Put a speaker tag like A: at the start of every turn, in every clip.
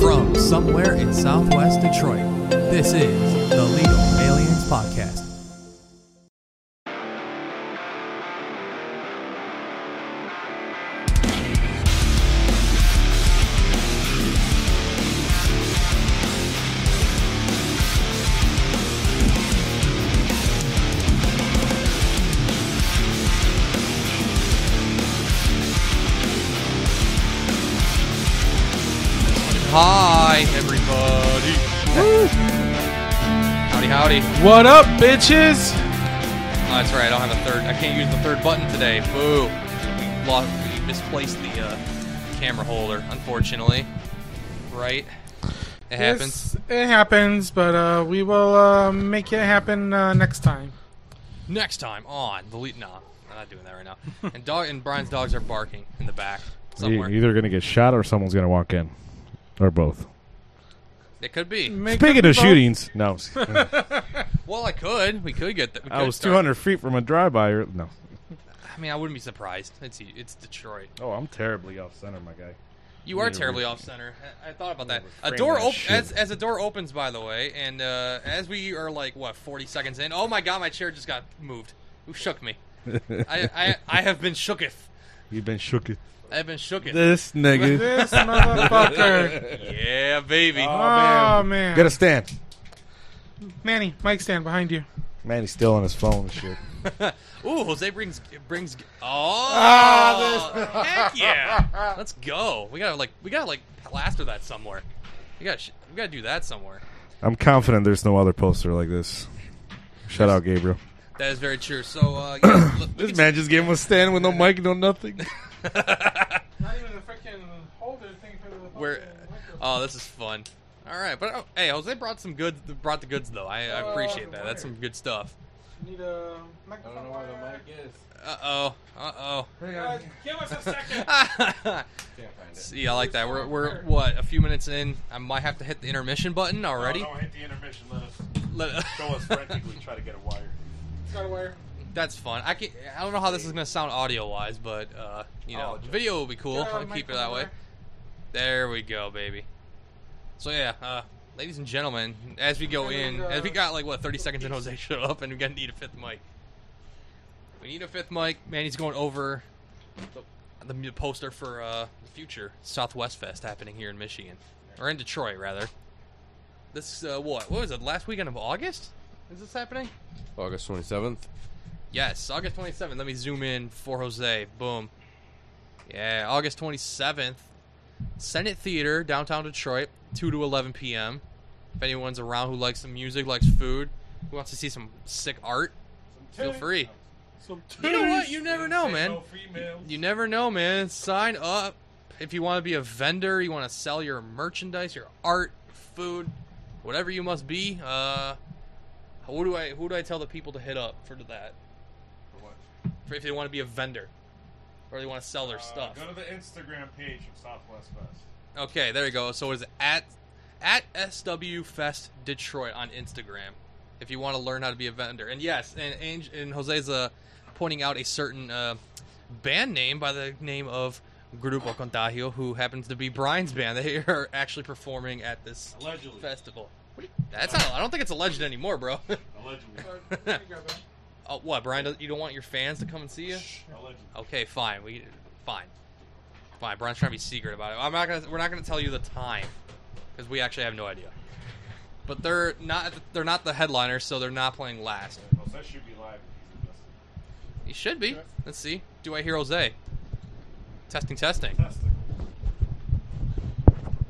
A: From somewhere in southwest Detroit, this is the Legal Aliens Podcast.
B: Hi, everybody. Howdy, howdy.
C: What up, bitches?
B: Oh, that's right. I don't have a third. I can't use the third button today. Boo. We lost. We misplaced the uh, camera holder, unfortunately. Right? It happens.
C: It's- it happens, but uh, we will uh, make it happen uh, next time.
B: Next time on the lead. Nah, we're not doing that right now. and dog and Brian's dogs are barking in the back
D: You're
B: somewhere.
D: E either going to get shot or someone's going to walk in, or both.
B: It could be.
C: Make
D: Speaking
C: it
D: of
C: both-
D: shootings, no, I'm just kidding.
B: Well, I could. We could get that. we
D: I
B: could
D: was
B: start-
D: 200 feet from a drive-by. Or, no,
B: I mean, I wouldn't be surprised. It's it's Detroit.
D: oh, I'm terribly off center, my guy.
B: You are
D: Anyway.
B: terribly off center. I, I thought about that.
D: we're
B: A
D: framing
B: door
D: that
B: op-
D: shit.
B: as as a door opens, by the way, and uh, as we are like what forty seconds in. Oh my god, my chair just got moved. Who shook me? I, I I have been shooketh.
D: You've been shook.
B: I have been shooketh.
D: This nigga.
C: This motherfucker.
B: Yeah, baby.
C: oh man,
D: Get a stand.
C: Manny, Mike, stand behind you.
D: Man, he's still on his phone and shit.
B: Ooh, Jose brings brings. Oh,
D: Ah,
B: heck yeah! Let's go. We gotta like we gotta like plaster that somewhere. We gotta sh- we gotta do that somewhere.
D: I'm confident there's no other poster like this. Shout out, Gabriel.
B: That is very true. So uh, yeah, look, we
D: This
B: can-
D: man just gave him a stand with no mic, no nothing.
C: Not even a freaking holder thing for the.
B: Where? Oh, this is fun. All right, but oh, hey, Jose brought some good brought the goods though. I, I
C: Oh,
B: appreciate
C: the
B: that. That's some
C: wire.
B: good stuff.
C: Need a microphone.
E: is.
B: Uh oh. Uh
C: Uh, give us a second.
B: oh.
E: Can't find it.
B: See, I like that. We're we're what a few minutes in. I might have to hit the intermission button already.
E: Don't hit the intermission. Let us
B: Let-
E: go us frantically try to get a wire.
C: Got a wire.
B: That's fun. I can I don't know how this is gonna sound audio wise, but uh, you know,
E: Oh, just-
B: video will be cool.
C: Got a
B: I'll keep it
C: microphone
B: that way.
C: wire.
B: There we go, baby. So yeah, uh, ladies and gentlemen, as we go in, as we got like what 30 seconds, and Jose showed up, and we gonna need a fifth mic. We need a fifth mic. Man, he's going over the, the poster for uh, the future Southwest Fest happening here in Michigan, or in Detroit rather. This uh, what? What was it? Last weekend of August? Is this happening?
F: August 27th.
B: Yes, August 27th. Let me zoom in for Jose. Boom. Yeah, August 27th. Senate Theater, downtown Detroit, 2 to 11 p.m. If anyone's around who likes some music, likes food, who wants to see some sick art, feel free.
C: Some
B: You know what? You never know, man.
C: female.
B: You never know, man. Sign up. If you want to be a vendor, you want to sell your merchandise, your art, food, whatever you must be. Uh, who do I who do I tell the people to hit up for that? For if they want to be a vendor, or they want to sell their stuff.
E: Uh, Go to the Instagram page of Southwest Fest.
B: Okay, there you go. So it's at at SW Fest Detroit on Instagram. If you want to learn how to be a vendor, and yes, and Ange, and Jose's uh, pointing out a certain uh, band name by the name of Grupo Contagio, who happens to be Brian's band. They are actually performing at this
E: Allegedly.
B: festival. What do you- That's not. I don't think it's alleged anymore, bro.
E: Allegedly.
C: There you go, man.
B: oh, what, Brian? does- You don't want your fans to come and see you?
E: Allegedly.
B: Okay, fine. We fine. Fine. Brian's trying to be secret about it. I'm not gonna. We're not gonna tell you the time because we actually have no idea. But they're not. They're not the headliners, so they're not playing last.
E: Well, Oh, that should be live. if he's invested.
B: He should be. Let's see. Do I hear Jose? Testing, testing.
E: Testing.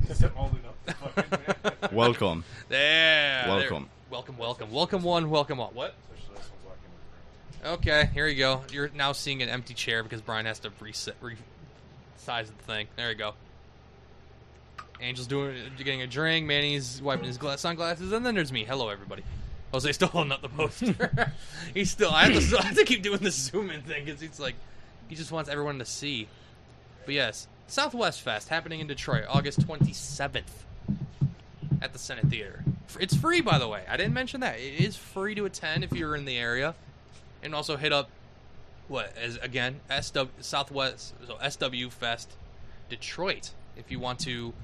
E: Is it holding up the fucking man?
F: Welcome.
B: There. there.
F: Welcome.
B: Welcome. Welcome. Welcome. One. Welcome all. What?
E: Especially this one's walking in the room.
B: Okay. Here you go. You're now seeing an empty chair because Brian has to reset, resize the thing. There you go. Angel's doing getting a drink. Manny's wiping his gla- sunglasses, and then there's me. Hello, everybody. Jose still holding up the poster. he's still. I have, to, I have to keep doing the zoom in thing because he's like, he just wants everyone to see. But yes, Southwest Fest happening in Detroit, August 27th, at the Senate Theater. F- It's free, by the way. I didn't mention that. It is free to attend if you're in the area, and also hit up what is again SW Southwest so SW Fest Detroit if you want to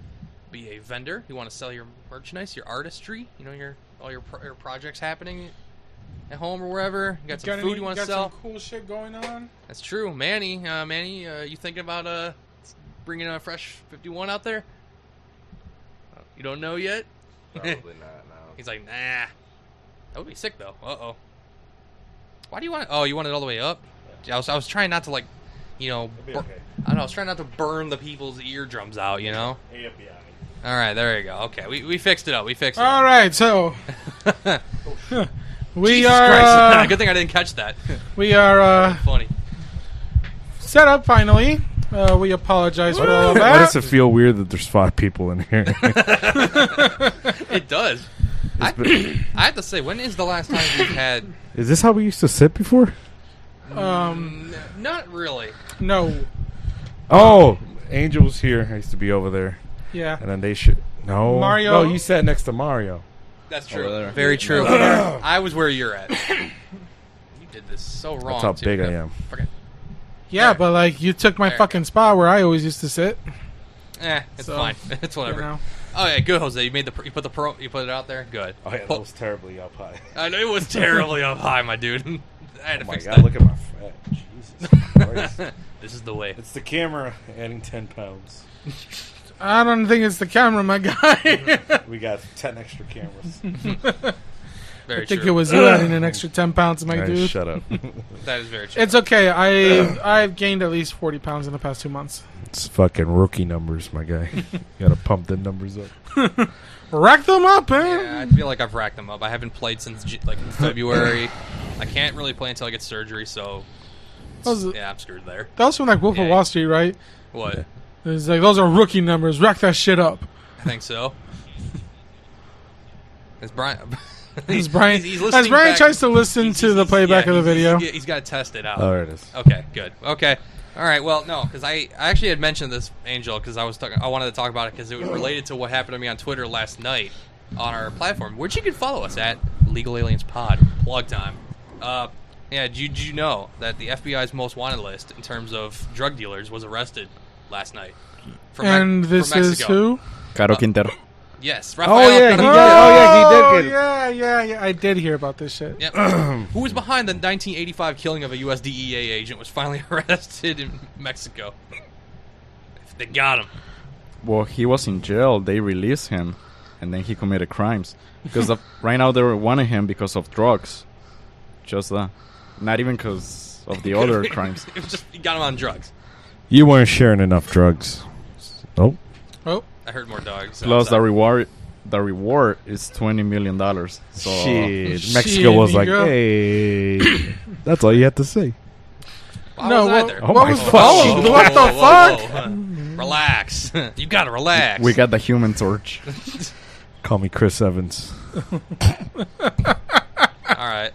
B: be a vendor. You want to sell your merchandise, your artistry, you know, your all your, pro- your projects happening at home or wherever. You got some food
C: any-
B: you want to
C: got
B: sell.
C: Some cool shit going on.
B: That's true, Manny. Uh, Manny, uh, you thinking about uh, bringing a fresh 51 out there? Uh, You don't know yet.
F: Probably not now.
B: He's like, nah. That would be sick though. Uh oh. Why do you want? It? Oh, you want it all the way up? I was, I was trying not to like, you know,
E: be
B: bur-
E: okay.
B: I don't know. I was trying not to burn the people's eardrums out. You know.
E: AFBI.
B: All right, there you go. Okay, we, we fixed it up. We fixed it.
C: All right, so
B: right.
C: we
B: Jesus
C: are
B: Christ.
C: uh,
B: Good thing I didn't catch that.
C: we are uh,
B: Funny.
C: set up finally. Uh, we apologize for all
D: Why does
C: that.
D: it feel weird that there's five people in here?
B: It does. I, I have to say, when is the last time we've had?
D: Is this how we used to sit before?
C: Um,
B: N- not really.
C: no,
D: Oh, Angel was here. I used to be over there,
C: yeah,
D: and then they should. No,
C: Mario-
D: No, you sat next to Mario.
B: That's
D: Oh,
F: Over
B: true.
F: there.
B: Very true. I was where you're at. You did this so wrong.
D: That's how
B: too.
D: big I am.
B: Forget-
C: yeah. But like, you took my
B: There.
C: fucking spot where I always used to sit.
B: Eh, it's
C: So,
B: fine. It's whatever.
C: You know?
B: Oh yeah, good Jose. You made the pr- you put the pro you put it out there. Good.
D: Oh yeah,
B: Pu-
D: that was terribly up high.
B: I know it was terribly up high, my dude. I had to
D: Oh my
B: fix
D: god, look at my fat. Jesus Christ.
B: that. this is the way.
D: It's the camera adding ten pounds.
C: I don't think it's the camera, my guy. I
D: We got ten extra cameras.
B: Very
C: think
B: true.
C: it was you adding an extra ten pounds, my dude.
D: shut up.
B: That is very true.
C: It's okay. I I've gained at least forty pounds in the past two months.
D: it's fucking rookie numbers, my guy. you gotta pump the numbers up.
C: Rack them up,
B: yeah, I
C: man.
B: feel like I've racked them up. I haven't played since J- like February. I can't really play until I get surgery, so
C: That was,
B: yeah, I'm screwed there.
C: that was from like Wolf
B: Yeah.
C: of Wall Street, right?
B: What?
C: It was like those are rookie numbers. Rack that shit up.
B: I think so. It's Brian.
C: As Brian,
B: he's- he's
C: as
B: listening
C: Brian
B: back-
C: tries to listen
B: he's-
C: to
B: he's-
C: the playback
B: yeah,
C: of the
B: he's-
C: video,
B: he's- he's got to test it out.
D: Oh, there it is.
B: Okay, good. Okay. All right. Well, no, because I, I actually had mentioned this Angel because I was talking. I wanted to talk about it because it was related to what happened to me on Twitter last night on our platform, which you can follow us at Legal Aliens Pod. Plug time. Uh, yeah. Did you, did you know that the FBI's most wanted list in terms of drug dealers was arrested last night? From Me-
C: and
B: from
C: this is
B: Mexico.
C: who?
F: Caro Quintero.
B: Yes.
D: Oh
B: Rafael
D: yeah, he did.
B: Caro-
D: Oh yeah, he did get it.
C: yeah, yeah, yeah. I did hear about this shit.
B: Yep. Who was behind the 1985 killing of E a U.S. DEA agent was finally arrested in Mexico. If they got him.
F: Well, he was in jail. They released him, and then he committed crimes because of, right now they were wanting him because of drugs. Just that, not even because of the other crimes.
B: It was just he got him on drugs.
D: You weren't sharing enough drugs. Nope.
C: Oh,
B: I heard more dogs. so
F: Plus, the
B: I'm sorry.
F: reward, the reward is twenty million dollars. So
D: Shit.
C: Shit,
D: Mexico was like,
C: Miguel.
D: hey. That's all you had to say.
B: Why
C: no,
B: was I
C: what,
B: there?
D: Oh
C: what
D: my
C: was
D: God.
C: oh,
B: whoa,
C: what the
B: whoa, whoa,
C: fuck?
B: whoa, huh. Relax. you gotta relax.
F: we got the Human Torch.
D: Call me Chris Evans.
B: All right.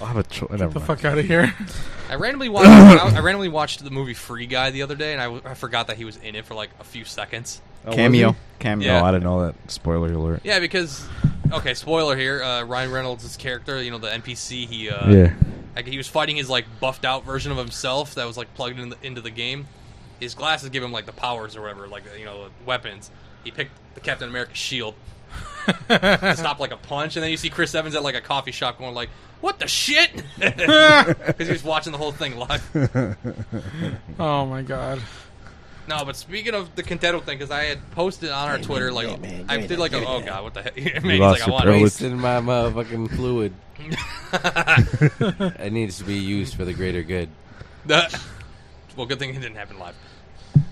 D: I'll have a cho- never
C: The
D: mind.
C: fuck out of here.
B: I randomly watched. I, I randomly watched the movie Free Guy the other day, and I, w- I forgot that he was in it for like a few seconds.
D: Oh, was
F: Cameo,
D: he?
F: cameo.
B: Yeah.
D: No, Oh, I didn't know that. Spoiler alert.
B: Yeah, because okay, spoiler here. Uh, Ryan Reynolds' character, you know the NPC, he uh,
D: Yeah.
B: Like he was fighting his like buffed out version of himself that was like plugged in the, into the game. His glasses give him like the powers or whatever, like you know weapons. He picked the Captain America shield to stop like a punch, and then you see Chris Evans at like a coffee shop going like, "What the shit?" Because he was watching the whole thing live.
C: Oh my god.
B: No, but speaking of the Contento thing, because I had posted on our Twitter like I did like a, oh god, what the heck? Manny's
D: lost
B: like, I
D: your
B: want it.
D: privilege.
G: wasting my motherfucking fluid. it needs to be used for the greater good.
B: The- well, good thing it didn't happen live.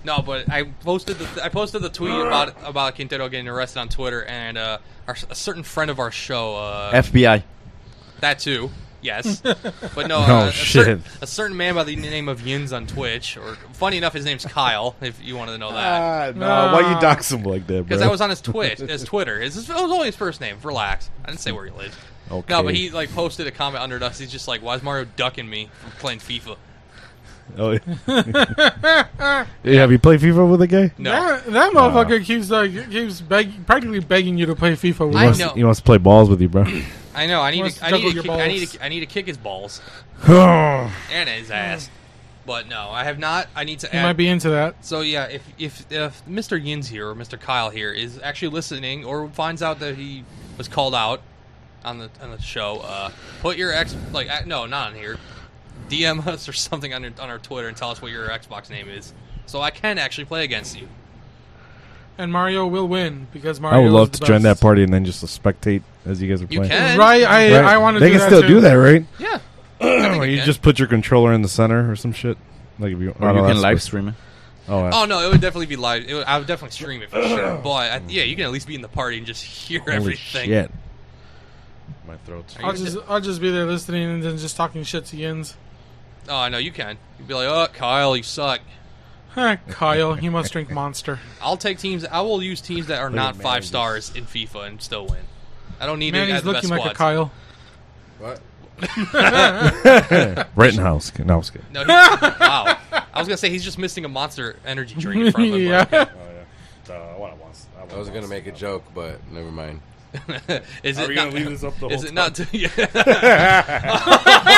B: No, but I posted the I posted the tweet about about Quintero getting arrested on Twitter, and uh, our, a certain friend of our show, uh,
F: FBI.
B: that too, yes, but no,
D: No
B: uh, a, Certain,
D: Oh, shit.
B: a certain man by the name of Yins on Twitch, or funny enough, his name's Kyle, if you wanted to know that,
F: Uh.
D: no, Uh, why you dox him like that, bro?
B: because I was on his Twitch, his Twitter, his, it was only his first name. Relax, I didn't say where he lives.
D: Okay.
B: No, but he like posted a comment under us. He's just like, "Why is Mario ducking me from playing FIFA?"
D: Oh, yeah. yeah, have you played FIFA with a guy?
B: No,
C: That, that motherfucker keeps like keeps beg- practically begging you to play FIFA with
B: I
C: us.
B: know.
D: He wants to play balls with you, bro.
B: I know. I need
C: wants
B: to.
C: to
B: I need to,
C: juggle your
B: kick, I need
C: balls.
B: to. I need to kick his balls
D: oh,
B: and his ass. But no, I have not. I need to
C: You
B: add.
C: Hmm. might be into that.
B: so yeah, if if if Mr. Yin's here or Mr. Kyle here is actually listening or finds out that he was called out on the on the show, uh, put your ex like uh, no, not on here. DM us or something on our, on our Twitter and tell us what your Xbox name is, so I can actually play against you.
C: And Mario will win because Mario.
D: I would love
C: is
D: to
C: the
D: join that
C: best.
D: party and then just spectate as you guys are
B: You
D: playing.
B: can,
C: Right, I
D: Right?
C: I want to.
D: They can still
C: too.
D: do that, right?
B: Yeah.
D: Or
B: you
D: you
B: can.
D: just put your controller in the center or some shit. Like if you,
F: Or
D: I don't know,
F: you can
D: that's
F: live
D: supposed-
F: stream it.
D: Oh, wow.
B: Oh no, it would definitely be live. It would, I would definitely stream it for sure. But I, yeah, you can at least be in the party and just hear
D: Holy
B: everything.
D: shit! My throat's.
B: Are
C: I'll
B: you-
C: just I'll just be there listening and then just talking shit to Yins.
B: Oh, I know you can. You'd be like, "Oh, Kyle, you suck."
C: Huh, Kyle, he must drink Monster.
B: I'll take teams. I will use teams that are not
D: at
B: five
D: Manny's.
B: stars in FIFA and still win. I don't need
C: Man,
B: to
C: he's
B: have the best
C: looking like a
B: squads.
C: Kyle.
G: What?
D: Rittenhouse. No, I was kidding.
B: No, he, wow. I was gonna say he's just missing a monster energy drink in front of him.
C: yeah.
B: but-
E: Oh yeah. Uh, I want to once. I,
G: I was gonna make a joke, but never mind.
B: is
E: Are
B: it
E: we
B: not?
E: gonna leave this up the whole
B: is it not?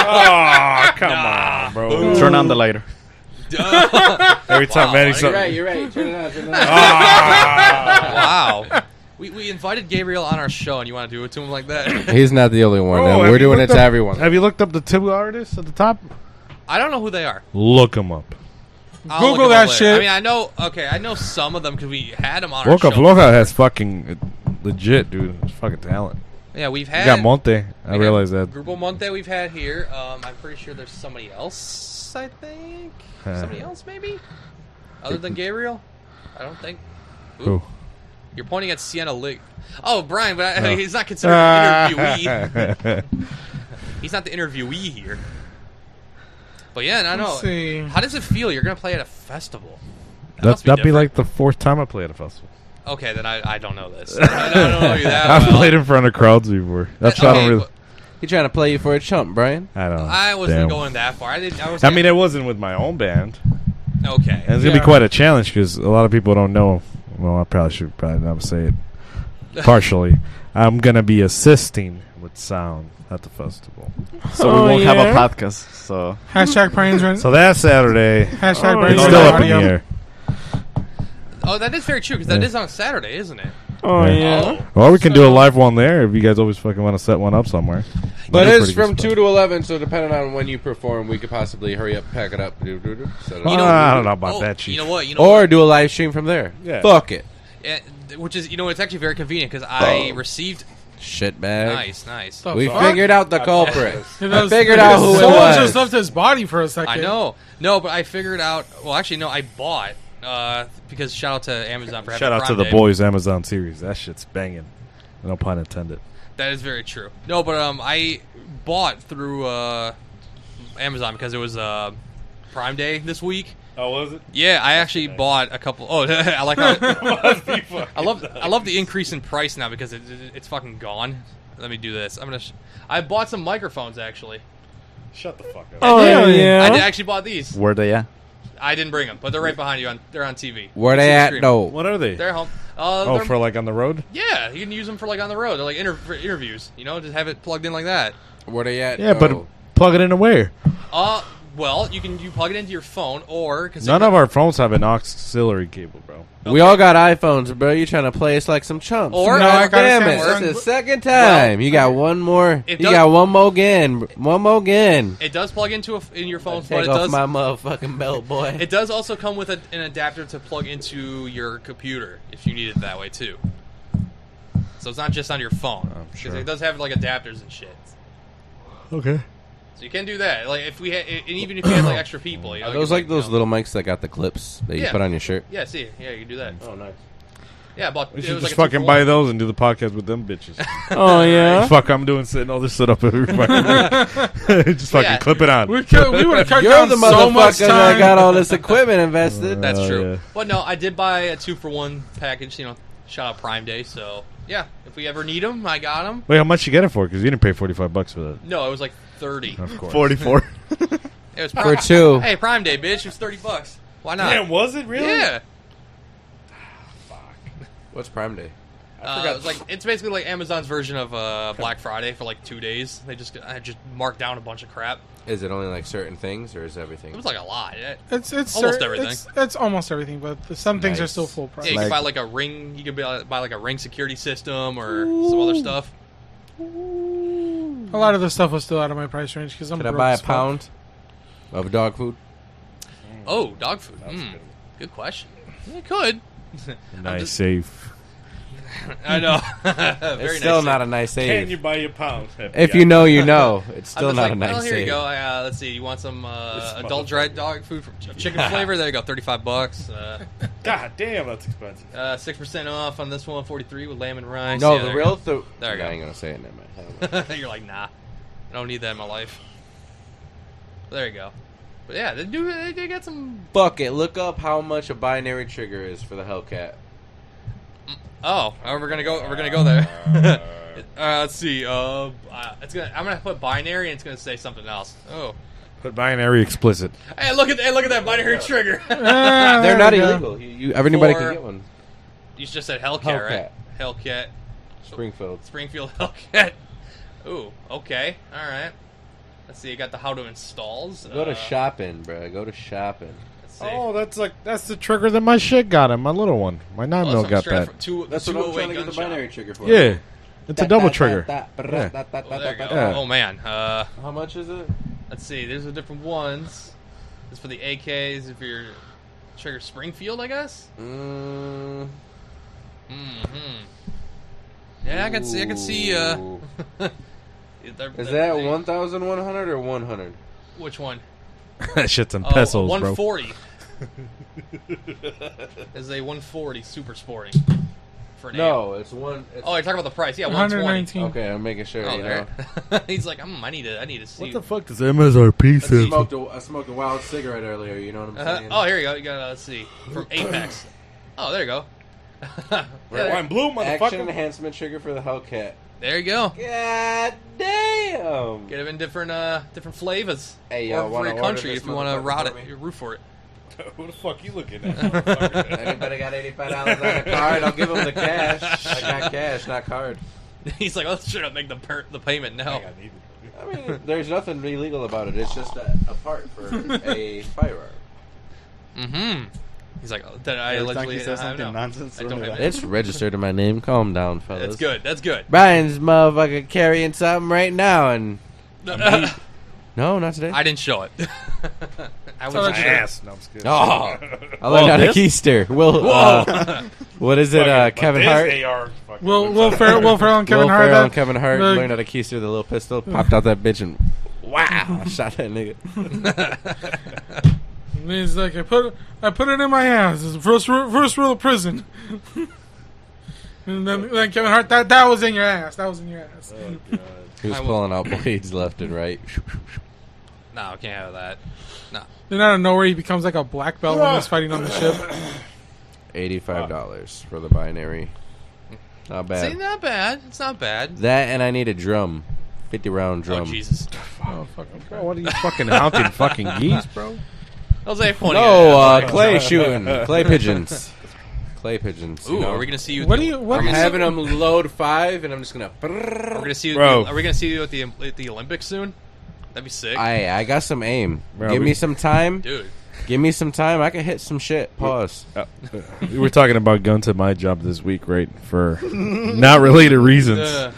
D: oh, come on, bro.
F: Turn on the lighter.
B: yeah.
D: Every time
B: Wow,
D: Manny
B: you're
D: saw-
B: right,
G: you're right. Turn it on. Turn it on.
B: wow. We, we invited Gabriel on our show, and you want to do it to him like that?
G: He's not the only one.
D: Oh,
G: now.
D: have
G: We're
D: you
G: doing it
D: looked
G: to
D: up-
G: everyone.
D: Have you looked up the two artists at the top?
B: I don't know who they are.
D: Look them up.
B: I'll look
C: Google
B: it up
C: that
B: later.
C: shit.
B: I mean, I know. Okay, I know some of them because we had them on our
D: Loca
B: show.
D: Floca has fucking uh, legit, dude. It's fucking talent.
B: Yeah, we've
D: You
B: had.
D: got Monte. I
B: we
D: realize
B: had
D: that.
B: Grupo Monte we've had here. Um, I'm pretty sure there's somebody else. I think
D: Huh.
B: somebody else maybe. Other than Gabriel, I don't think. Ooh,
D: Who?
B: You're pointing at Sienna Lick. Oh, Brian, but I,
D: No.
B: he's not considered an interviewee.
D: That's
B: he's not the interviewee here. But yeah, I
C: Let's
B: know.
C: see.
B: How does it feel? You're gonna play at a festival. That must
D: that'd be
B: different.
D: like the fourth time I played at a festival.
B: Okay, then I, I don't know this. I don't, I don't know you that
D: I've
B: well.
D: played in front of crowds before. That's why I
B: Okay,
D: don't really.
G: He trying to play you for a chump, Brian.
D: I don't. know.
B: I wasn't
D: Damn.
B: going that far. I didn't. I was.
D: I mean, it wasn't with my own band.
B: okay.
D: And it's gonna
C: Yeah.
D: be quite a challenge because a lot of people don't know. Well, I probably should probably not say it. Partially, I'm gonna be assisting with sound at the festival.
F: So
C: Oh,
F: we won't
C: yeah?
F: have a podcast. So
C: Hashtag Brian's rent.
D: So that Saturday,
C: Hashtag
D: it's
C: Brian's
D: still
C: rent
D: up in the
C: audio.
D: air.
B: Oh, that is very true because that
D: Yeah.
B: is on Saturday, isn't it?
C: Oh
D: Yeah.
B: Oh,
D: Or we can do a live one there if you guys always fucking want to set one up somewhere.
G: But
D: You're pretty
G: it's
D: good
G: from
D: spot.
G: two to eleven, so depending on when you perform, we could possibly hurry up, pack it up, do, do, do, set it
D: You
G: up.
D: know- Uh, I don't know about
B: oh,
D: that, Chief.
B: You know what? You know
G: or
B: what?
G: do a live stream from there.
D: Yeah.
G: Fuck it.
B: Eh, which is you know it's actually very convenient because
D: Oh.
B: I received
G: Shit bag.
B: nice, nice.
C: The
G: We
C: fuck?
G: figured out the culprit.
C: Dude,
G: I
C: those-
G: figured out who it
C: someone
G: was.
C: just left his body for a second.
B: I know. No, but I figured out. Well, actually, no, I bought uh, because shout out to Amazon for having
D: Shout out to
B: Prime
D: the
B: Day.
D: boys Amazon series. That shit's banging. No pun intended.
B: That is very true. No, but um, I bought through uh, Amazon because it was uh, Prime Day this week.
E: Oh, was it?
B: Yeah, I actually bought a couple. Oh, I like how I
E: I
B: love I love the increase in price now because it, it, it's fucking gone. Let me do this. I'm gonna. Sh- I bought some microphones actually.
E: Shut the fuck up.
D: Oh yeah.
B: I did, actually bought these.
F: where they at?
B: I didn't bring them, but they're right behind you. On they're on TV.
G: Where
B: See
G: they
B: the
G: at?
B: screen.
G: No.
D: What are they?
B: They're home. Uh,
D: oh,
B: they're-
D: for like on the road.
B: yeah, you can use them for like on the road. They're like inter- for interviews. You know, just have it plugged in like that.
G: Where they at?
D: Yeah, but
G: No.
D: plug it into where?
B: Uh, well, you can you plug it into your phone or cause
D: None of our phones have an auxiliary cable, bro.
G: we all got iPhones, bro. You trying to play us like some chumps?
B: Or-
C: No, I got a
G: damn it!
C: Samsung.
G: That's the second time. you got one more. You
B: It does-
G: got one more again. br- One more again.
B: it does plug into a, f- in your phone, but
G: Take
B: it
G: off
B: does
G: my motherfucking belt, boy.
B: it does also come with a, an adapter to plug into your computer if you need it that way too. So it's not just on your phone
D: Oh, I'm
B: because
D: sure.
B: it does have like adapters and shit.
D: Okay.
B: So you can do that. Like if we had, and even if you had like extra people, you know,
G: Are
B: you
G: those
B: can,
G: like those
B: you know-
G: little mics that got the clips that you
B: Yeah.
G: put on your shirt?
B: Yeah, see, yeah, you can do that.
G: Oh, nice.
B: Yeah, but
D: We
B: it
D: should
B: was
D: just
B: like a
D: fucking
B: two-for-one.
D: buy those and do the podcast with them bitches.
G: Oh yeah.
D: Fuck, I'm doing sitting all this shit up every fucking Just fucking
B: Yeah.
D: clip it on.
C: We, could, we would have cut
G: You're
C: down
G: the
C: so much
G: motherfucker that
C: time.
G: got all this equipment invested.
B: That's
D: Oh,
B: true.
D: yeah.
B: But no, I did buy a two for one package. You know, shout out Prime Day. So yeah, if we ever need them, I got them.
D: Wait, how much you get it for? Because you didn't pay 45 bucks for that.
B: No, it was like thirty.
D: Of course.
F: Forty-four.
B: It was
G: For
B: Prime.
G: two.
B: Hey, Prime Day, bitch! It was thirty bucks. Why not?
E: Damn, was it really?
B: Yeah.
G: What's Prime Day?
E: I
B: Uh,
E: forgot.
B: it's like it's basically like Amazon's version of uh, Black Friday for like two days. They just I just marked down a bunch of crap.
G: Is it only like certain things or is everything?
B: It was like a lot. Yeah,
C: It's it's
B: Almost
C: cer-
B: everything.
C: It's, it's almost everything, but th- some things are
F: Nice.
C: still full price.
B: Yeah, you
F: Like-
B: can buy like a ring. You can buy, buy like a ring security system or some other stuff.
C: a lot of the stuff was still out of my price range because I'm.
G: Could I
C: broke
G: buy a
C: as fuck.
G: pound of dog food?
B: Oh, dog food.
E: That was
B: Hmm.
E: good.
B: Good question. I could.
D: Nice
B: just-
D: safe.
B: I know.
G: It's
B: Very
G: still
B: nice.
G: not a nice
E: Can
G: save.
E: you buy a pound?
G: if you know, you know. It's
B: I'm
G: still
B: just
G: not
B: like,
G: a
B: well,
G: nice
B: here you
G: save.
B: go. Uh, let's see. You want some uh,
E: This
B: adult
E: motherfucker.
B: dried dog food from ch- chicken flavor? There you go. Thirty-five bucks. Uh,
E: God damn, that's expensive.
B: Six percent off on this one. Forty-three with lamb and rice.
G: No,
B: Yeah,
G: the
B: there
G: real. Th-
B: There you
G: I
B: go.
G: ain't gonna say it. Never mind. Never mind.
B: you go. You're like, nah. I don't need that in my life. There you go. But yeah, they do. They, they got some.
G: Fuck it. Look up how much a binary trigger is for the Hellcat.
B: Oh, oh, we're gonna go. We're gonna go there. uh, let's see. Uh, uh, it's gonna. I'm gonna put binary, and it's gonna say something else. Oh,
D: But binary explicit.
B: hey, look at hey, look at that binary trigger.
C: Ah,
G: They're
C: there
G: not
C: we go.
G: illegal. You, you, everybody
B: For-
G: can get one.
B: you just said Hellcat, right? Hellcat,
G: Springfield.
B: Springfield Hellcat. Ooh, okay, all right. Let's see. You got the how to installs.
G: Go to
B: Uh,
G: shopping, bruh. Go to shopping.
B: let's see.
D: Oh, that's like that's the trigger that my shit got him. My little one, my nine
B: Oh,
D: mil
B: something
D: got
B: straight
D: that.
B: from two,
G: That's
B: two oh
G: what I'm trying to
B: gun
G: get the
B: shop.
G: binary trigger for.
D: Yeah, it's a double trigger. Yeah.
B: Oh, there you go.
D: Yeah.
B: Oh man. Uh,
G: How much is it?
B: let's see. There's the different ones. It's for the AKs. If you're trigger Springfield, I guess.
G: Mm,
B: hmm Yeah, I can see. I can see. Uh,
G: Ooh.
B: they're-
G: Is
B: they're-
G: that 1,100 or 100?
B: Which one?
D: that shit's in pesos,
B: Oh, One
D: bro.
B: forty. Is a one forty super sporting? For an AM.
G: No, it's one. It's,
B: Oh, you're talking about the price. Yeah, one twenty.
C: 119.
G: okay, I'm making sure.
B: Oh,
G: you
B: there.
G: know.
B: He's like, mm, I need to. I need to see.
D: What the fuck does MSRP
G: I
D: stand for?
G: smoked, a, I smoked a wild cigarette earlier. You know what I'm
B: Uh,
G: saying?
B: oh, here you go. You got. Uh, let's see. From Apex. oh, there you go. Yeah,
E: Red,
B: there,
E: wine, blue,
G: Action
E: motherfucker.
G: enhancement trigger for the Hellcat.
B: there you go.
G: God damn!
B: Get them in different uh different flavors.
G: Hey,
B: or
G: y'all
B: for
G: wanna
B: your
G: order
B: country
G: this
B: if you want to
G: motherfucker
B: route
G: for
B: it,
G: me?
B: you root for it.
E: Who the fuck you looking at? motherfucker?
G: Everybody got eighty-five dollars on the card. I'll give them the cash. I got cash, not card.
B: He's like, let's straight up make the per- the payment now.
E: I think I need it.
G: I mean, there's nothing illegal about it. It's just a, a part for a firearm.
B: Mm-hmm. He's like, oh, did I
F: Every time
B: allegedly
F: he says
B: I don't
F: something
B: know.
F: nonsense,
B: I don't
F: remember
B: have it.
G: It's registered in my name. Calm down, fellas.
B: That's good. That's good.
G: Brian's motherfucker carrying something right now, and
B: I
G: no, not today.
B: didn't show it. I
C: So
B: was
C: that's-
D: Ass. No, I'm just kidding.
G: Oh, I learned how to keister. Will, uh, what is it?
E: Fucking-
G: Uh,
E: but
G: Kevin
E: this
G: Hart.
E: AR fucking
C: Will
E: looks
C: Will
E: like-
C: Ferrell, Will Ferrell and Kevin
G: Will
C: Hart.
G: Ferrell and
C: that-
G: Keyster Hart
C: the-
G: learned how to keister the little pistol, popped out that bitch, and wow, shot that nigga.
C: He's like, I put I put it in my ass. It's the first ru- first rule of prison. and then, then Kevin Hart, that that was in your ass. That was in your ass.
E: Oh, God.
G: He was
B: I will-
G: pulling out blades left and right.
B: no, I can't have that. No.
C: Then out of nowhere, he becomes like a black belt when he's fighting on the ship.
G: Eighty-five dollars for the binary. Not
B: See,
G: bad.
B: not bad. It's not bad.
G: That and I need a drum, fifty round
B: Oh
G: drum.
B: Jesus!
D: Bro, what are you fucking hunting fucking geese, bro?
B: Jose pointing. at
G: No,
B: us.
G: uh, clay shooting, clay pigeons, clay pigeons.
B: Ooh,
G: you know.
B: are we gonna see you?
C: What do you? What
G: I'm
C: is
G: having
C: it?
G: them load five, and I'm just gonna.
B: Are we gonna see you?
D: Bro.
B: Are we gonna see you at the at the Olympics soon? That'd be sick,
G: I I got some aim.
D: Bro,
G: Give
D: we-
G: me some time.
B: dude.
G: Give me some time. I can hit some shit. Pause.
D: we were talking about guns at my job this week, right? For not related reasons,
B: Uh,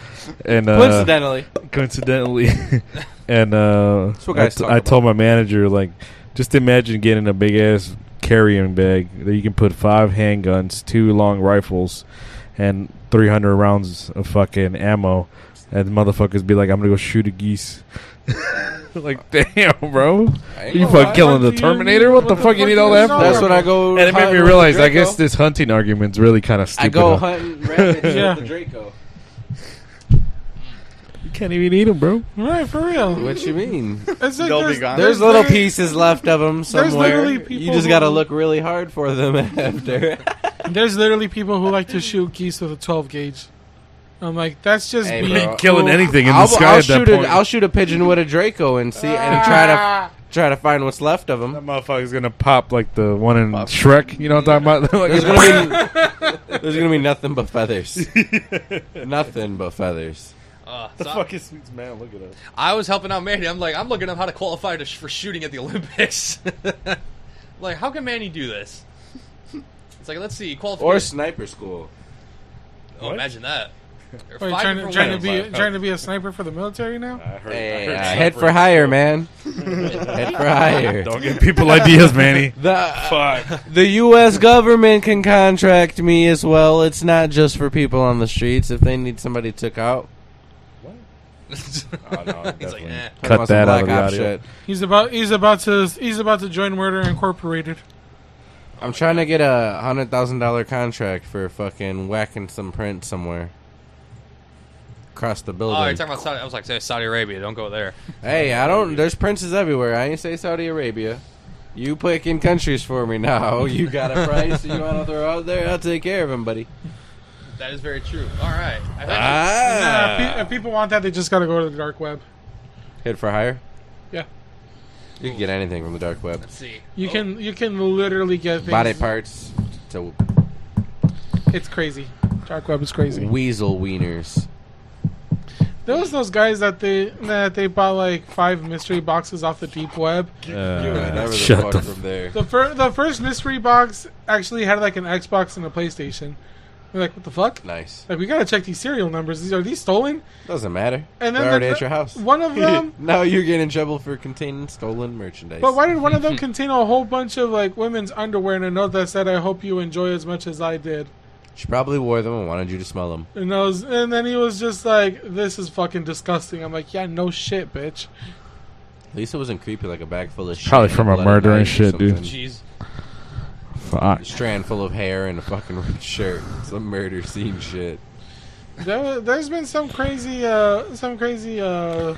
D: and uh,
G: Coincidentally,
D: coincidentally and uh
G: what
D: I,
G: guys
D: t-
G: talk
D: I
G: about.
D: told my manager like just imagine getting a big ass carrying bag that you can put five handguns two long rifles and 300 rounds of fucking ammo and motherfuckers be like i'm gonna go shoot a geese like damn bro you
G: gonna
D: fucking
G: lie.
D: killing the terminator what the fuck you need all that
C: know?
D: for
G: Uh, that's what I go.
D: and it made me
G: hunting with
D: realize
G: the
D: i guess
G: Draco.
D: this hunting argument's really kind of stupid
G: I go
D: huh?
G: hunting rabbits
C: Yeah.
G: with the Draco.
D: you can't even eat them bro
C: Right for real?
G: What you mean?
C: It's like
F: They'll be
C: there's,
F: gone.
G: There's little pieces left of them somewhere.
C: literally people
G: You just got to
C: who-
G: look really hard for them after.
C: There's literally people who like to shoot geese with a 12 gauge. I'm like, that's just
G: Hey,
C: being
G: bro.
D: killing
C: cool.
D: anything in the
G: I'll,
D: sky
G: I'll
D: at that
G: shoot
D: point
C: Ah.
G: a, I'll shoot a pigeon with a Draco and see and try to Try to find what's left of
D: That
G: him.
D: motherfucker's gonna pop like the one in
G: Pop.
D: Shrek. You know what I'm talking about? Like,
G: There's gonna be there's gonna be nothing but feathers. nothing but feathers.
B: Uh,
E: The
B: so I-
E: fuck is sweets man? Look at us.
B: I was helping out Manny. I'm like, I'm looking up how to qualify to sh- for shooting at the Olympics. like, how can Manny do this? It's like, let's see, qualify.
G: Or sniper school.
B: oh,
E: What?
B: imagine that. They're
C: Wait,
B: fighting
C: trying
B: for
C: to trying to
B: wins.
C: be trying to be a sniper for the military now?
E: I heard. I
G: Hey,
E: heard
G: uh,
E: supper.
G: head for higher, man. head for higher.
E: Don't get people.
D: people ideas, Manny.
G: The
E: Fuck.
G: the U.S. government can contract me as well. It's not just for people on the streets. If they need somebody took out,
E: What?
G: Oh, no,
B: He's like,
G: definitely.
B: eh.
G: Talking
D: Cut
G: about some
D: that out
G: Black
D: of the
G: Ops
D: audio.
G: shit.
C: He's about he's about to he's about to join Murder Incorporated.
G: I'm trying to get a hundred thousand dollar contract for fucking whacking some print somewhere across the
B: Oh,
G: building.
B: you're talking about Saudi. I was like, say Saudi Arabia. Don't go there.
G: hey, I don't. There's princes everywhere. I ain't say Saudi Arabia. You picking countries for me now. You got a price you want to throw out there? I'll take care of him, buddy.
B: That is very true. All right. I think-
C: Nah, if, pe-
G: Ah,
C: if people want that, they just gotta go to the dark web.
G: hit for hire.
C: Yeah,
G: You can get anything from the dark web.
B: let's see.
C: you
B: Oh,
C: can you can literally get things.
G: Body parts to
C: It's crazy. Dark web is crazy.
G: weasel wieners.
C: There was those guys that they that they bought like five mystery boxes off the deep web.
G: Whatever
D: Uh,
G: the
D: shut
G: fuck
D: the.
G: from there.
C: The first the first mystery box actually had like an Xbox and a PlayStation. We're like, what the fuck?
G: Nice.
C: Like we gotta check these serial numbers. These are these stolen?
G: Doesn't matter.
C: And
G: They're
C: then
G: already
C: the-
G: at your house.
C: One of them.
G: Now you get in trouble for containing stolen merchandise.
C: But why did one of them contain a whole bunch of like women's underwear and a note that said, "I hope you enjoy as much as I did"?
G: She probably wore them and wanted you to smell them.
C: And I was, and then he was just like, "This is fucking disgusting." I'm like, "Yeah, no shit, bitch."
G: At least it wasn't creepy like a bag full of shit.
D: probably from a
G: blood
D: murder and
G: knife or
D: shit, dude.
G: something.
B: Jeez.
D: Fuck.
G: A strand full of hair and a fucking ripped shirt. Some murder scene shit.
C: There, wa- there's been some crazy, uh, some crazy uh,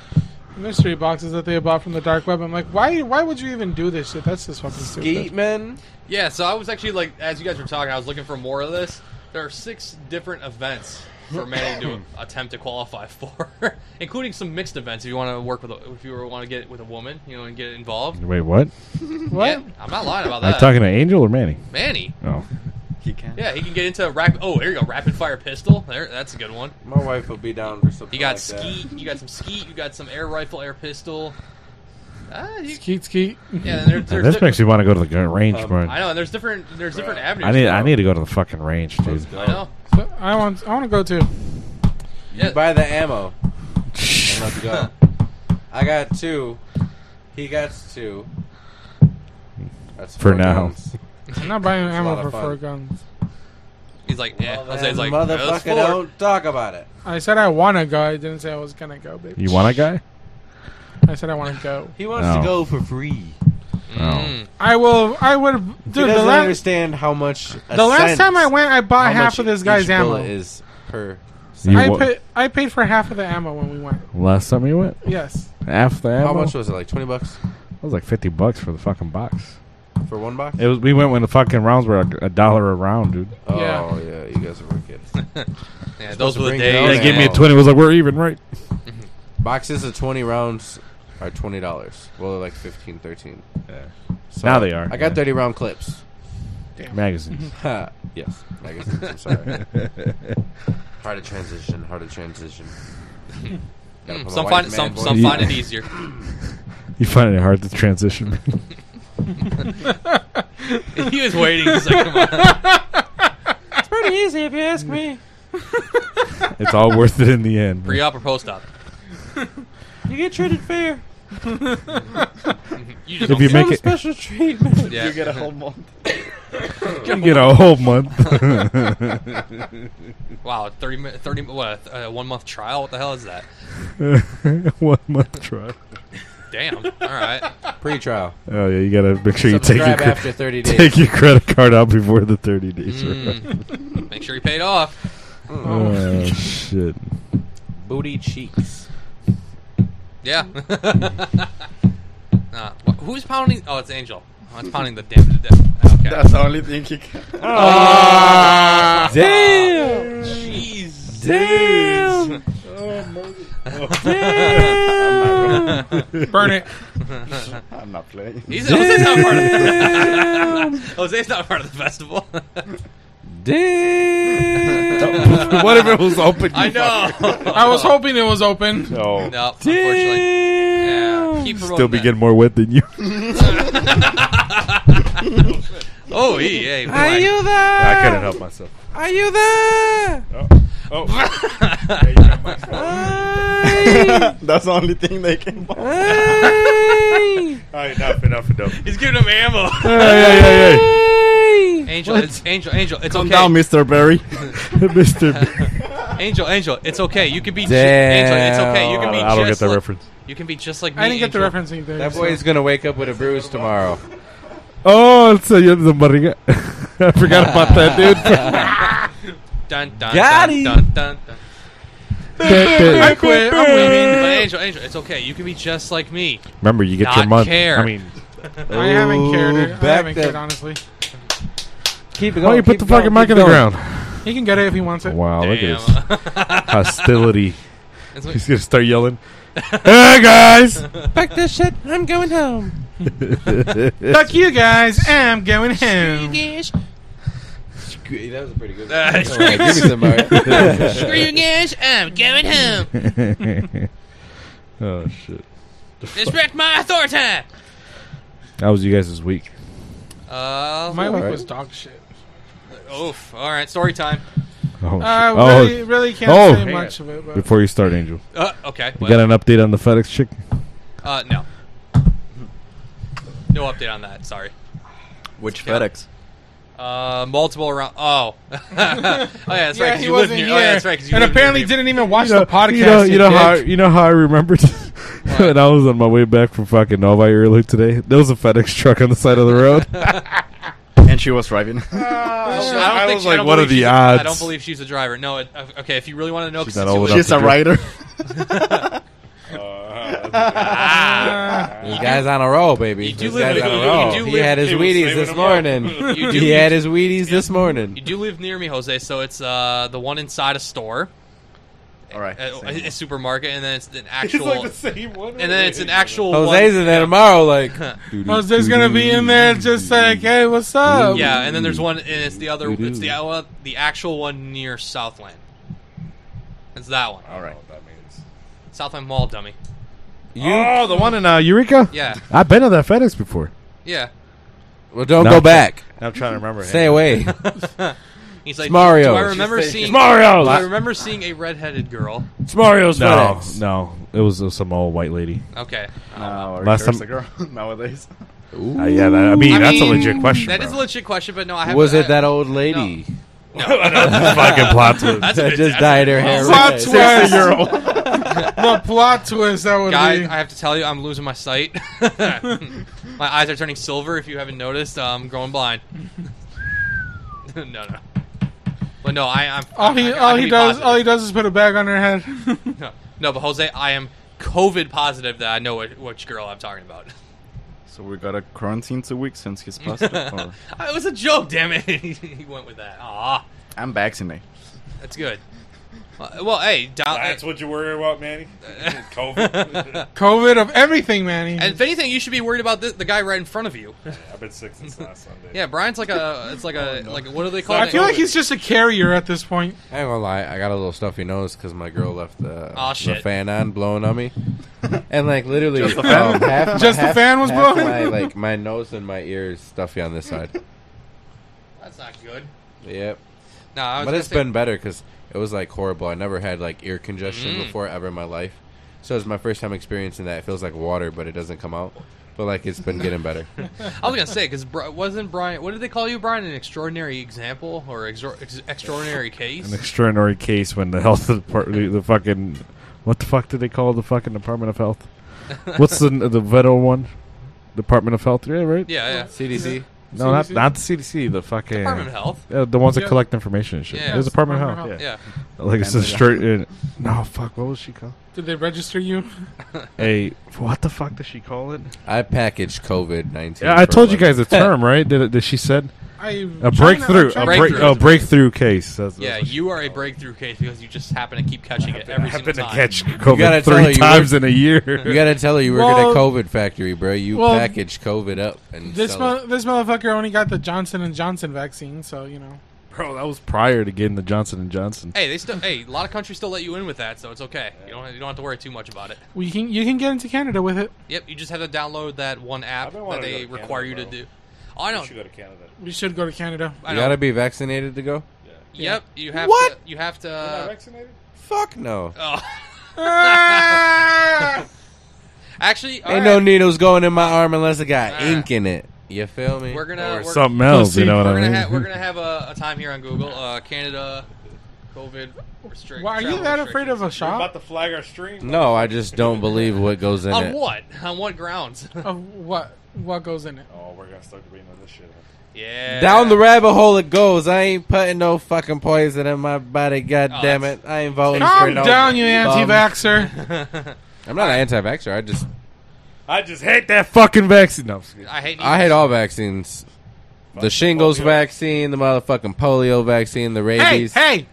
C: mystery boxes that they bought from the dark web. I'm like, why, why would you even do this shit? That's just fucking
G: Skeet
C: stupid.
G: men?
B: Yeah. So I was actually like, as you guys were talking, I was looking for more of this. There are six different events for Manny to attempt to qualify for, including some mixed events. If you want to work with, a, if you want to get with a woman, you know, and get involved.
D: Wait, what?
C: What?
B: Yeah, I'm not lying about
D: Are
B: that.
D: you talking to Angel or Manny?
B: Manny.
D: Oh,
F: He can.
B: Yeah, he can get into a rap. Oh, there you go, rapid fire pistol. There, that's a good one.
G: My wife will be down for something.
B: You got
G: like
B: skeet. You got some skeet. You got some air rifle, air pistol. Ah, you,
C: Skeet, skeet.
B: yeah, and there, there's
D: this
B: di-
D: makes me want to go to the gun range, bro.
B: I know, and there's different. There's different avenues.
D: I need, I
B: bro.
D: need to go to the fucking range, dude.
B: I know.
C: So I want, I want to go too.
G: that. You buy the ammo and let's go. I got two. He got two. That's
D: For
G: four
D: now.
G: guns.
C: I'm not buying
G: a lot
C: ammo
G: of
C: for
G: fun.
C: four guns.
B: He's like, yeah.
G: Well,
B: Jose's
G: then,
B: like,
G: motherfucker,
B: "That's four."
G: don't talk about it.
C: I said I want to go. I didn't say I was gonna go, bitch.
D: You want a guy?
C: I said I want to go.
G: He wants
D: No.
G: to go for free.
D: Oh.
B: Mm.
C: I will. I would.
G: he
C: Dude, the
G: doesn't
C: last,
G: understand how much.
C: the last time I went, I bought half of this guy's ammo.
G: is per.
D: You
C: I
D: wa-
C: paid. I paid for half of the ammo when we went.
D: Last time you went,
C: Yes.
D: half the ammo.
G: How much was it? Like twenty bucks
D: It was like fifty bucks for the fucking box.
G: for one box.
D: It was. We went when the fucking rounds were like a dollar a round, dude.
G: oh
C: Yeah.
G: yeah. you guys are wicked.
B: Yeah, those
G: to
B: were the
G: bring it out
B: days.
D: They
G: now.
D: gave me a
B: man.
D: twenty. It was like we're even, right?
G: Boxes of twenty rounds are twenty dollars. Well, they're like 15 13 So
D: Now they are.
G: I got
D: Yeah.
G: thirty round clips.
D: magazines.
G: Ha. yes, magazines. I'm sorry. hard to transition. Hard to transition. Gotta put my
B: Some
G: white
B: find it,
G: man
B: some
G: voice
B: some
G: on.
B: find it easier.
D: you find it hard to transition.
B: he was waiting. He's like, come on.
C: Pretty easy if you ask me.
D: it's all worth it in the end. bro.
B: Pre-op or post-op?
C: You get treated fair.
B: You just
D: If
B: don't
D: you
B: care.
D: make it,
C: Special treatment.
B: yeah.
E: You get a whole month.
D: you get a whole month.
B: Wow, 30, mi- 30 what, a one month trial? What the hell is that?
D: One month trial.
B: Damn. All right.
G: Pre-trial.
D: Oh yeah, you gotta make sure you take your
G: Subscribe
D: cre-
G: after thirty days.
D: take your credit card out before the thirty days. are up.
B: Mm. Make sure you paid off.
D: Oh shit!
G: Booty cheeks.
B: Yeah. Nah, wh- who's pounding? Oh, it's Angel. Oh, it's pounding the damn. The, okay.
F: That's the only thing he can.
B: Ah.
D: Damn!
B: Jeez.
D: Damn!
C: Burn it.
F: I'm not playing.
B: He's, Jose's not part of the Jose's not part of the festival.
D: Damn. what if it was open?
B: I know.
C: I was hoping it was open.
F: No.
B: No, unfortunately. Yeah, keep
D: Still
B: promoting
D: be
B: that.
D: getting more wet than you.
B: Oh, he, hey, boy.
D: there? I couldn't help myself.
C: Are you there?
E: Oh. Yeah, you got my phone.
F: That's the only thing they came up. with.
E: All right, enough, enough, enough.
B: He's giving him ammo.
D: Hey, hey,
B: Angel, it's, Angel, Angel, it's
F: Calm
B: okay.
F: down, Mr. Barry.
D: hey, hey. Mister. I
B: Angel, Angel, it's okay. You can be ju-
G: Damn.
B: Angel, it's okay. You can
D: don't,
B: be
D: I don't
B: just
D: get the
B: like,
D: reference.
B: You can be just like me.
C: I didn't get the
B: Angel.
C: reference either.
G: That
C: so-
G: boy's gonna wake up with a bruise tomorrow.
D: Oh, it's a, yeah, the barriga. I forgot about that, dude.
B: Dun, dun,
G: Got
B: dun,
G: him.
B: dun, dun, dun.
C: I quit. I'm
B: But
C: leaving.
B: Angel, Angel, it's okay. You can be just like me.
D: Remember, you get
B: Not
D: your month.
B: care.
D: I mean,
C: I
D: Oh,
C: haven't cared. I
G: back
C: haven't cared
G: then.
C: honestly.
G: Keep it
D: oh, you put the fucking mic on the ground.
C: He can get it if he wants it.
D: Wow, Oh, look at this
B: Damn.
D: hostility.
B: It's like-
D: He's gonna start yelling. hey guys!
C: Fuck this shit. I'm going home.
D: Fuck
C: Fuck you guys. I'm going home.
G: That was a pretty good.
B: Uh,
G: Come on, give me some, Mario.
B: Screw you guys, I'm going home.
D: oh shit!
B: Respect my authority.
D: That was you guys this week.
B: Uh,
C: My week
G: Alright.
C: was dog shit.
B: oof. All right, story time.
D: Oh,
C: I
D: shit. Oh,
C: really, really can't
D: Oh.
C: say much of it. But
D: before you start, Angel,
B: Uh, okay.
D: you
B: well,
D: got an update on the FedEx chick?
B: uh, no. No update on that. Sorry.
F: Which
B: Yeah.
F: FedEx?
B: Uh, multiple around. Oh. oh yeah, that's right.
C: yeah,
B: 'cause
C: he
B: you live
C: wasn't
B: near.
C: here.
B: Oh yeah, that's right. 'cause you
C: and
B: live near
C: apparently
B: me.
C: didn't even watch
D: You know-
C: the podcast.
D: You know, you know how
C: dick.
D: you know how I remembered when I was on my way back from fucking Novi earlier today. There was a FedEx truck on the side of the road.
F: And she was driving.
B: I don't
D: I
B: think
D: was
B: she-
D: like,
B: don't
D: what are
B: believe
D: the
B: she's a- I don't
D: odds?
B: believe she's a driver. No. It, uh, okay. If you really want to know,
D: She's
B: 'cause
D: not old
B: it's-
D: enough.
F: She's a writer.
E: Uh, that's
B: ah.
C: Uh,
G: You guys on a roll, baby.
B: You do
G: This
B: live
G: guy's
B: in-
G: on
B: you
G: a
B: do-
G: roll.
B: you do
G: he
B: live-
G: had his
E: it was
G: Wheaties
E: saving
G: this
E: them up.
G: morning.
B: You do-
G: he had his Wheaties this morning.
B: You do live near me, Jose. So it's uh the one inside a store,
F: All right.
B: a,
F: same
B: a,
F: one.
B: a supermarket, and then Uh, it's an
E: it's
B: actual.
E: like the same one.
B: and then it's an actual.
G: Jose's
B: one-
G: in there tomorrow, like
C: Jose's gonna be in there just like, hey, what's up?
B: Yeah, and then there's one, and it's the other. It's the uh, the actual one near Southland. It's that one,
F: All right.
E: That means.
B: Southland Mall, dummy.
D: oh, the one in uh, Eureka.
B: Yeah,
D: I've been to that FedEx before.
B: yeah.
G: Well, don't
D: No,
G: go
D: I'm
G: back.
D: I'm trying to remember.
G: Stay away.
B: He's like
G: Mario.
B: Do I remember
G: She's
B: seeing?
D: Mario.
B: Do I remember seeing a redheaded girl?
D: It's Mario's no,
G: FedEx.
D: No, it was, it was some old white lady.
B: Okay,
F: Now,
D: Last
F: Last
D: time-
F: a girl nowadays.
D: Uh, yeah, that, I, mean,
B: I
D: that's
B: mean,
D: a legit question.
B: That is a
D: bro.
B: legit question, but no, I haven't.
G: Was
B: I-
G: it that old lady
D: fucking plot twist.
B: That's a
G: that
B: bit-
G: just
B: that's a
G: dyed
B: bit wild.
G: her hair
C: Plot
G: red?
C: twist. the plot twist that would
B: Guys,
C: be.
B: I have to tell you, I'm losing my sight. my eyes are turning silver. If you haven't noticed, Uh, I'm going blind. no, no. But no, I, I'm.
C: all he,
B: I- I
C: all
B: can
C: he
B: be
C: does,
B: positive.
C: all he does is put a bag on her head.
B: No, no, but Jose, I am COVID positive that I know what, which girl I'm talking about.
F: So we got a quarantine two weeks since he's positive. or?
B: it was a joke, damn it. he went with that. Ah,
F: I'm vaccinated.
B: that's good. Uh, Well, hey, down,
E: That's what you're worried about, Manny. COVID.
C: COVID of everything, Manny.
B: and if anything, you should be worried about the, the guy right in front of you.
E: I've been sick since last Sunday.
B: Yeah, Brian's like a, it's like a, like what do they call?
C: Oh, I
B: it?
C: feel like he's just a carrier at this point.
G: I ain't gonna lie, I got a little stuffy nose because my girl left the,
B: Aw,
G: the
B: shit.
G: fan on, blowing on me, and like literally, just the
E: fan?
G: half,
C: Just the
G: half-
C: fan was
G: half
C: blowing?
G: My, like my nose and my ears stuffy on this side.
B: That's not good.
G: Yep,
B: No, I was
G: but
B: gonna
G: it's
B: say-
G: been better because it was like horrible. I never had like ear congestion
B: Mm.
G: before ever in my life, so it's my first time experiencing that. It feels like water, but it doesn't come out. But like it's been getting better.
B: I was gonna say because wasn't Brian? What did they call you, Brian? An extraordinary example or exor- ex- extraordinary
D: an
B: case?
D: extraordinary case when the health department, the fucking, what the fuck did they call the fucking Department of Health? What's the the veto one? Department of Health, yeah, right?
B: Yeah, yeah.
G: CDC.
D: No, not,
C: CDC?
D: not the CDC. The fucking
B: Department of Health.
D: Yeah, the ones that
C: Yeah.
D: collect information and shit.
B: Yeah.
D: it was Department,
C: Department
D: of
C: of
D: Health.
B: Yeah.
D: Yeah, like it's a
F: And the-
D: straight. uh, no, fuck. What was she called?
C: Did they register you?
D: Hey, what the fuck does she call it?
G: I packaged COVID nineteen.
D: Yeah, I told you guys the term, right? That, that she said.
C: I
D: A breakthrough,
B: Breakthrough.
D: a break, oh, breakthrough case. That's,
B: Yeah,
D: that's what
B: you are a breakthrough case because you just happen to keep catching it every single
D: happen to
B: time.
D: catch
G: gotta
D: COVID
G: tell her
D: three
G: you
D: times in a
G: You
D: year.
G: gotta tell her you work at a
C: Well-
G: COVID factory, bro. You
C: well,
G: package COVID up and
C: This
G: sell it.
C: mo- this motherfucker only got the Johnson and Johnson vaccine, so you know.
D: Bro, that was prior to getting the Johnson and Johnson.
B: Hey, they still. Hey, a lot of countries still let you in with that, so it's okay. You don't. You don't have to worry too much about it.
C: We can you can get into Canada with it.
B: Yep, you just have to download that one app
E: I've been
B: that
E: wanting to
B: they
E: go to
B: require you
E: Canada,
B: to
E: bro.
B: do. Oh, I know.
E: You should go to Canada.
C: We should go to Canada.
B: I
G: You
B: know.
G: gotta be vaccinated to go?
B: Yep, you have
G: What?
B: to. You have
E: You're not
B: to.
E: vaccinated?
G: Fuck no.
B: Oh.
C: Ah!
B: Actually,
C: Uh,
B: all
G: Ain't
B: right.
G: no needles going in my arm unless it got
B: Ah.
G: ink in it. You feel me?
B: we're gonna.
D: Or
B: we're,
D: something else, you know
B: we're
D: what I
B: gonna
D: mean?
B: ha- we're gonna have a, a time here on Google. Uh, Canada, COVID restrict.
C: Why are you
B: travel
C: that afraid of a
B: restrictions.
E: You're about
C: shot?
E: to flag our stream.
G: no, I just don't believe what goes in
B: On
G: it.
B: what? On what grounds?
C: Of what what goes in it?
E: Oh, we're gonna start debating on this shit. huh?
B: yeah.
G: Down the rabbit hole it goes. I ain't putting no fucking poison in my body. God
B: Oh,
G: damn
B: that's-
G: it! I ain't voting for
C: Calm
G: no.
C: down, you
G: bum.
C: anti-vaxer.
G: I'm not an anti-vaxxer. I just
E: I just hate
D: that
E: that.
D: fucking vaccine. No, I'm just kidding.
B: I hate.
G: I hate all vaccines. The shingles
E: polio.
G: vaccine, the motherfucking polio vaccine, the
C: hey,
G: rabies.
C: hey,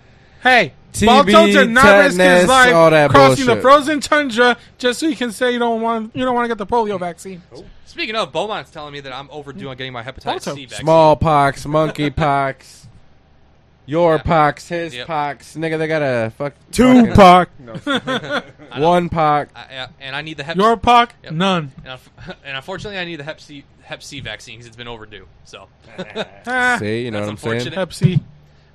C: hey!
G: TB,
C: Balto did not risk his
G: tetanus,
C: life
G: all that
C: crossing the
G: bullshit.
C: frozen tundra just so you can say you don't want you don't want to get the polio vaccine.
B: Speaking of, Beaumont's telling me that I'm overdue on getting my hepatitis
C: Also,
B: C vaccine.
G: Smallpox, monkeypox, your pox, his
B: Yep.
G: pox. Nigga, they got a fuck
D: Two Pac.
G: fucking one pox.
B: I, uh, and I need the Hep.
C: Your pock,
B: Yep.
C: none.
B: and, unf- and unfortunately, I need the Hep C Hep C vaccine because it's been overdue. So,
C: Ah,
G: See, you know what I'm
B: That's
G: saying?
B: unfortunate.
C: Hep C.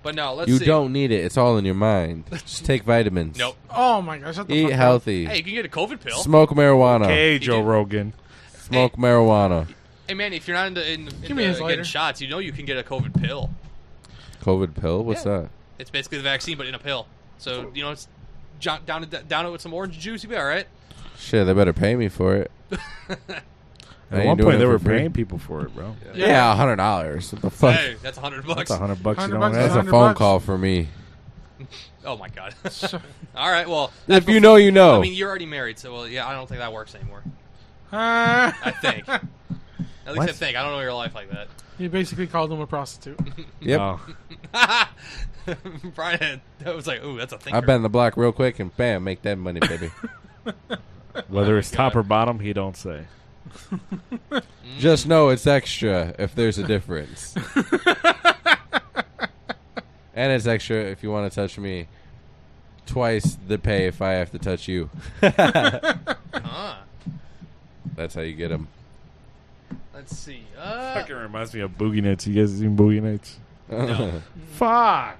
B: but no, let's
G: You
B: see.
G: don't need it. It's all in your mind. Just take vitamins.
B: Nope.
C: Oh my gosh! shut the
G: Eat
C: fuck up.
G: healthy.
B: Hey, you can get a COVID pill.
G: Smoke marijuana.
D: Hey,
B: He
D: Joe
B: did.
D: Rogan.
G: Smoke marijuana.
B: Hey man, if you're not into, in, into
C: me his lighter.
B: getting shots, you know you can get a COVID pill.
G: COVID pill. What's that?
B: It's basically the vaccine, but in a pill. So you know, it's jo- down it down it with some orange juice. You be all right.
G: Shit, they better pay me for it. I
D: At
G: ain't
D: one
G: doing
D: point,
G: it
D: they
G: for
D: were
G: free.
D: paying people for it, bro.
C: Yeah.
G: Yeah, a hundred dollars. What the fuck?
B: Hey, that's a hundred bucks.
D: That's a hundred bucks. You
C: Hundred
D: don't
C: bucks
D: want
C: is
G: That's
C: $100
D: that.
G: a phone
C: bucks.
G: call for me.
B: Oh my god. all right. Well,
G: If you know, you know.
B: I mean, you're already married, so well, yeah. I don't think that works anymore.
C: Ah.
B: I think. At least
D: What?
B: I think. I don't know your life like that.
C: You basically called him a prostitute.
G: yep.
D: Oh.
B: Brian, that was like, ooh, that's a thinker.
G: I bend the block real quick and bam, make that money, baby.
D: Oh. Whether it's
B: God.
D: top or bottom, he don't say.
G: Mm-hmm. Just know it's extra if there's a difference. and it's extra if you want to touch me. Twice the pay if I have to touch you.
B: Huh.
G: That's how you get them.
B: Let's see. Uh,
D: Fucking reminds me of Boogie Nights. You guys seen Boogie Nights?
B: No.
D: Fuck.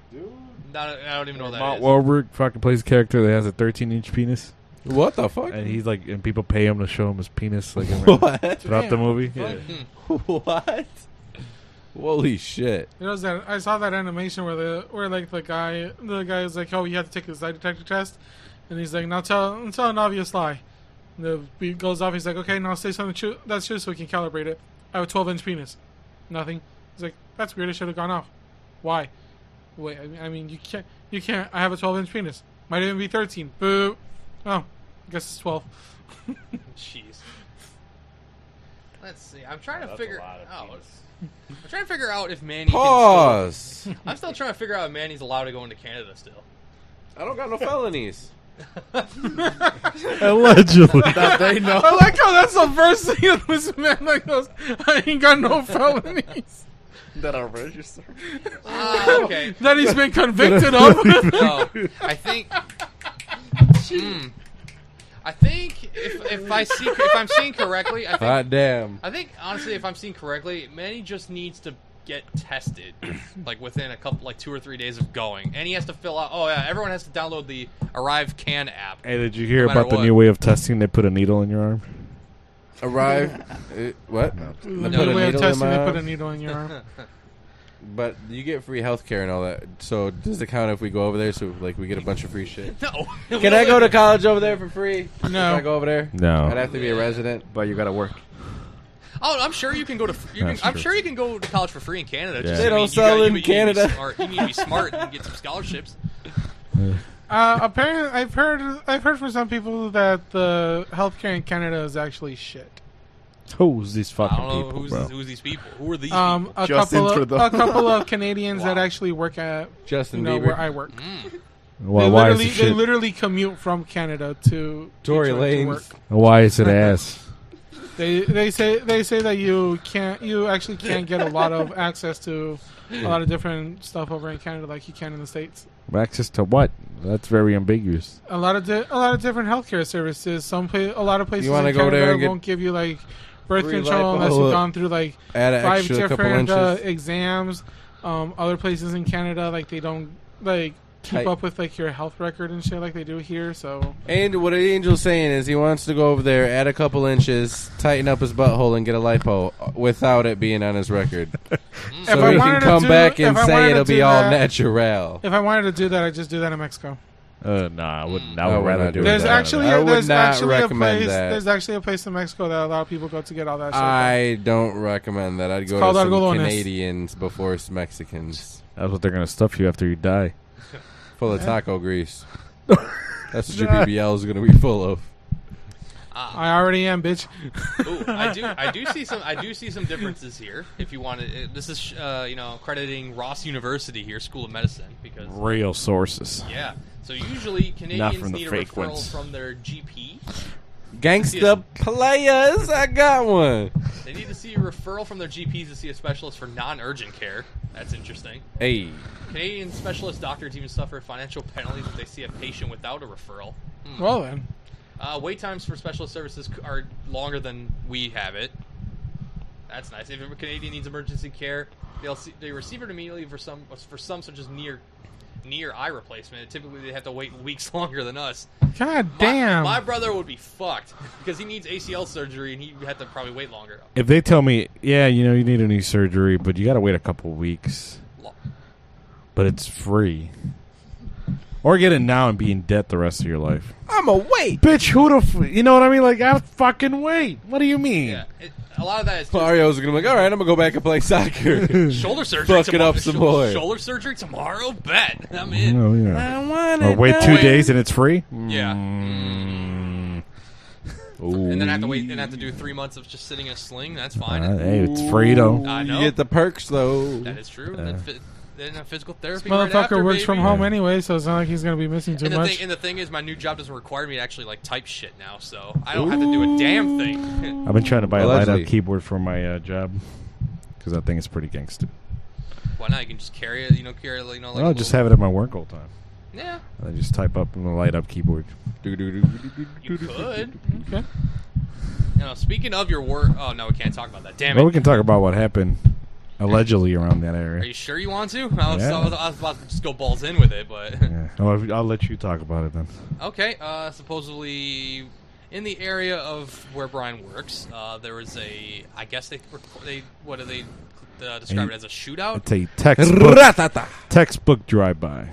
B: not, I don't even know what that
D: Mark
B: is.
D: Wahlberg fucking plays a character that has a 13 inch penis,
G: what the fuck?
D: and he's like, and people pay him to show him his penis, like around-
G: What?
D: throughout the movie. Yeah.
G: what? Holy shit.
C: It was that I saw that animation where the where like the guy the guy is like, oh, you have to take his lie detector test, and he's like, now tell tell an obvious lie. And the beat goes off. He's like, okay, now say something true that's true so we can calibrate it. I have a 12 inch penis. Nothing. He's like, that's weird. It should have gone off. Why? Wait, I mean- I mean, you can't you can't. I have a 12 inch penis. Might even be 13. Boo. Oh, I guess it's 12.
B: Jeez. Let's see. I'm trying to
E: That's
B: figure
E: a lot of
B: out.
E: penis.
B: I'm trying to figure out if Manny. can
G: Pause.
B: still- I'm still trying to figure out if Manny's allowed to go into Canada still.
G: I don't got no felonies.
D: Allegedly.
G: they know.
C: I like how that's the first thing of this man like goes, I ain't got no felonies
F: That are registered.
B: Ah, okay.
C: that he's been convicted of.
B: No, I think. Hmm. I think if, if I see if I'm seeing correctly, I think
G: Hot damn.
B: I think honestly, if I'm seeing correctly, Manny just needs to get tested, like within a couple, like two or three days of going, and he has to fill out. Oh yeah, everyone has to download the Arrive Can app.
D: hey, did you hear
B: No matter
D: about the
B: what.
D: new way of testing? They put a needle in your arm.
G: Arrive. uh, what? They
C: They put a way of
G: needle in
C: testing,
G: my
C: they
G: arm?
C: put a needle in your arm.
G: But you get free healthcare and all that. So does it count if we go over there? So like we get a bunch of free shit.
B: No,
G: Can I go to college over there for free?
C: No.
G: If I go over there,
D: No.
G: I'd have to be a resident.
F: But you gotta work.
B: Oh, I'm sure you can go to. You can,
D: That's
B: I'm
D: true.
B: sure you can go to college for free in Canada. Just,
D: They
B: I mean,
G: don't
B: you
G: sell
B: gotta-
G: in
B: you, you need to be
G: Canada.
B: smart- You need to be smart and get some scholarships.
C: Uh, apparently, I've heard I've heard from some people that the healthcare in Canada is actually shit.
D: Who's these
B: I
D: fucking
B: don't know
D: people,
B: who's,
D: bro?
B: who's these people. Who are these
C: Um, a
F: Just
C: couple of,
F: intro-
C: a couple of Canadians that actually work at you
G: Justin
C: know
G: Bieber.
C: where I work.
D: Why,
C: they
D: why is
C: literally
D: it
C: they
D: shit?
C: literally commute from Canada to Detroit
G: Tory
C: to
G: Lanez.
C: work.
D: Why is it ass?
C: They they say they say that you can't you actually can't get a lot of access to a lot of different stuff over in Canada like you can in the states.
D: Access to what? That's very ambiguous.
C: A lot of di- a lot of different healthcare services. Some pla- a lot of places
G: You
C: in
G: wanna
C: Canada
G: go there and get
C: won't give you like birth
G: free
C: control unless
G: lipo-
C: you've gone through like
G: Add an
C: five
G: extra couple
C: different
G: inches.
C: uh, exams. Um, other places in Canada, like they don't like keep
G: Tight.
C: up with like your health record and shit like they do here. So
G: and what Angel's saying is he wants to go over there, add a couple inches, tighten up his butthole, and get a lipo uh, without it being on his record. so
C: I
G: he
C: wanted to
G: can come
C: do-
G: back
C: if
G: and
C: I wanted
G: say
C: to
G: it'll
C: do
G: be all
C: that-
G: natural.
C: if I wanted to do that, I'd just do that in Mexico.
D: Uh, nah, I wouldn't.
G: No,
D: I would
G: we're
D: rather
G: not
D: do
G: doing
D: it.
C: There's
G: that.
D: than-
C: actually
G: I would
C: there's
G: not
C: actually a
G: recommend
C: place
G: that.
C: there's actually a place in Mexico that a lot of people go to get all that. shit.
G: I don't recommend that. I'd go
C: called
G: to some
C: algodones.
G: Canadians before s- Mexicans.
D: That's what they're gonna stuff you after you die.
G: Full of taco grease. That's what your BBL is going to be full of.
C: I already am, bitch.
B: Ooh, I do. I do see some. I do see some differences here. If you want to, this is uh, you know crediting Ross University here, School of Medicine, because
D: Real sources.
B: yeah. So usually Canadians
D: from the
B: need a
D: fake
B: referral
D: ones.
B: from their GP.
G: Gangsta players, I got one.
B: They need to see a referral from their GPs to see a specialist for non-urgent care. That's interesting.
G: Hey,
B: Canadian specialist doctors even suffer financial penalties if they see a patient without a referral.
C: well then,
B: Uh, wait times for specialist services c- are longer than we have it. That's nice. If a Canadian needs emergency care, they'll see, they receive it immediately for some for some such as near near eye replacement. Typically, they have to wait weeks longer than us.
C: god
B: My-
C: damn.
B: my, brother would be fucked because he needs ACL surgery and he had to probably wait longer.
D: If they tell me, yeah, you know, you need a knee surgery, but you gotta wait a couple weeks,
B: Lo-
D: but it's free, or get it now and be in debt the rest of your life.
G: I'm awake.
D: Bitch, who the, f- you know what I mean? Like, I fucking wait. What do you mean?
B: Yeah, it, a lot of that is just
G: Mario's going to be like, all right, I'm going to go back and play soccer.
B: shoulder surgery.
G: Fuck it
B: tomorrow-
G: up some
B: shou-
G: more.
B: Shoulder surgery tomorrow. Bet I'm in.
D: Oh, yeah.
G: want
D: Or wait two
B: Wait.
D: days and it's free?
B: Yeah.
D: Mm.
B: And then I have to wait and have to do three months of just sitting in a sling. That's fine.
D: Uh, hey, it's free though.
B: I know.
G: You get the perks, though.
B: That is true.
D: Uh.
B: Then phy- then a physical therapy. right
C: Motherfucker
B: after,
C: works
B: baby.
C: from home anyway, so it's not like he's gonna be missing too
B: And the,
C: much.
B: thing, and the thing is, my new job doesn't require me to actually like type shit now, so I don't have to do a damn thing.
D: I've been trying to buy a light up
G: Allegedly.
D: keyboard for my uh, job because I think it's pretty gangster.
B: Why not? You can just carry it. You know, carry it, you know. Like
D: I'll
B: a
D: just
B: little-
D: have it at my work all the time.
B: Yeah,
D: I just type up in the light up keyboard.
B: you could.
C: Okay.
B: Now, speaking of your work, oh no, we can't talk about that. Damn
D: Well, we
B: it.
D: can talk about what happened allegedly around that
B: Are
D: area.
B: you sure you want to? I was, I
D: Yeah.
B: was, I was about to just go balls in with it, but
D: Yeah. Oh, I'll, I'll let you talk about it then.
B: Okay, uh, supposedly in the area of where Brian works, uh, there was a. I guess they they what do they uh, describe it as a shootout?
D: It's a textbook,
G: Ratata.
D: textbook drive by.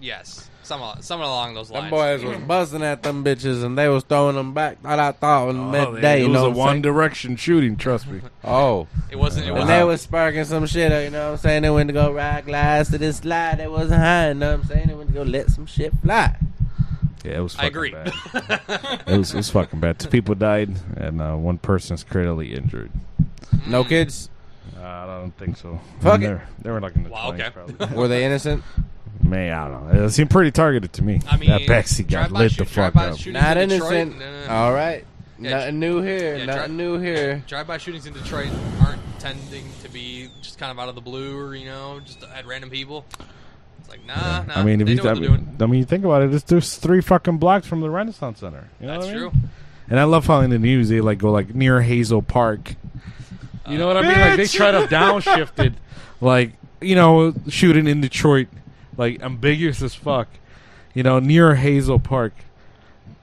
B: yes, some somewhat along those
G: Them
B: lines.
G: boys was buzzing at them bitches and they was throwing them back. Da, da, da, in midday,
D: Oh,
G: you
D: it was a
G: know what I'm
D: One
G: saying?
D: Direction shooting. Trust me.
G: Oh.
B: It wasn't. It
G: And they
B: wasn't.
G: was sparking some shit, you know what I'm saying? They went to go ride glass to this slide that wasn't high, you know what I'm saying? They went to go let some shit fly.
D: Yeah, it was.
B: I agree.
D: bad. it, was, it was fucking bad. Two people died and uh, one person is critically injured.
G: No kids?
D: Uh, I don't think so.
G: Fuck
D: And
G: it.
D: they're- They were like in the
B: Wow,
D: 20s
B: okay.
D: probably.
G: Were they innocent?
D: Man, I don't know. It seemed pretty targeted to me.
B: I mean,
D: that backseat got
B: drive-by
D: lit the
B: shoot-
D: fuck
B: drive-by
D: up.
B: shootings
G: Not
B: in Detroit-
G: innocent.
B: no, no, no.
G: All right.
B: Yeah,
G: Nothing new here.
B: Yeah, dri-
G: Nothing new here.
B: Drive-by shootings in Detroit aren't tending to be just kind of out of the blue, or you know, just at random people. It's like nah, nah.
D: I mean, if
B: they
D: you,
B: know what
D: I,
B: they're
D: mean,
B: doing.
D: I mean, you think about it. It's just three fucking blocks from the Renaissance Center. You know
B: That's
D: what I mean?
B: true.
D: And I love how in the news they like go like near Hazel Park. You know what I mean? Like they try to downshift it, like you know, shooting in Detroit, like ambiguous as fuck. You know, near Hazel Park.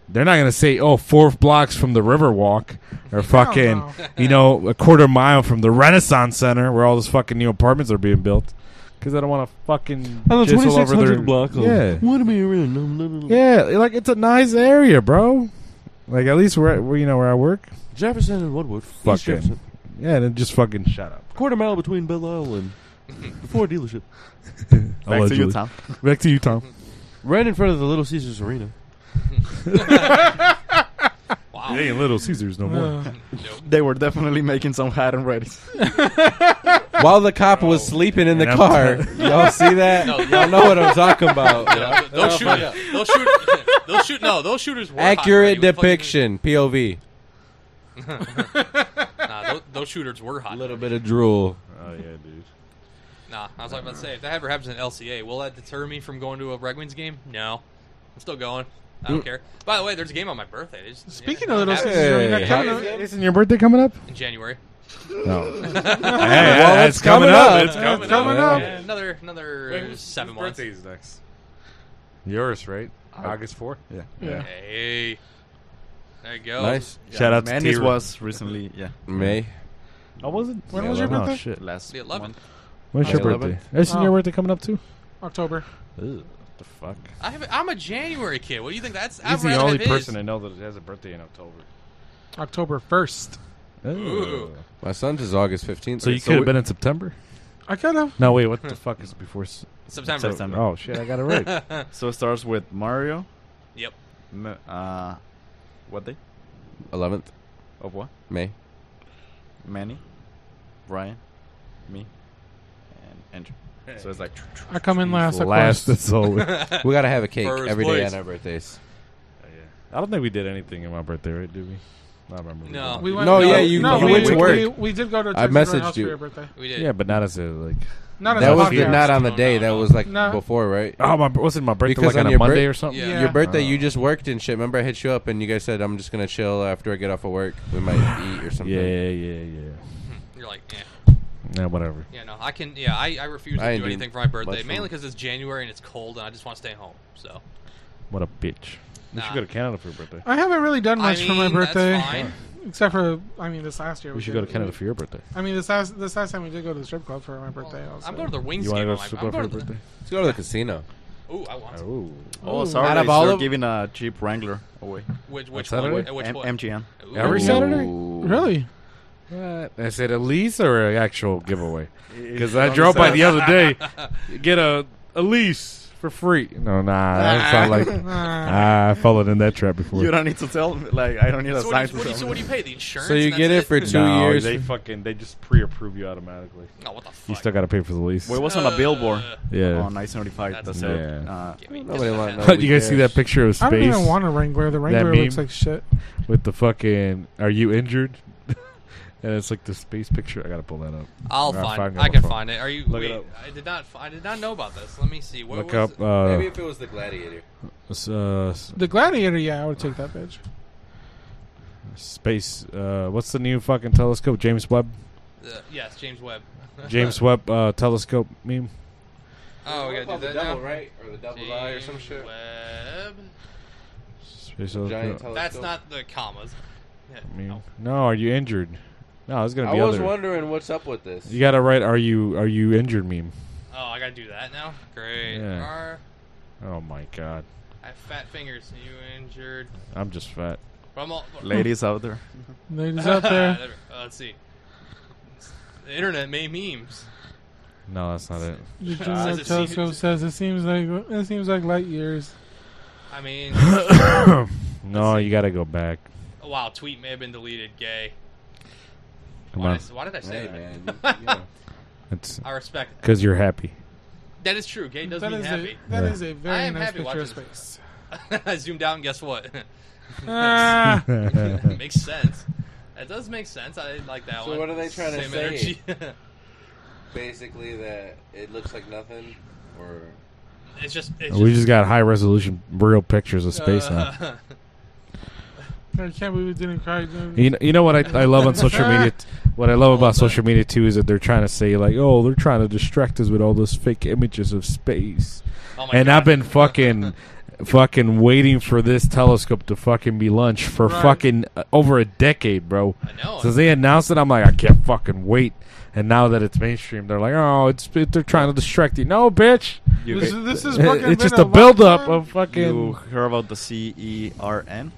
D: They're not gonna say, "Oh, four blocks from the Riverwalk," or fucking,
C: no.
D: you know, a quarter mile from the Renaissance Center where all those fucking new apartments are being built. Because I don't want to fucking. jizz all over their Yeah.
G: What am I around?
D: Yeah, like it's a nice area, bro. Like at least where, where you know where I work.
G: Jefferson and Woodward.
D: Fucking yeah, then just fucking shut up.
G: Quarter mile between Belle Isle and the Ford dealership.
F: Back to you,
D: Allegedly.
F: Tom.
D: Back to you, Tom.
G: Right in front of the Little Caesars Arena.
B: Wow.
D: They ain't Little Caesars no more.
C: Uh,
B: Nope.
F: They were definitely making some hot and ready.
G: While the cop was sleeping in the
D: And I'm
G: car, y'all see that?
B: Oh. No,
G: y'all know what I'm talking about.
B: No, those shooters, those shooters, those shoot, no, those shooters were hot
G: Accurate
B: and ready. We fucking-
G: depiction, POV.
B: Nah, those, those shooters were
G: A
B: hot.
G: little bit of drool.
D: Oh yeah, dude.
B: Nah, I was like about to say, if that ever happens in LCA, will that deter me from going to a Red Wings game? No, I'm still going. I
G: Mm.
B: don't care. By the way, there's a game on my birthday. They just-
C: speaking
B: yeah,
C: of little
B: I'm
C: sisters, are we not
G: Hey,
C: counting
G: how-
C: them?
D: Isn't your birthday coming up?
B: in January.
D: No. hey,
G: it's coming up.
D: It's
C: Yeah,
D: coming
C: it's
D: up.
C: coming up.
B: Yeah, another another seven months.
E: birthday is next? Yours, right? August 4th?
F: Yeah.
C: Yeah.
B: Hey, there you go.
G: Nice.
D: Shout out to
F: Manny's
D: T-Rex.
F: was recently, yeah.
G: May.
D: I wasn't.
C: When was your
D: Oh,
C: birthday?
D: shit.
F: Last
B: The 11th.
F: month.
D: When's your
F: Yeah,
D: birthday? Isn't
C: Oh.
D: your birthday coming up too?
C: October.
F: the fuck?
B: I have, I'm a January kid. What do you think? That's I'd
D: He's the
B: rather
D: only
B: have his.
D: person I know that has a birthday in October.
C: October 1st.
B: Ooh.
G: My son's is August 15th.
D: So you could have been in September?
C: I could have.
D: No, wait. What the fuck is before? S-
B: September.
F: September.
D: oh shit! I got it right.
F: So it starts with Mario.
B: Yep.
F: M- uh, what day?
G: 11th
F: Of what?
G: May.
F: Manny, Brian, me, and Andrew. So it's like
C: I come in last. of
D: Last.
C: course.
D: That's always.
G: We gotta have a cake every
B: First
G: day
B: place.
G: on our birthdays.
D: I don't think we did anything in my birthday, right? Did we? I remember.
B: No.
C: We went,
G: No, yeah, you-
C: no,
G: you
C: we,
G: went to work.
C: We, we did go to.
G: I
C: Texas Roadhouse
G: messaged
C: for
G: you.
C: your birthday.
B: We did.
D: Yeah, but not as a like.
C: Not as
G: That
C: a
G: was
C: podcast.
G: not on the day. That was like
C: No.
G: before, right?
D: Oh my! Wasn't my birthday like
G: Because
D: on
G: on
D: a
G: your
D: Monday
G: bir-
D: or something?
B: Yeah.
G: Your birthday,
D: Oh.
G: you just worked and shit. Remember, I hit you up and you guys said, I'm just gonna chill after I get off of work. We might eat or something.
D: Yeah, yeah, yeah, yeah.
B: You're like, yeah.
D: Yeah, whatever.
B: Yeah, no, I can. Yeah, I, I refuse to
G: I ain't
B: do
G: doing
B: anything for my
G: much
B: birthday,
G: for
B: mainly
G: it.
B: because it's January and it's cold, and I just want to stay home. So
D: What a bitch. We
B: Nah.
D: should go to Canada for your birthday.
C: I haven't really done
B: I
C: much for my
B: mean, that's
C: birthday,
B: fine.
C: except for I mean this last year.
D: We should
C: did.
D: go to Canada for your birthday.
C: I mean this last this last time we did go to the strip club for my birthday. also.
B: I'm going to the Wings
D: You want
B: game.
D: to go
B: on
D: to
B: my-
D: strip
B: I'm
D: club for your
B: going to
D: birthday?
G: Let's go to the casino.
B: the- Ooh, I want. to.
D: Oh,
F: Oh,
G: Out of
F: Saturday.
G: all
F: They're
G: of-
F: giving a Jeep Wrangler away.
B: Which which
D: Saturday?
B: one? Which
F: M-
B: one?
F: MGM.
B: Ooh.
D: Every Saturday?
C: really.
D: Is it a lease or an actual giveaway? Because
F: It's
D: I
F: on
D: drove by
F: Saturday.
D: the other day, you get a a lease for free. No, nah, that sound like
C: Uh,
D: ah, I followed in that trap before.
F: You don't need to tell me. Like, I don't need a
B: So
F: sign
B: what, do you, what do you-
F: to tell
B: so
F: me.
B: what do you pay? The insurance.
G: So you
B: and
G: get
B: that's
G: it for two years.
D: they fucking they just pre-approve you automatically.
B: No, what the fuck?
D: You still got to pay for the lease.
F: Well, it was on a billboard
B: Uh,
D: yeah.
F: on I seventy five.
B: That's
F: That's Uh,
D: Yeah.
B: give me
G: Nobody
B: just a
G: want
B: head.
G: no-
D: you guys see that picture of
C: I don't
D: space
C: even want a Wrangler. The Wrangler looks
D: meme?
C: like shit.
D: with the fucking "Are you injured?" and it's like the space picture. I gotta pull that up.
G: Uh,
B: I'll
D: Nah,
B: find.
D: find it
B: I
D: on
B: can
D: my phone.
B: find it. Are you?
D: Look
B: wait,
D: it up.
B: I did not. fi- I did not know about this. Let me see. What
D: Look
B: was
D: up. Uh,
G: Maybe if it was the gladiator.
D: s- uh, s-
C: The Gladiator, yeah, I would take that bitch.
D: space. Uh, what's the new fucking telescope? James Webb.
B: it? Uh, yes, James Webb.
D: James Webb uh, telescope meme.
B: Oh, we gotta do that now.
G: right? Or the double eye or some
B: James
G: shit.
B: Webb.
D: Space
G: Giant
D: telescope
B: That's
G: telescope.
B: not the commas. Yeah,
D: meme. No, are you injured? No, it's gonna
G: I
D: be
G: was
D: other.
G: wondering what's up with this.
D: You gotta write. Are you are you injured? Meme.
B: Oh, I gotta do that now. Great.
D: Yeah.
B: Are-
D: Oh my god,
B: I have fat fingers. You injured?
D: I'm just fat.
B: But I'm all,
F: ladies out there.
C: Ladies out there,
B: Uh, let's see. The internet made memes.
D: No, that's not it.
C: the
B: Says
C: James
B: it
C: Webb telescope
B: seems-
C: says it seems like it seems like light years.
B: I mean,
D: No, you gotta go back.
B: wow, tweet may have been deleted. Gay.
D: Come
B: why,
D: on,
B: Did I, s- why did I say
G: Hey
B: that?
G: man, you- you know.
D: it's
B: I respect. it.
D: because you're happy.
B: That is true. Gay does
C: That
B: mean
C: is
B: happy.
C: a that
D: Yeah.
C: is a
B: I
C: very
B: am
C: nice
B: happy
C: picture of
B: watching
C: space.
B: I zoomed out and guess what?
C: Ah,
B: makes sense. That does make sense. I like that
G: So
B: one.
G: what are they trying to
B: Same
G: say?
B: Energy.
G: basically that it looks like nothing, or
B: it's just. It's
D: We just got high resolution real pictures of space now.
B: uh,
C: I can't believe we didn't cry. dude.
D: You know, you know what I, I love on social media? t- What I love about social media too is that they're trying to say like, oh, they're trying to distract us with all those fake images of space.
B: oh my
D: And
B: God.
D: I've been fucking fucking waiting for this telescope to fucking be launched for
C: Right.
D: fucking uh, over a decade, bro.
B: I know.
D: Since they announced it, I'm like, I can't fucking wait. And now that it's mainstream, they're like, oh, it's it- they're trying to distract you. No, bitch.
F: You,
C: This, this is fucking
D: It's
C: been
D: just a
C: long
D: buildup
C: time.
D: of
F: you
D: fucking.
F: heard about the C E R N?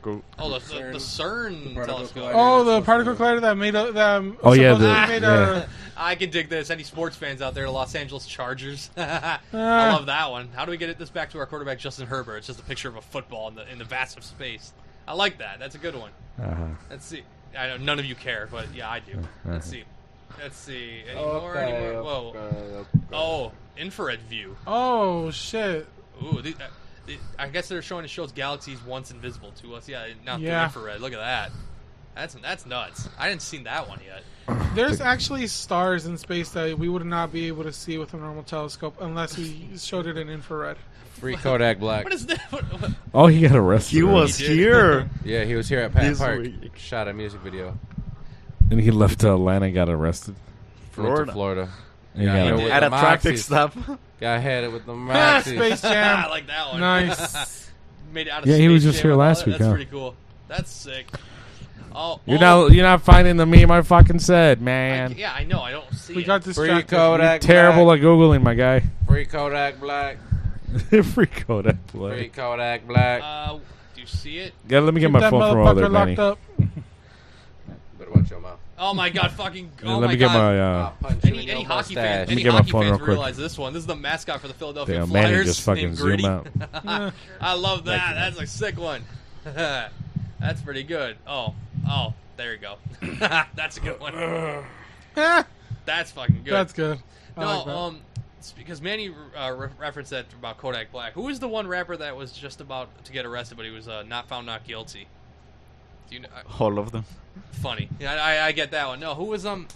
F: Go.
B: Oh, the, the, the CERN
G: particle
B: telescope.
G: collider.
C: Oh, the particle collider that made a that um,
D: Oh, yeah,
C: supposedly
D: the-
C: made
D: yeah.
B: I can dig this. Any sports fans out there, the Los Angeles Chargers. I
C: Ah.
B: love that one. How do we get this back to our quarterback Justin Herbert? It's just a picture of a football in the in the vast of space. I like that. That's a good one.
D: Uh-huh.
B: Let's see. I know none of you care, but yeah, I do. Let's see. Let's see. Any more? Any more? Whoa.
G: uh,
B: Oh, infrared view.
C: Oh shit!
B: Ooh, the, uh, the- I guess they're showing it shows galaxies once invisible to us. Yeah, not through
C: Yeah.
B: infrared. Look at that. That's that's nuts. I didn't seen that one yet.
C: There's actually stars in space that we would not be able to see with a normal telescope unless we showed it in infrared.
G: Free Kodak Black.
B: What is that? What, what?
D: Oh, he got arrested.
F: He was
B: He did.
F: here.
G: Yeah, he was here at Pat
F: This
G: Park.
F: week.
G: Shot a music video.
D: And he left to Atlanta and got arrested.
G: Went to
F: Florida.
G: Florida.
D: And he
G: Yeah,
D: got
G: he
D: arrested.
G: did.
F: At a
G: Moxies.
F: traffic stop.
G: Got hit it with the
C: Ah,
G: Moxie.
C: Space
B: I
C: Jam.
B: like that one.
C: nice.
B: Made it out of
D: Yeah, he was
B: Space Jam
D: just here
B: with all
D: last
B: that.
D: week,
B: That's
D: huh?
B: pretty cool. That's sick. Oh,
D: You're
B: oh,
D: not you're not finding the meme I fucking said,
B: I-
D: man.
B: yeah, I know. I don't see.
C: We
B: it.
C: got
G: Free
C: distracted.
G: Kodak
D: Terrible
G: Black.
D: at googling, my guy. eh?
G: Free Kodak Black.
D: Free Kodak Black.
G: Free Kodak Black.
B: Uh, do you see it?
D: Gotta let me get
C: Keep
D: my
C: that
D: phone from over there,
C: motherfucker
D: Manny.
C: locked up.
G: Better watch your mouth.
B: Oh my god! Fucking.
D: Yeah,
B: Oh
D: let
B: my
D: me get
B: god.
D: my
G: I'll
D: uh,
G: punch you in
B: Any
G: your
B: any hockey
G: mustache.
B: fans, any
D: get my
B: hockey
D: phone real
B: fans
D: quick.
B: realize this one. This is the mascot for the Philadelphia
D: Damn, Manny
B: Flyers
D: just fucking
B: named
D: zoom
B: Gritty.
D: out.
B: I love that. That's a sick one. That's pretty good. Oh, oh, there you go. That's a good one.
C: Ah,
B: That's fucking good.
C: That's good. I
B: No,
C: like that.
B: um, it's because Manny uh, re- referenced that about Kodak Black. Who was the one rapper that was just about to get arrested, but he was uh, not found not guilty? Do you know? I-
F: All of them.
B: Funny. Yeah, I, I, I get that one. No, who was um?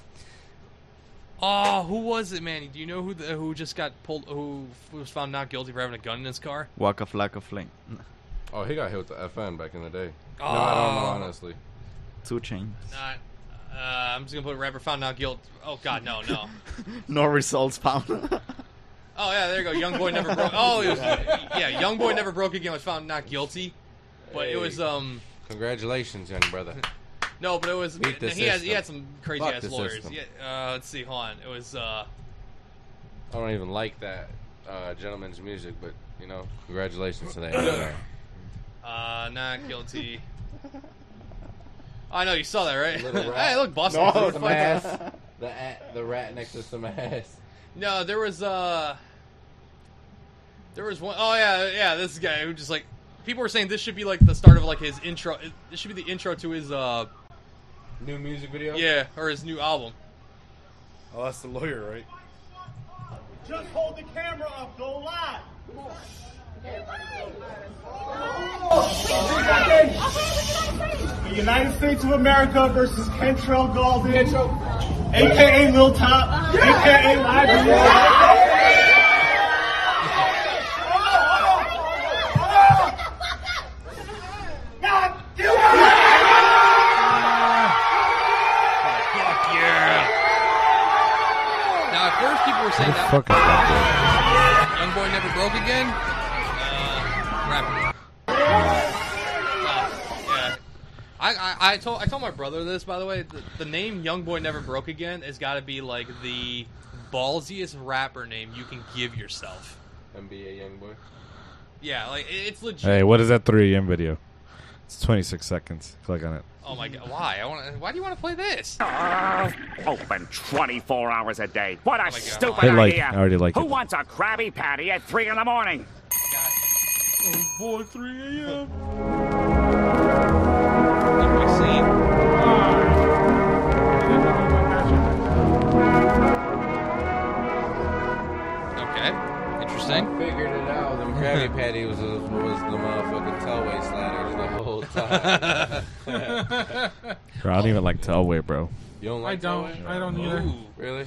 B: Oh, who was it, Manny? Do you know who the, who just got pulled? Who was found not guilty for having a gun in his car?
F: Waka flaka fling.
E: Oh, he got hit with the FN back in the day.
B: Oh,
E: No, I don't know, honestly.
F: Two chains.
B: not. Uh, I'm just gonna put rapper found not guilty. Oh God, no, no.
F: No results found.
B: Oh yeah, there you go. Young boy never broke. Oh, it was, yeah. Young boy never broke again. Was found not guilty, but it was um.
G: Congratulations, young brother.
B: No, but it was
G: Beat the
B: he had he
G: system.
B: had some crazy
G: Fuck
B: ass
G: the
B: lawyers.
G: system.
B: Yeah, uh, let's see, hold on. It was uh,
G: I don't even like that uh, gentleman's music, but you know, congratulations to that. young guy.
B: uh not guilty. I know you saw that, right?
G: Little rat.
B: hey, look, Boston.
G: No,
B: Who the
G: the
B: fuck-
G: mass. The, a- the rat next to some ass.
B: No, there was uh, there was one oh yeah, yeah. This guy who just like people were saying this should be like the start of like his intro. This should be the intro to his uh,
G: New music video?
B: yeah, or his new album.
F: Oh, that's the lawyer, right?
H: Just hold the camera up. Go live. The United States of America versus Kentrell Golden, aka Lil Top, aka Live. Aid. Not guilty.
B: Now at first people were saying that
D: Fucking
B: Young boy never broke again. Uh, rapper. Uh, yeah. I, I, I told I told my brother this by the way. The, the name Young Boy Never Broke Again has got to be like the ballsiest rapper name you can give yourself.
G: NBA young boy.
B: Yeah, like it- it's legit.
D: Hey, what is that 3 a.m. video? It's 26 seconds. Click on it.
B: Oh my god, why? I want. to Why do you want to play this?
H: Uh, Open 24 hours a day. What a
B: Oh my God.
H: stupid
B: I
D: like-
H: idea.
D: I already like
H: Who
D: it.
H: wants a Krabby Patty at 3 in the morning?
C: oh boy, 3 a.m.
B: God. Okay, interesting.
G: Figured it out. Them Krabby Patty was, was, was the motherfucking Telway sliders the whole time.
D: Bro, I don't even like Telway, bro.
G: You don't
C: I
G: like
C: don't.
G: Telway?
C: I don't either.
B: Ooh.
G: Really?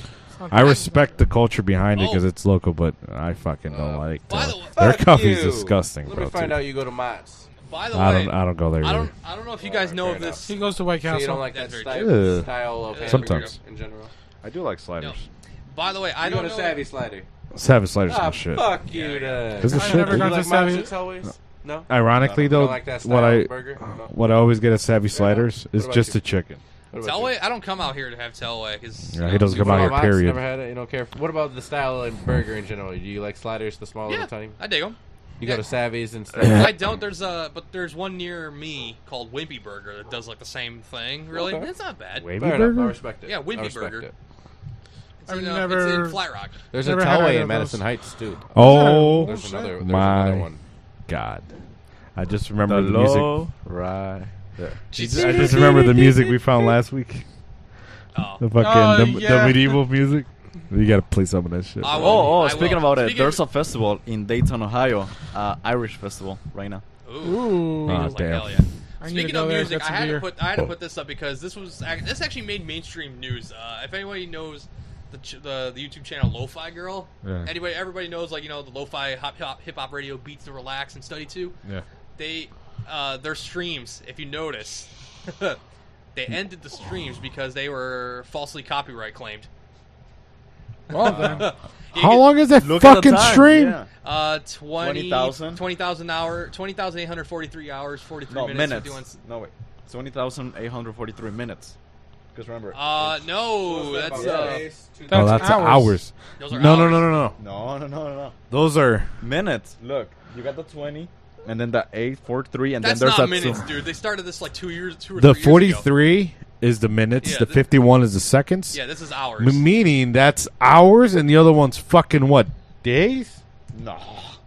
D: I respect the culture behind it
B: Oh. Uh,
D: because it's local, but I fucking don't like.
B: by
D: Telway.
B: the way-
D: Their
G: Fuck
D: coffee's
G: you.
D: disgusting,
G: Let
D: bro.
G: me find
D: too.
G: out you go to Mott's.
B: By the
D: I
B: way,
D: don't. I don't go there
B: I
D: either.
B: don't. I don't know if you guys know
G: fair
B: of this.
C: He goes to White
G: So
C: Castle.
G: you don't like that
B: That's very
D: true.
G: style,
D: Ugh.
G: style of hamburger
D: Sometimes.
G: in general?
D: I do like sliders.
B: By the way, I
G: I
B: don't
G: go to
B: know.
G: Savvy Slider.
D: Savage sliders
G: Ah,
D: and shit.
G: fuck you, then.
D: Is it
C: I
D: shit?
C: never
D: dude?
C: got
G: You
C: to
G: like
C: Savvy-
G: Mott's and Telways? No.
D: Ironically,
G: Um, You don't
D: though,
G: like that
D: what
G: style
D: I
G: of burger? No.
D: what I always get at Savvy Sliders is
G: about
D: just
G: you?
D: the chicken.
G: What about you?
B: Telway, I don't come out here to have Telway because
D: Yeah, he doesn't come
G: What
D: out here.
G: about Mott's?
D: Period.
G: Never had it. You don't care. What about the style of burger in general? Do you like sliders, the small
B: Yeah,
G: little tiny?
B: I dig them.
G: You
B: yeah.
G: go to Savvy's and stuff.
B: I don't. There's a but there's one near me called Wimpy Burger that does like the same thing. Really,
G: Okay.
B: it's not bad.
D: Wavy
G: Fair enough. I
D: burger?
G: respect it.
B: Yeah, Wimpy
G: I respect
B: burger.
G: It.
B: uh, It's
C: I've
B: in, it's in
C: never-
B: Flat Rock.
G: There's
C: Never
G: a
C: had either
G: Telway
C: of
G: in Madison
C: those.
G: Heights too.
D: Oh
G: There's Oh, another. There's
D: my
G: another one.
D: god! I just remember the, music.
F: low right.
D: I just remember the music we found last week.
B: Oh.
D: The fucking
C: Oh,
D: the,
C: yeah.
D: the medieval music. You gotta play some of that shit.
B: I
D: bro.
B: will.
F: Oh, oh!
B: I
F: Speaking
B: will.
F: about it,
B: Speaking-
F: there's a festival in Dayton, Ohio, uh, Irish festival right now.
B: Ooh.
C: Ooh.
D: Ah,
B: I was like,
D: damn.
B: hell yeah.
C: I need to
B: Speaking
C: go
B: of
C: there and
B: music,
C: get
B: I
C: some
B: had to
C: beer.
B: put I
F: Oh.
B: had to put this up because this was ac- this actually made mainstream news. Uh, if anybody knows the, ch- the the YouTube channel Lo-Fi Girl,
D: Yeah.
B: anybody everybody knows like you know the Lo-Fi hop hop hip hop radio beats to relax and study to.
D: Yeah.
B: They uh, their streams, if you notice, they ended the streams because they were falsely copyright claimed.
C: Well then.
B: You
D: How
B: can-
D: long is that
F: Look at the
D: fucking
F: time,
D: stream?
F: yeah.
B: Uh, 20
F: 20,000?
B: 20,000 hour, 20,843 hours, 43
F: No
B: minutes.
F: minutes.
B: of Doing, s-
F: No wait, twenty thousand eight hundred forty-three minutes. Because remember,
B: uh, no, that's, uh,
C: That's
D: oh, that's
C: hours.
D: hours.
B: Those are
D: no, no,
B: hours.
D: no, no, no.
F: no, no, no, no, no.
D: Those are
F: Minutes. Look, you got the twenty, and then the eight, four, three, and
B: that's
F: then there's
B: not
F: a
B: minutes,
F: two.
B: dude. They started this like two years, two or
D: the
B: three years ago.
D: forty-three is the minutes.
B: Yeah,
D: the
B: the-
D: fifty-one is the seconds.
B: Yeah, this is hours.
D: M- meaning that's hours, and the other one's fucking what days?
F: No,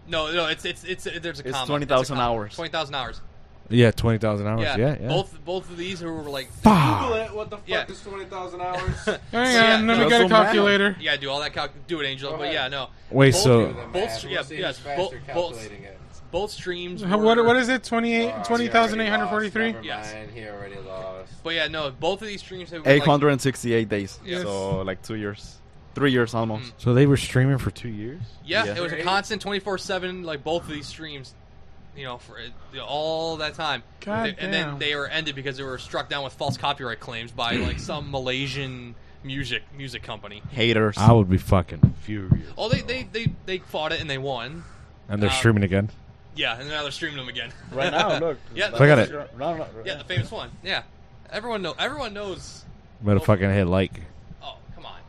B: no, no, it's, it's, it's, it- there's a
F: It's
B: comma.
F: 20,000
B: It's a comma.
F: hours.
B: 20,000 hours.
D: Yeah, twenty thousand hours.
B: Yeah.
D: Oh, Yeah, yeah.
B: Both, both of these were like,
G: Google
D: Fuck.
G: it. What the fuck
B: Yeah.
G: is 20,000 hours?
C: Hang
B: Yeah,
C: on, let
B: no,
C: me get a
F: doesn't matter.
C: calculator.
B: yeah, do all that, calc- do it, Angel. But
G: ahead.
B: yeah, no.
D: Wait,
B: Both
D: so
B: of them. Both-
G: Math. We'll
B: yeah,
G: see
B: yes,
G: who's faster
B: both- both-
G: calculating it.
B: Both streams
C: How-
B: were,
C: What what is it?
G: Oh,
C: 28
G: he already lost.
C: 20,843?
G: Never
B: Yes.
G: mind, He already lost.
B: But yeah, no, both of these streams have been
F: eight
B: like,
F: hundred and sixty-eight days.
C: Yes.
F: So like two years, three years almost.
B: Mm.
D: so they were streaming for two years.
B: Yeah,
F: Yeah.
B: it was a
G: Right.
B: constant 24/7 like both of these streams, you know, for you know, all that time.
C: God
B: They- and then
C: damn.
B: they were ended because they were struck down with false copyright claims by like some Malaysian music music company.
F: Haters.
D: I would be fucking furious.
B: Oh, they they they, they fought it and they won.
D: And they're
B: Um,
D: streaming again.
B: Yeah, and now they're streaming them again.
F: Right now, look.
B: Yeah,
D: So I got it.
F: No, no,
B: yeah, the famous one. Yeah. Everyone know everyone knows.
D: Better fucking hit like.
B: Oh, come on.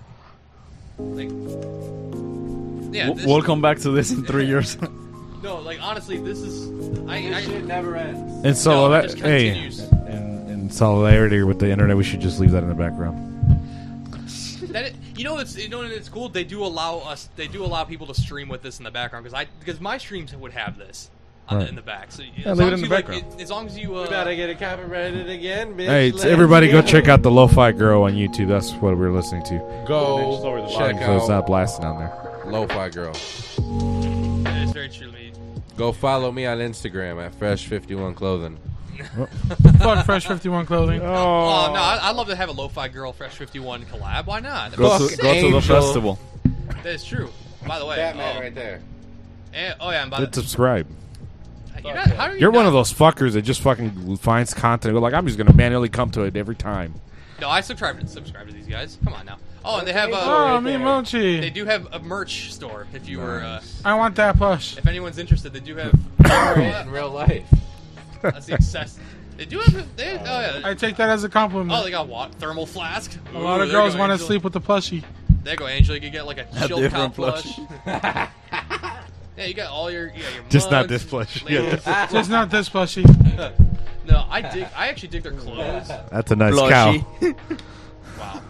B: Like Yeah,
F: W-
B: this,
F: Welcome back to this in three years.
B: No, like honestly, this is I,
G: This
B: I
G: shit never ends.
D: And so
B: No, it
D: that
B: just
D: hey,
B: continues.
D: in, in solidarity with the internet, we should just leave that in the background.
B: That it, you know it's you know it's cool. They do allow us. They do allow people to stream with this in the background because I because my streams would have this on the-
D: Right.
B: in the back. So
D: leave
B: as
D: it
B: long
D: in
B: as
D: the
B: you like,
D: background.
B: it- as long as you uh,
G: We gotta get it copyrighted again, bitch.
D: Hey,
G: Let's
D: everybody, go
G: get
D: check
G: it.
D: out the Lo-Fi Girl on YouTube. That's what we're listening to.
G: Go check
D: so it's not
G: out
D: blasting on there.
G: Lo-Fi Girl.
B: it's very truly.
G: Go follow me on Instagram at Fresh51 Clothing.
C: Fuck Fresh 51 clothing.
B: Oh no, I, I'd love to have a lo-fi girl fresh fifty one collab. Why not?
F: go to,
G: Fuck
F: go to
G: Angel.
F: the festival.
B: That is true. By the way,
G: Batman
B: oh,
G: right there.
B: eh, oh yeah, I'm about
D: Hit
B: to.
D: subscribe.
B: You're, not, how are you
D: You're one
B: not-
D: of those fuckers that just fucking finds content. Like I'm just gonna manually come to it every time.
B: No, I subscribe to subscribe to these guys. Come on now. Oh, and they have uh,
C: Oh, me
B: they
C: mochi.
B: do have a merch store if you were uh,
C: I want that plush.
B: if anyone's interested. They do have.
G: Right in real life.
B: That's the access. They do have. They, oh yeah.
C: I take that as a compliment.
B: Oh, they got wa- thermal flask.
C: a lot of girls want to sleep with the plushie.
B: There you go, Angel. You could get like a chill cow
F: different
B: plush. yeah, you got all your. You got your
D: Just not
B: mugs,
D: this plush.
B: labels.
C: Just not this plushie.
B: No, I dig. I actually dig their clothes.
D: That's a nice
F: Plushie.
D: cow.
B: Wow.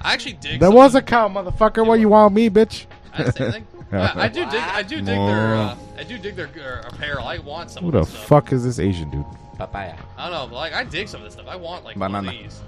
B: I actually dig.
D: That
B: some-
D: was a cow, motherfucker. What you want me, bitch?
B: I, didn't say anything. Yeah, I do dig. I do dig their. Uh, I do dig their uh, apparel. I want some
D: Who
B: of
D: the
B: this stuff.
D: fuck is this Asian dude?
G: Papaya.
B: I don't know, but like I dig some of this stuff. I want like
F: Banana.
B: one of these.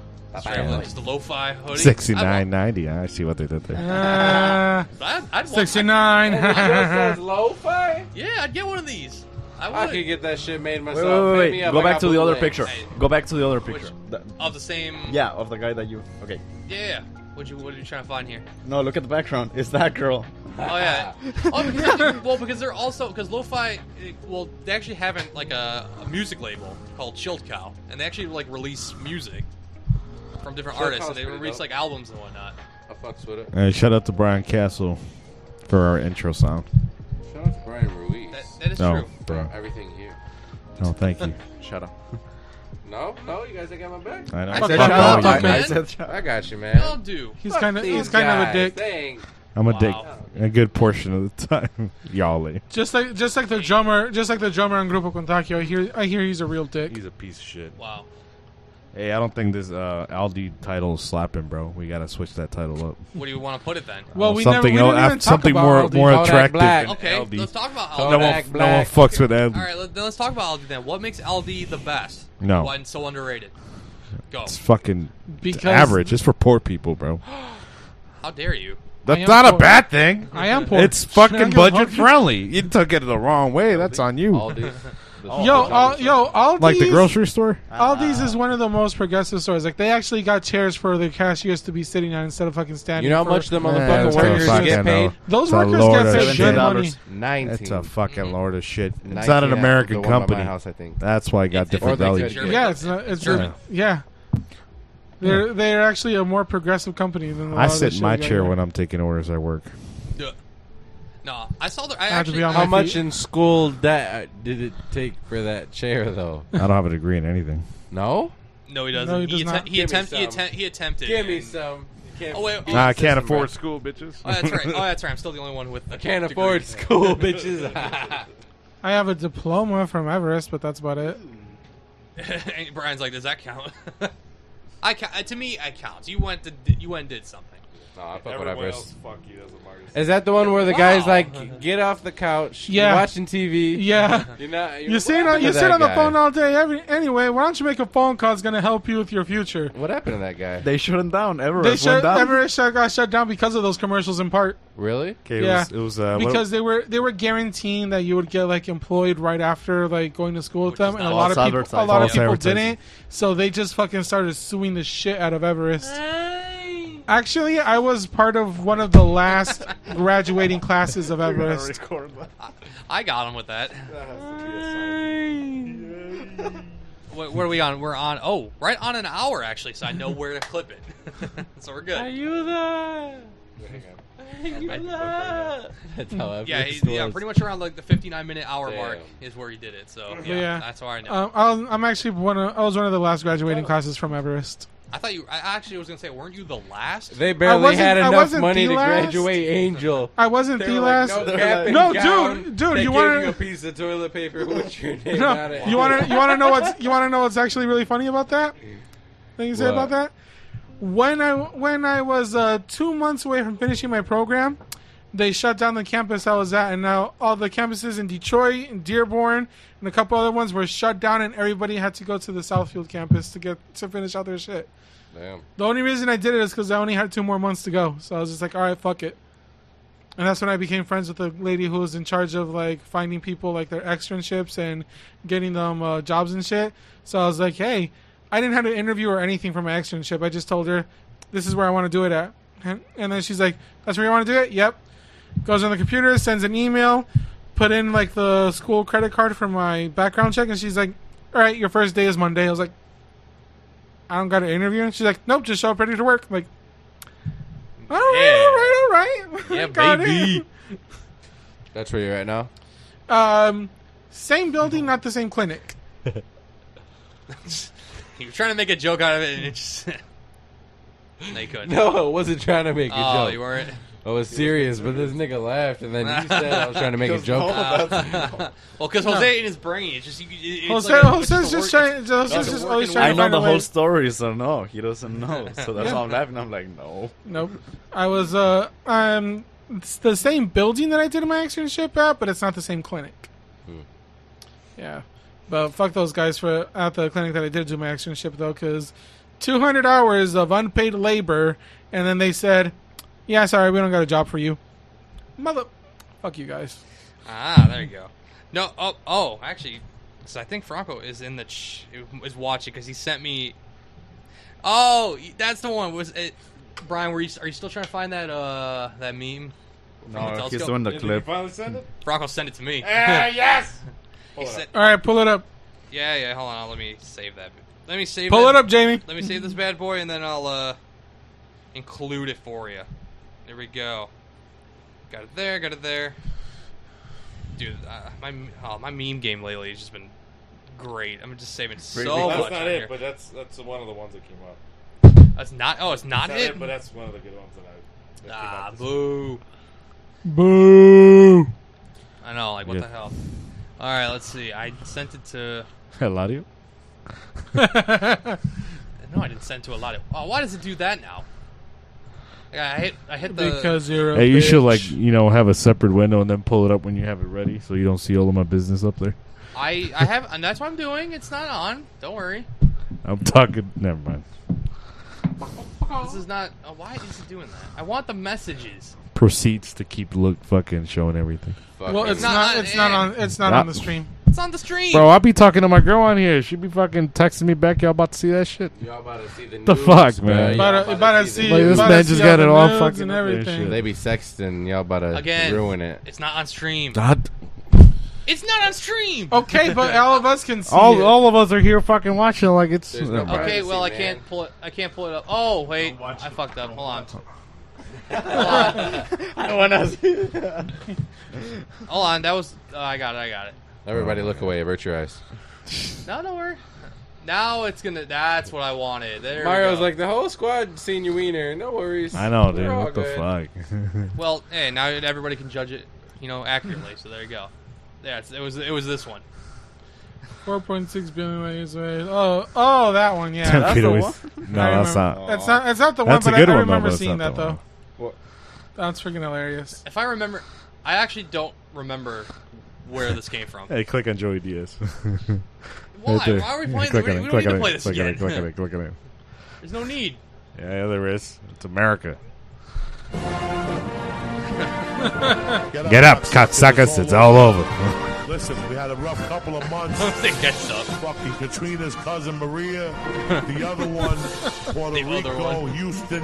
B: Straight up, like, Just a lo-fi hoodie.
D: Sixty
B: I
D: nine
B: want-
D: ninety. I see what they did there.
C: Uh,
B: I'd, I'd want-
C: 69.
G: Lo-Fi?
B: Yeah, I'd get one of these. I
G: I
B: would.
G: could get that shit made
F: Wait,
G: myself.
F: wait,
G: Hit
F: wait,
G: me
F: wait.
G: up,
F: Go
G: I
F: back
G: got
F: to the other
G: bootlegs.
F: picture.
B: Hey.
F: Go back to the other picture. The-
B: of the same.
F: yeah, of the guy that you. Okay.
B: Yeah. What you What are you trying to find here?
F: No, look at the background. It's that girl.
B: Oh yeah. oh, because I think- well, because they're also because lo-fi. eh, Well, they actually have an, like a, a music label called Chilled Cow, and they actually like release music from different
G: Chilled
B: artists, and
G: Cow's
B: they
G: pretty
B: release
G: dope.
B: like albums and whatnot.
G: I fucks with it.
D: Hey, shout out to Brian Castle for our intro sound.
G: Shout out to Brian Ruiz.
B: That, that is
D: No,
B: true.
D: bro.
G: Everything here.
D: No, thank you.
F: Shut up.
G: No, no, you guys ain't got my back.
D: I know.
B: I said
C: Fuck
B: shut
C: off,
B: up,
C: fuck
B: man.
F: I said shut
G: I
F: up.
G: got you, man.
B: They all do.
C: He's
G: Fuck
C: kind of
G: these
C: he's kind of a
G: guys.
C: dick.
G: They ain't-
D: I'm a
B: Wow.
D: dick. A good portion of the time, y'all. eh?
C: Just like just like the drummer, just like the drummer in Grupo Contagio. I hear I hear he's a real dick.
E: He's a piece of shit.
B: Wow.
D: Hey, I don't think this uh, Aldi title is slapping, bro. We gotta switch that title up.
B: What do you want to put it then?
C: Well, we never, we
D: something
C: didn't
D: else-
C: even talk
D: something
C: about
D: more
C: all these-
D: more
G: Kodak
D: attractive
G: Black.
D: than
B: Okay,
D: Aldi.
B: let's talk about
D: No
B: Aldi.
D: one,
G: Kodak
D: no one
G: Black.
D: fucks with Aldi.
B: All right, let, let's talk about Aldi then. What makes Aldi the best?
D: No.
B: Why it's so underrated? Go.
D: It's fucking it's
C: Because-
D: average. It's for poor people, bro.
B: How dare you?
D: That's
C: am
D: not a
C: poor.
D: bad thing.
C: I am poor.
D: It's
C: I
D: fucking
C: am
D: budget
C: poor.
D: friendly. You took it the wrong way. That's on
G: All
D: you.
G: these.
C: Yo, all, yo, Aldi's,
D: Like the grocery store.
C: Aldi's is one of the most progressive stores. Like they actually got chairs for the cashiers to be sitting on instead of fucking standing.
G: You know how
C: for-
G: much the
D: Man,
G: motherfucking
D: that's a
G: workers
D: fucking
G: get
D: no.
G: paid?
C: Those
D: It's a
C: workers
D: lord
C: get
D: of
C: paid
D: shit.
C: good money.
G: Nineteen.
D: That's a fucking lord of shit. It's
G: 19
D: not an
G: at
D: American
G: the one by
D: company.
G: My house, I think.
D: That's why I got
B: It's-
D: different
B: it's like
D: values.
G: value.
B: German.
C: Yeah, it's not, it's
B: German.
C: yeah. They're they're actually a more progressive company than the
D: I sit in my chair when I'm taking orders at work.
B: Yeah. No, I saw the. I,
C: have to
B: actually.
C: be on
B: I-
G: How
C: my
G: much
C: feet.
G: in school that did it take for that chair though?
D: I don't have a degree in anything.
G: No.
B: no, he doesn't.
C: No, he does
B: atten-
C: not.
B: he
G: Give me
B: attempt- he,
G: some.
B: attempt- he attempted. and-
G: some.
B: Oh, wait, oh,
D: I can't afford
G: School.
D: school, bitches.
B: Oh, that's right. Oh, that's right. I'm still the only one with. the
G: Can't
B: degree.
G: afford school, bitches.
C: I have a diploma from Everest, but that's about it.
B: and Brian's like, does that count? I ca- to me, it counts. You went to you went and did something.
G: no, I fuck with Everest.
D: fuck you. That's what Marcus
G: Is that the one where the
B: Wow.
G: guy's like, get off the couch,
C: Yeah.
G: you're watching TV?
C: Yeah.
G: You're not. You're,
C: You sit on you sit on the phone all day. Every anyway, why don't you make a phone call? It's gonna help you with your future.
G: What happened to that guy?
F: They shut him down. Everest
C: They shut
F: went down.
C: Everest shut- got shut down because of those commercials in part
G: really?
D: Okay, it
C: Yeah.
D: was, it was uh, what-
C: because they were they were guaranteeing that you would get like employed right after like going to school with
B: Which is
C: them, and a
B: not-
C: lot of
F: False
C: people a
F: advertising.
C: lot of
D: False
C: people
D: advertising.
C: didn't. So they just fucking started suing the shit out of Everest. Actually, I was part of one of the last graduating classes of Everest.
B: I got him with that. what, what are we on? We're on. Oh, right on an hour actually. So I know where to clip it. so we're good.
G: That's how Everest
B: yeah, he, yeah, pretty much around like the 59 minute hour mark is where he did it. So yeah,
C: Yeah.
B: that's why I know.
C: Um, I'm- I'm actually one of I was one of the last
G: Oh.
C: graduating classes from Everest.
B: I thought you. I actually was gonna say, weren't you the last?
G: They
C: I
G: barely
C: wasn't-
G: had
C: I
G: enough
C: wasn't
G: money
C: the
G: to
C: last.
G: graduate Angel.
C: I wasn't
G: They
C: the
G: were
C: last.
G: like, no, cap and
C: No,
G: gown.
C: dude, dude,
G: They
C: you
G: give
C: wanna-
G: you a piece of toilet paper with your name on
C: No,
G: it.
C: you want to you want to know what's you want to know what's actually really funny about that? Thing you say
G: What?
C: about that? When I when I was uh, two months away from finishing my program, they shut down the campus I was at, and now all the campuses in Detroit and Dearborn and a couple other ones were shut down, and everybody had to go to the Southfield campus to get to finish out their shit.
G: Damn.
C: The only reason I did it is because I only had two more months to go, so I was just like, all right, fuck it. And that's when I became friends with the lady who was in charge of like finding people like their externships and getting them uh, jobs and shit. So I was like, hey, I didn't have to interview or anything for my externship. I just told her, this is where I want to do it at. And, and then she's like, that's where you want to do it? Yep. Goes on the computer, sends an email, put in like the school credit card for my background check, and she's like, all right, your first day is Monday. I was like, I don't got an interview. And she's like, nope, just show up ready to work. I'm like, all right, all right, all right.
G: Yeah,
C: Got it.
G: baby. That's where you're at now.
C: Um, same building, not the same clinic.
B: you were trying to make a joke out of it, and it just. they could.
G: No, I wasn't trying to make a
B: Oh,
G: joke.
B: you weren't.
G: I was serious, but this nigga laughed, and then you said I was trying to make a joke.
B: Oh. well, because Jose ain't his brain. It's just you. It, it's
C: Jose,
B: like a- it's
C: Jose's
B: a
C: just
B: word-
C: trying. Jose's
B: a
C: just
B: work
C: always
B: in
C: trying
F: I
C: to
F: know
C: find
F: the
C: a way.
F: whole story, so no, he doesn't know. So that's why I'm laughing. I'm like, no.
C: Nope. I was uh um it's the same building that I did my externship at, but it's not the same clinic.
B: Hmm.
C: Yeah, but fuck those guys for at the clinic that I did do my externship though, because two hundred hours of unpaid labor, and then they said, "Yeah, sorry, we don't got a job for you." Mother, fuck you guys.
B: Ah, there you go. No, oh, oh, actually, because I think Franco is in the ch- is watching because he sent me. Oh, that's the one. Was it Brian? Were you are you still trying to find that uh that meme? From the
F: No, he's
B: telescope?
F: doing the clip.
B: Franco sent it to me.
E: yes.
B: He sent-
C: All right, pull it up.
B: yeah, yeah. Hold on, let me save that. Let me save.
C: Pull
B: that-
C: it up, Jamie.
B: Let me save this bad boy and then I'll uh, include it for you. There we go. Got it there. Got it there. Dude, uh, my oh, my meme game lately has just been great. I'm just saving so much.
E: that's
B: on
E: not it,
B: here.
E: but that's that's one of the ones that came up.
B: that's not. Oh, it's not
E: That's not
B: it.
E: it, but that's one of the good ones that I. That came
B: ah,
E: out this week.
B: boo.
D: Boo!
B: I know. Like, what
D: Yeah.
B: the hell? All right, let's see. I sent it to.
D: Eladio?
B: No, I didn't send to a lot of. Oh, why does it do that now? Yeah, I hit. I hit the.
C: because you're a
E: Hey, you should
C: bitch.
E: like you know have a separate window and then pull it up when you have it ready, so you don't see all of my business up there.
B: I I have, and that's what I'm doing. It's not on. Don't worry.
E: I'm talking. Never mind.
B: This is not. Oh, why is it doing that? I want the messages.
E: Proceeds to keep look fucking showing everything.
C: Well, it's
B: not
C: not.
B: on
C: It's not
B: air.
C: on. It's not
E: Not-
C: on the stream.
B: It's on the stream.
E: Bro, I Oh, be talking to my girl on here. She be fucking texting me back. Y'all about to see that shit?
G: Y'all about to see the,
E: The
G: nudes,
E: fuck,
G: bro.
E: man.
G: Y'all
C: But, uh, but I see-
E: Like
G: the
E: this
G: nudes.
C: But
E: man
C: it's
E: just
C: the
E: got it
C: other
E: all
C: nudes
E: fucking
C: and
E: up there and
C: everything.
E: shit.
G: They be sexting. Y'all about to
B: Again.
G: ruin it.
B: It's not on stream.
E: God,
B: It's not on stream.
C: Okay, but all of us can see
E: all
C: it.
E: all of us are here fucking watching like it's.
G: There's
E: Never
G: no
E: mind.
B: Okay,
G: Privacy,
B: well I
G: man.
B: can't pull it. I can't pull it up. Oh wait,
I: watch
B: I
I: it.
B: fucked up. Hold on.
G: I want to.
B: Hold on. That was. Oh, I got it. I got it.
G: Everybody, look away. Avert your eyes.
B: No, don't worry. Now it's gonna. That's what I wanted. There we
G: Mario's
B: go.
G: like the whole squad seen your wiener. No worries.
E: I know,
G: We're
E: dude.
G: all
E: What the
G: good.
E: fuck?
B: Well, hey, now everybody can judge it, you know, accurately. So there you go. Yeah, it's, it was. It was this one.
C: 4.6 billion ways away. Oh, oh, that one. Yeah,
E: Ten
C: that's
E: feet
C: the
E: away.
C: one. I
E: No, that's
C: remember.
E: not.
C: That's not. That's not the
E: That's a
C: one. But I, I
E: good one, though,
C: remember
E: but it's
C: seeing
E: not
C: that
E: the
C: though.
E: one.
C: That's freaking hilarious.
B: If I remember, I actually don't remember where this came from.
E: Hey, click on Joey Diaz.
B: Why?
E: Right there.
B: Why are we
E: Yeah,
B: playing?
E: click
B: we,
E: on it,
B: we don't need
E: click on
B: to
E: it,
B: play this
E: click
B: again.
E: On it, click on it. Click on it.
B: There's no need.
E: Yeah, yeah, there is. It's America. Get up, cocksuckers. It's all over.
J: Listen, we had a rough couple of months.
B: I don't think that's up.
J: Fucking Katrina's cousin Maria, the other one, Puerto
B: The other
J: Rico,
B: one.
J: Houston,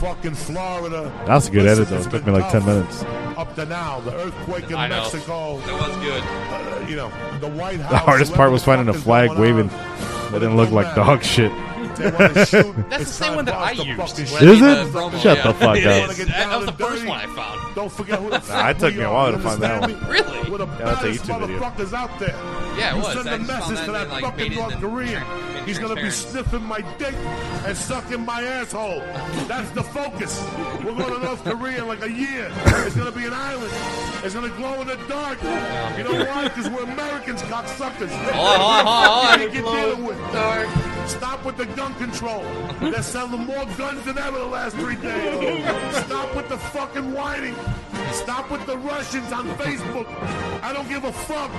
J: fucking Florida.
E: That's a good
J: Listen,
E: edit, though.
J: it's
E: It took me
J: been
E: like 10
J: tough
E: minutes.
J: Up to now, the earthquake in
B: I know.
J: Mexico,
B: That was good.
J: uh, you know, the White House.
E: The hardest part
J: whatever
E: was
J: the
E: finding a
J: fuck is
E: flag
J: going
E: waving
J: on.
E: that didn't look like dog shit.
J: They wanna
B: That's
J: shoot.
B: the
J: It's
B: same
J: time
B: one that
J: for
B: I
J: us to
B: used.
J: fucking
B: when I
J: shoot.
E: Is
B: made
E: it?
B: the promo,
E: Shut
B: yeah.
E: the fuck
B: It
E: up.
B: is. That, that was the first one I found.
J: Don't forget who the fuck
E: Nah, it took
J: we
E: me a
J: are,
E: while to
J: you
E: find that
J: understand
E: one.
J: me?
B: Really?
J: We're the
E: Yeah, that's a
J: baddest
E: YouTube video.
J: motherfuckers out there.
B: Yeah, it
J: you
B: was.
J: send
B: I
J: a
B: just found
J: message
B: that
J: to that
B: and, like, made
J: fucking
B: it
J: North
B: in-
J: Korean.
B: in
J: He's gonna be
B: transparent.
J: sniffing my dick and sucking my asshole. That's the focus. We're going to North Korea in like a year. It's gonna be an island. It's gonna glow in the dark. You know why? Because we're Americans, cocksuckers.
B: Hold on, hold on,
J: You
B: hold
J: can deal with. Stop with the gun control. They're selling more guns than ever the last three days. Stop with the fucking whining. Stop with the Russians on Facebook. I don't give a fuck.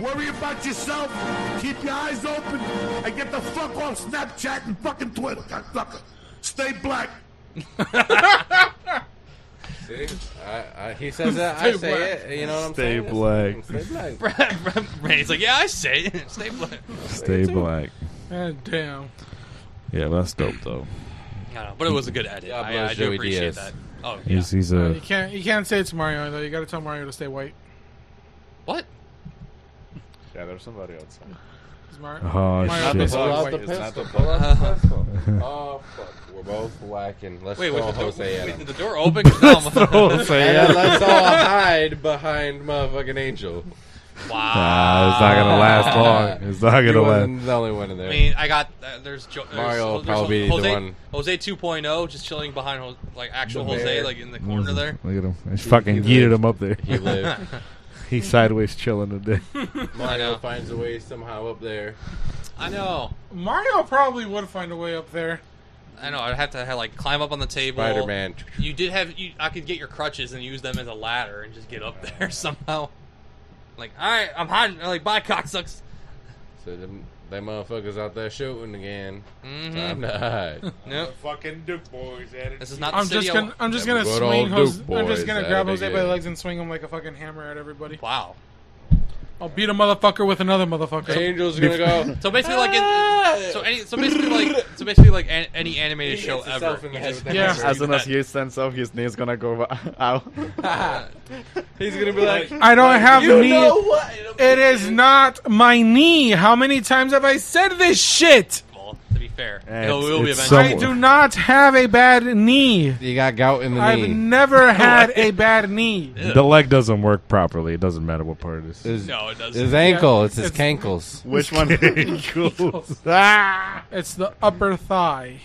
J: Worry about yourself. Keep your eyes open and get the fuck off Snapchat and fucking Twitter, cocksucker. Stay black.
G: See, I, I, Uh, he says that. I say it. You know what I'm
E: Stay
G: saying?
E: black.
G: Stay black.
B: Randy's like, yeah, I say it. Stay black.
E: Stay black.
C: God Eh, damn.
E: Yeah, that's dope, though.
B: I don't know, but it was a good edit.
G: God
B: I,
G: bless
B: I do
G: Joey
B: appreciate
G: Diaz.
B: that. Oh, yeah.
E: He's, he's
C: Uh,
E: a.
C: you can't. You can't say it's Mario though. You got to tell Mario to stay white.
B: What?
F: Yeah, there's somebody outside.
C: It's Mar-
E: Oh,
C: Mario
E: shit.
C: basically
G: Pull out
C: white.
G: the
F: It's not
G: pistol. Pull out the pistol. Oh fuck, we're both whacking. Let's
B: Wait,
G: throw
B: was the, door,
G: Jose at
B: wait,
G: him.
B: did the door open? No.
G: And then let's all hide behind motherfucking Angel.
B: wow.
E: Nah, it's not gonna last long. It's not
G: You
E: gonna last.
G: wasn't the only one in there.
B: I mean, I got uh, there's, jo- there's
G: Mario
B: there's
G: probably
B: Jose,
G: the one-
B: Jose 2.0 just chilling behind Ho- like actual
G: The
B: Jose
G: bear.
B: like in the corner there.
E: Look at him. He fucking
G: he
E: yeeted
G: lived.
E: him up there.
G: he lived.
E: He's sideways chilling today.
G: Mario
B: know.
G: finds a way somehow up there.
B: I know.
C: Mario probably would find a way up there.
B: I know. I'd have to have, like climb up on the table.
G: Spider Man.
B: You did have you I could get your crutches and use them as a ladder and just get up there somehow. Like, all right, I'm hiding. I'm like, bye, cocksucks.
G: So them, them motherfuckers out there shooting again.
B: Mm-hmm.
G: Time to hide.
B: Nope.
J: Fucking Duke boys at
B: This is not. The
C: I'm
B: city
C: just
B: I
C: gonna.
B: want-
C: I'm just
G: Yeah,
C: gonna
G: good
C: swing.
G: old
C: Jose,
G: Duke
C: I'm just
G: boys,
C: gonna
G: that'd
C: grab
G: be
C: Jose by
G: good.
C: the legs and swing him like a fucking hammer at everybody.
B: Wow.
C: I'll beat a motherfucker with another motherfucker.
G: Angel's gonna go.
B: So basically, like, in, so any, so basically, like, so basically, like, an, any animated
G: He
B: show
G: hits himself
B: ever.
G: in the
B: you
G: head
B: just-
G: with that
C: Yeah.
B: you
C: hammer.
B: just
F: As
B: do
F: soon as
B: that.
F: he stands up, his knee's gonna go out.
G: He's gonna be like,
C: I don't have
G: you
C: knee.
G: know what?
C: It is not my knee. How many times have I said this shit?
B: Well, to be fair,
E: Yeah,
B: it'll,
E: it's-
B: it'll be
E: it's
B: eventually.
C: I do not have a bad knee.
G: You got gout in the
C: I've
G: knee.
C: never had a bad knee.
E: The leg doesn't work properly. It doesn't matter what part it is.
G: his,
B: No, it doesn't.
G: his ankle.
C: Yeah,
G: it's his
C: it's-
G: cankles.
F: Which one?
C: It's the upper thigh.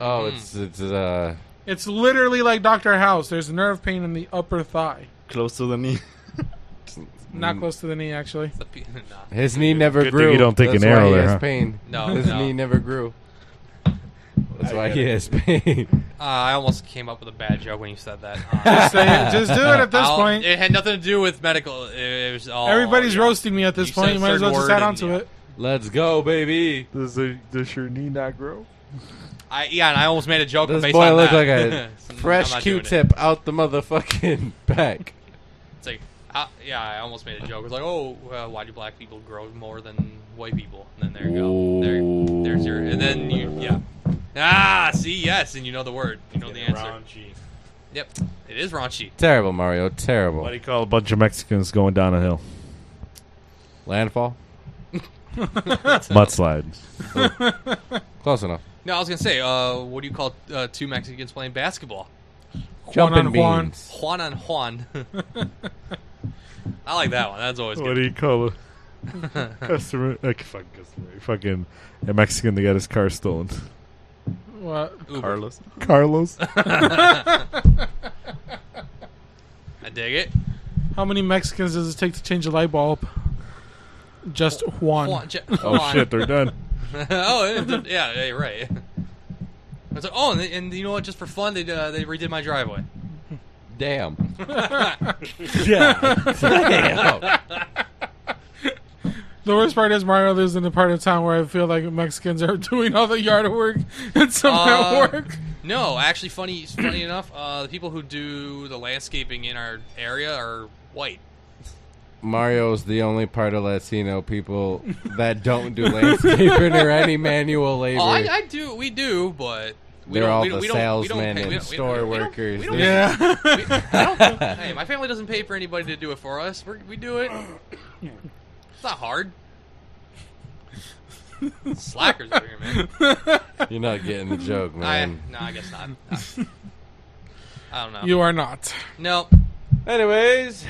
G: Oh,
B: Mm.
G: it's it's uh.
C: It's literally like Doctor House. There's nerve pain in the upper thigh,
F: Close to the knee.
B: Mm.
C: not close to the knee actually.
B: The pe- nah.
G: His knee never
E: Good thing
G: grew.
E: you don't take
G: That's
E: an
G: why
E: arrow
G: he
E: there,
G: has
E: huh?
G: pain.
B: No,
G: his
B: no.
G: knee never grew. That's why he has pain.
B: Uh, I almost came up with a bad joke when you said that. Uh,
C: Just say it. Just do it at this
B: I'll-
C: point.
B: it had nothing to do with medical. It was all
C: Everybody's
B: Oh, yeah.
C: roasting me at this
B: You
C: point.
B: said
C: You might as
B: certain
C: well just
B: word
C: add
B: and,
C: on to
B: yeah.
C: it.
G: Let's go, baby.
E: Does the does your knee not grow?
B: I, yeah, and I almost made a joke
G: This
B: based
G: boy
B: on
G: look
B: that.
G: like a
B: So I'm
G: fresh
B: not doing it.
G: Q-tip out the motherfucking back.
B: It's like, uh, yeah, I almost made a joke. It's like, oh, uh, why do black people grow more than white people? And then there you go. There, there's your, and then you, yeah. Ah, see, yes, and you know the word. You know the answer.
K: Raunchy.
B: Yep, it is raunchy.
G: Terrible, Mario. Terrible.
D: What do you call a bunch of Mexicans going down a hill?
G: Landfall.
D: Mudslide.
G: Close enough.
B: No, I was gonna say, uh, what do you call uh, two Mexicans playing basketball?
G: Jumping
C: on one.
G: beans.
B: Juan on Juan. I like that one. That's always
D: What
B: good.
D: do you call a customer? Like fucking customer. Fucking a Mexican that got his car stolen.
C: What?
F: Carlos.
D: Carlos.
B: I dig it.
C: How many Mexicans does it take to change a light bulb? Just one.
B: Juan, Je-
D: oh
B: Juan.
D: shit, they're done.
B: oh yeah, yeah, yeah, you're right. It's like, oh, and, they, and you know what? Just for fun, they uh, they redid my driveway.
G: Damn.
C: The worst part is Mario lives in the part of town where I feel like Mexicans are doing all the yard work and some
B: Uh,
C: at work.
B: No, actually, funny funny enough, uh, the people who do the landscaping in our area are white.
G: Mario's the only part of Latino people that don't do landscaping or any manual labor.
B: Oh, I, I do. We do, but we
G: They're
B: don't,
G: all
B: we don't,
G: the
B: we don't, we don't
G: salesmen
B: pay- we
G: and
B: don't- we
G: store
B: don't- we don't-
G: workers.
B: we don't-
G: They're-
B: we- I don't- hey, my family doesn't pay for anybody to do it for us. We're, we do it. It's not hard. Slackers over here, man.
G: You're not getting the joke,
B: I,
G: man.
B: no, I guess not. No. I don't know.
C: You are not.
B: no,
G: Anyways,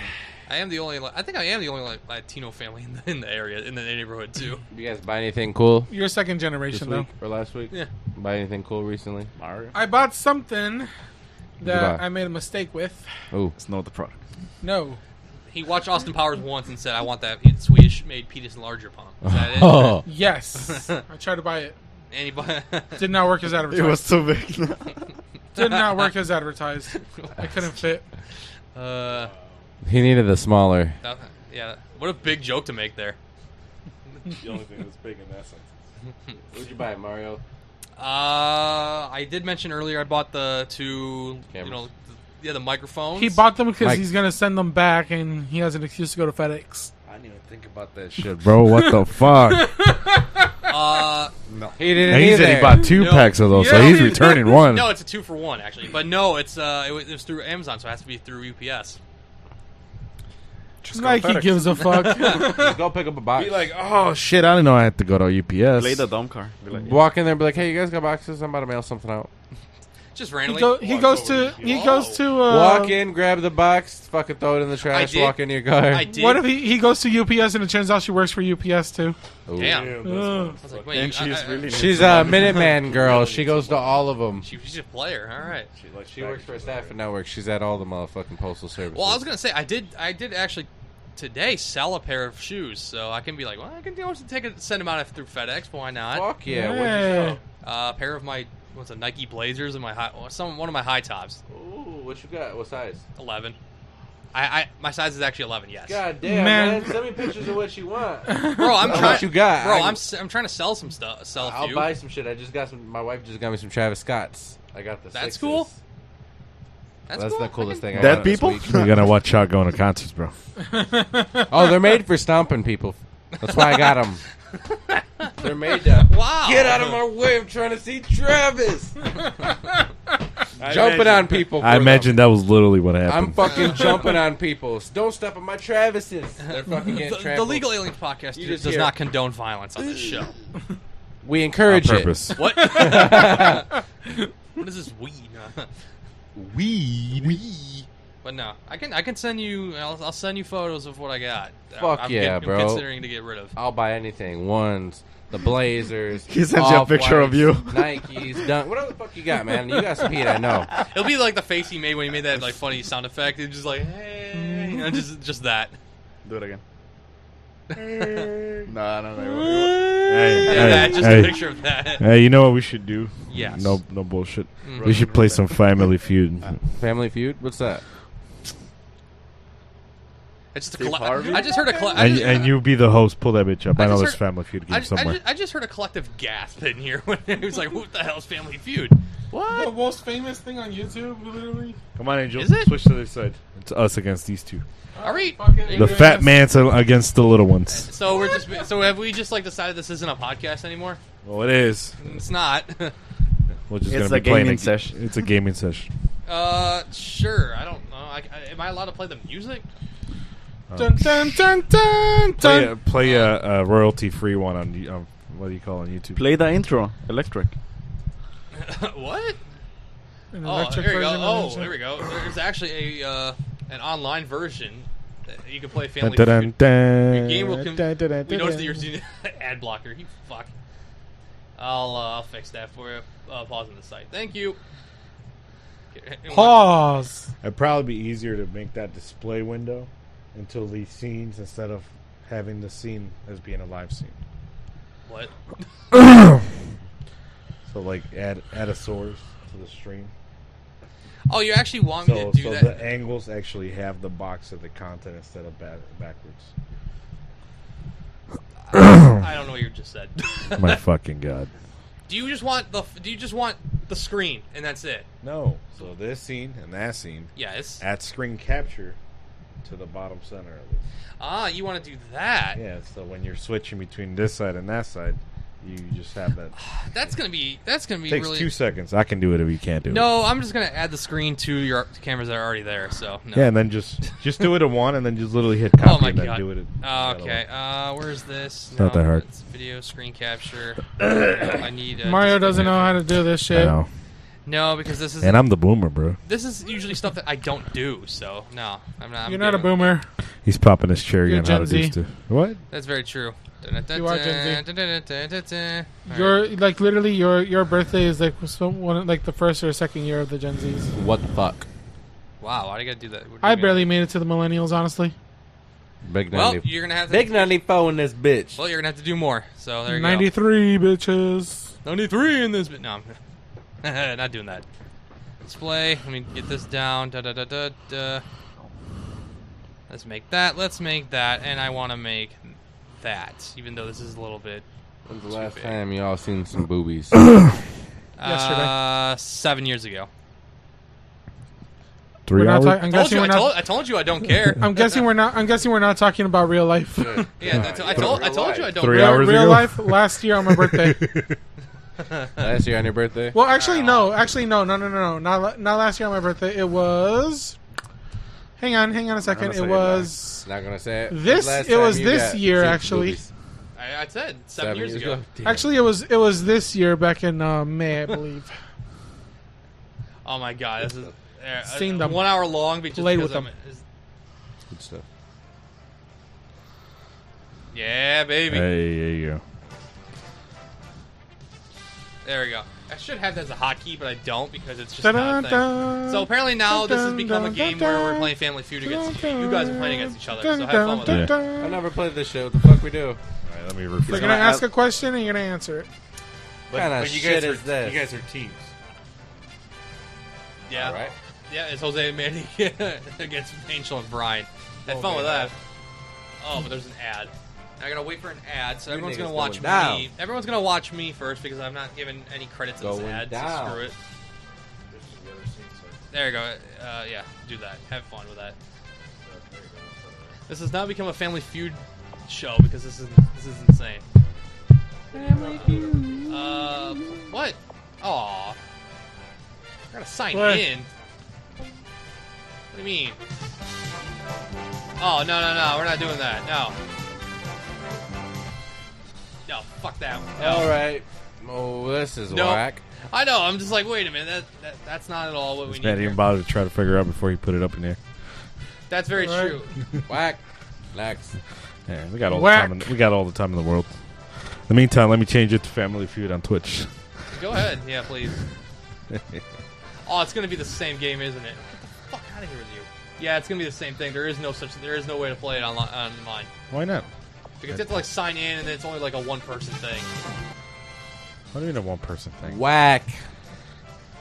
B: I am the only. I think I am the only like, Latino family in the, in the area, in the neighborhood too.
G: you guys buy anything cool
C: You're second
G: this
C: generation,
G: week
C: though.
G: or last week?
B: Yeah.
G: Buy anything cool recently?
F: Mario.
C: I bought something that
G: buy?
C: I made a mistake with.
G: Oh,
F: It's not the product.
C: No.
B: He watched Austin Powers once and said, "I want that Swedish made penis larger pump." Is that it?
G: oh,
C: Yes. I tried to buy it.
B: Anybody?
C: Did not work as advertised.
F: so big.
C: Did not work as advertised. I couldn't fit.
B: uh,
G: he needed the smaller.
B: that- yeah. What a big joke to make there.
E: The only thing that's big in that sense.
G: What'd you buy, Mario?
B: Uh, I did mention earlier I bought the two,
G: Cameras.
B: you know, th- yeah, the microphones.
C: He bought them because
G: Mike.
C: he's gonna send them back, and he has an excuse to go to FedEx.
G: I didn't even think about that shit, bro. What the fuck?
B: Uh,
G: he didn't
D: And he
G: either.
D: said he bought two
B: No.
D: packs of those, so
C: Yeah.
D: he's returning one.
B: no, it's a two for one actually, but no, it's uh, it was, it was through Amazon, so it has to be through UPS.
C: Nike gives a fuck.
G: Just go pick up a box.
E: Be like, oh,
D: Oh shit, I didn't know I had to go to UPS.
F: Play the dumb car. Be like,
G: Walk in there and be like, hey, you guys got boxes? I'm about to mail something out.
B: Just
C: he,
B: randomly.
C: go, he goes to he goes to
G: Um,
C: uh,
G: walk in, grab the box, fucking throw it in the trash,
B: did-
G: walk in your car.
B: I did.
C: What if he, he goes to UPS and it turns out she works for UPS too?
G: Ooh.
B: Damn.
C: Ugh.
B: I was like, wait,
F: and
B: you- I-
F: she's
B: I-
F: really.
G: She's a Minuteman girl. She goes to all of them.
B: She, she's a player. All right.
E: she, likes
G: She works for a staffing network. She's at all the motherfucking postal services.
B: Well, I was gonna say I did. I did actually today sell a pair of shoes, so I can be like, well, I can always take a, send them out through FedEx. But why not?
G: Fuck yeah!
C: Yeah.
B: Uh, a pair of my what's a Nike Blazers and my high, well, some one of my high tops,
G: What you Ooh, what you got? What size?
B: eleven. I, I my size is actually eleven. Yes,
G: God damn,
C: Man.
G: man. Send me pictures of what you want. How
B: bro, I'm
G: much
B: trying.
G: you got?
B: Bro,
G: I-
B: I'm s- I'm trying to sell some stuff. Sell a
G: I'll
B: few.
G: buy some shit. I just got some. My wife just got me some Travis Scotts. I got the.
B: That's
G: sixes.
B: cool.
G: That's,
B: cool.
G: the
B: I
G: coolest
B: can-
G: thing. I
E: Dead
G: got this
E: people?
G: week.
D: You gotta watch out going to concerts, bro.
G: oh, they're made for stomping people. That's why I got them. they're made to.
B: Wow.
G: Get out of my way! I'm trying to see Travis. jumping on people.
D: I
G: for them.
D: imagine that was literally what happened.
G: I'm fucking jumping on people. Don't step on my Travises. They're fucking
B: The,
G: getting
B: the
G: trampled.
B: Legal Aliens podcast
G: You
B: does
G: just hear-
B: not condone violence on this show.
G: We
D: on
G: encourage it.
D: purpose.
B: What? what is this weed?
G: Weed.
B: But no, I can I can send you. I'll, I'll send you photos of what I got. that
G: Fuck
B: I'm
G: yeah,
B: getting- I'm
G: bro.
B: Considering to get rid of.
G: I'll buy anything. Ones, the Blazers.
F: He sends you a picture of you.
G: Off-Whites, Nikes, dunk. Whatever the fuck you got, man. You got some heat, I know.
B: It'll be like the face he made when he made that like funny sound effect. It's just like hey, you know, just just that.
F: Do it again. no, I don't know.
E: Hey,
B: Yeah,
E: hey,
B: that- just a
E: hey.
B: picture of that.
E: Hey, you know what we should do?
B: Yes.
E: No, no bullshit.
B: Mm.
E: We should play some Family Feud.
G: Family Feud? What's that?
B: It's just a
G: Steve
B: colle-
G: Harvey?
B: I just heard a colle- I
E: And,
B: just-
E: and you be the host. Pull that bitch up. I, know
B: just
E: there's
B: heard-
E: Family Feud
B: I
E: game
B: just, I
E: somewhere.
B: just- I just heard a collective gasp in here when it was like, "What the hell's Family Feud?"
C: The most famous thing on YouTube, literally.
E: Come on, Angel.
B: Is it?
E: Switch to the other side. It's us against these two.
G: Oh,
B: All right.
E: The fat man's a- against the little ones.
B: So we're just so have we just like decided this isn't a podcast anymore?
E: Well, it is.
B: It's not.
E: We're just
F: It's
E: gonna
F: a
E: be playing
F: gaming
E: g-
F: session.
E: It's a gaming session.
B: uh, sure. I don't know. I, I, am I allowed to play the music?
C: Dun dun dun dun
E: Play
C: dun.
E: a, play a, a royalty free one on you- um, what do you call it on YouTube?
F: Play the intro, electric.
B: what?
C: An
B: Oh,
C: electric
B: there we go.
C: version of
B: Oh,
C: it.
B: there we go. There's actually a uh, an online version that you can play
E: Dun,
B: Family
E: dun, dun,
B: Feud.
E: dun,
B: Your game will. Com-
E: dun, dun, dun,
B: we
E: dun.
B: noticed that you're using ad blocker. You fuck. I'll uh, I'll fix that for you. Uh, pausing the site. Thank you.
C: Pause.
E: It'd probably be easier to make that display window until these scenes instead of having the scene as being a live scene.
B: What?
E: So like add add a source to the stream.
B: Oh, you actually want me
E: So
B: to do
E: so
B: that?
E: the angles actually have the box of the content instead of ba- backwards.
B: I don't know what you just said.
E: My fucking god.
B: do you just want the? Do you just want the screen and that's it?
E: No. So this scene and that scene
B: Yes.
E: add screen capture to the bottom center of it.
B: Ah, you want to do that?
E: Yeah, so when you're switching between this side and that side, you just have that.
B: That's gonna be. That's gonna be
E: takes
B: really.
E: two seconds. I can do it if you can't do it.
B: no, I'm just gonna add the screen to your cameras that are already there. So no.
E: Yeah, and then just just do it at one, and then just literally hit copy
B: oh my
E: and then
B: god.
E: do it. At,
B: Ah, okay. Uh, where's this?
E: not that hard.
B: It's video screen capture. I need. uh,
C: Mario
B: just-
C: doesn't know how to do this
E: I
C: shit.
E: know.
B: No, because this is
E: And I'm the boomer, bro.
B: this is usually stuff that I don't do. So no, I'm not. I'm
C: You're not a
B: getting-
C: boomer.
E: He's popping his cherry
C: You're
E: on how to
C: Gen
E: do
C: Z.
E: stuff. What?
B: That's very true.
C: You are Gen
B: Alright.
C: Your like literally your your birthday is like so- one like the first or second year of the Gen Zs.
G: What the fuck?
B: Wow, why do you gotta do that? What do
C: I
B: you mean?
C: barely made it to the millennials, honestly.
G: Big
B: Well,
G: 90.
B: you're gonna have to.
G: Big 94 in this bitch.
B: Well, you're gonna have to do more. So there you
C: Ninety
B: go.
C: three bitches.
B: 93 in this bit. No, I'm not doing that. Display. Let me get this down. Da da da da da. Let's make that. Let's make that. And I want to make that, even though this is a little bit.
G: When's the
B: too
G: last
B: big.
G: time y'all seen some boobies?
C: Yesterday.
B: Uh, seven years ago.
E: 3
C: not
E: hours.
C: talking- I'm
B: Told
C: guessing
B: you,
C: we're
B: I, told,
C: not.
B: I told you I don't care.
C: I'm guessing we're not. I'm guessing we're not talking about real life.
B: yeah, that's, I told I told you I don't
E: Three
B: care.
E: hours
C: real
E: ago?
C: life last year on my birthday.
G: Last year on your birthday?
C: Well, actually, no. Actually, no. No, no, no, no. Not la- not last year on my birthday. It was. Hang on, hang on a second.
G: say
C: It
G: it
C: was.
G: Not gonna say it.
C: This-
G: Last
C: it
G: time
C: was
G: you
C: this
G: got
C: year,
G: two
C: actually.
G: boobies.
B: I, I said seven, years, ago.
G: Damn.
C: Actually, it was. It was this year back in uh, May, I believe.
B: Oh my god, this is uh,
C: Seen
B: uh,
C: them.
B: one hour long. But just
C: Played
B: because
C: with
B: I'm- is-
G: Good stuff.
B: Yeah, baby.
E: Hey, there you go.
B: There we go. I should have that as a hotkey, but I don't because it's just not a thing.
C: Da-da-da.
B: So apparently now this has become a
C: Da-da-da-da.
B: game where we're playing Family Feud against you. You guys are playing against each other, so have fun with
E: Yeah.
B: that.
C: Da-da-da-da-da.
G: I never played this show. What the fuck we
E: All
G: do?
E: right, let me
C: They're
E: refresh.
C: gonna ask a question and you're gonna answer it.
G: What kind of shit is this?
L: You guys are teams.
B: Yeah,
G: Alright.
B: yeah. It's Jose and Manny against Angel and Brian. Have fun with that. Oh, but there's an ad. I gotta wait for an ad, so everyone's
G: niggas
B: gonna
G: going
B: watch
G: down.
B: me. Everyone's gonna watch me first because I'm not giving any credit to this
G: Going
B: ad. So
G: down.
B: screw it. There you go. Uh, yeah, do that. Have fun with that. This has now become a Family Feud show because this is this is insane. Uh, what? Aw. I gotta sign
C: What?
B: in. What do you mean? Oh, no, no, no. We're not doing that. No. No, fuck that. one. No.
G: All right. Oh, this is
B: No.
G: whack.
B: I know. I'm just like, wait a minute. That, that That's not at all what we
E: This
B: need.
E: man
B: here.
E: even bothered to try to figure out before he put it up in there.
B: That's very
C: All right.
B: true.
G: Whack. Next.
E: Yeah, we got all
C: Whack.
E: the time. In, we got all the time in the world. In the meantime, let me change it to Family Feud on Twitch.
B: Go ahead. Yeah, please. oh, it's gonna be the same game, isn't it? Get the fuck out of here with you. Yeah, it's gonna be the same thing. There is no such. There is no way to play it online. online.
E: Why not?
B: Because you have to like sign in, and then it's only like a one person thing.
D: I don't even know one person thing.
G: Whack.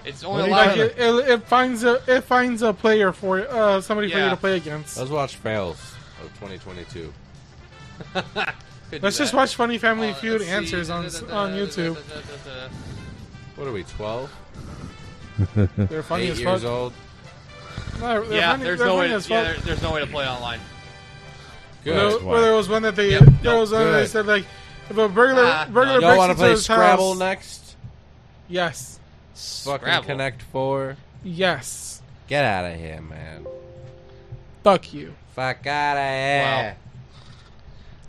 B: It's only
C: Like
B: allowed.
C: it, it, it finds a it finds a player for uh somebody for you
B: Yeah.
C: to play against.
G: Let's watch fails of 2022.
B: Could do
C: Let's just
B: that.
C: watch Funny Family
B: Uh,
C: Feud
B: let's see.
C: answers on s- on YouTube.
G: What are we? 12?
C: They're funny
G: Eight
C: as
G: years
C: fuck.
G: old.
C: No, they're
B: Yeah,
C: funny-
B: there's
C: they're
B: no way.
C: funny
B: Yeah,
C: as fuck.
B: there- there's no way to play online.
G: Good.
C: There- well, there was one that they
B: Yep.
C: there was one that they
G: Good.
C: said like if a burglar
B: Ah,
C: burglar
G: Y'all
C: breaks
G: want to
C: into
G: play
C: his
G: Scrabble
C: house,
G: next?
C: yes,
G: Fucking
B: Scrabble.
G: Connect Four.
C: yes,
G: Get out of here, man.
C: fuck you.
G: Fuck out of here.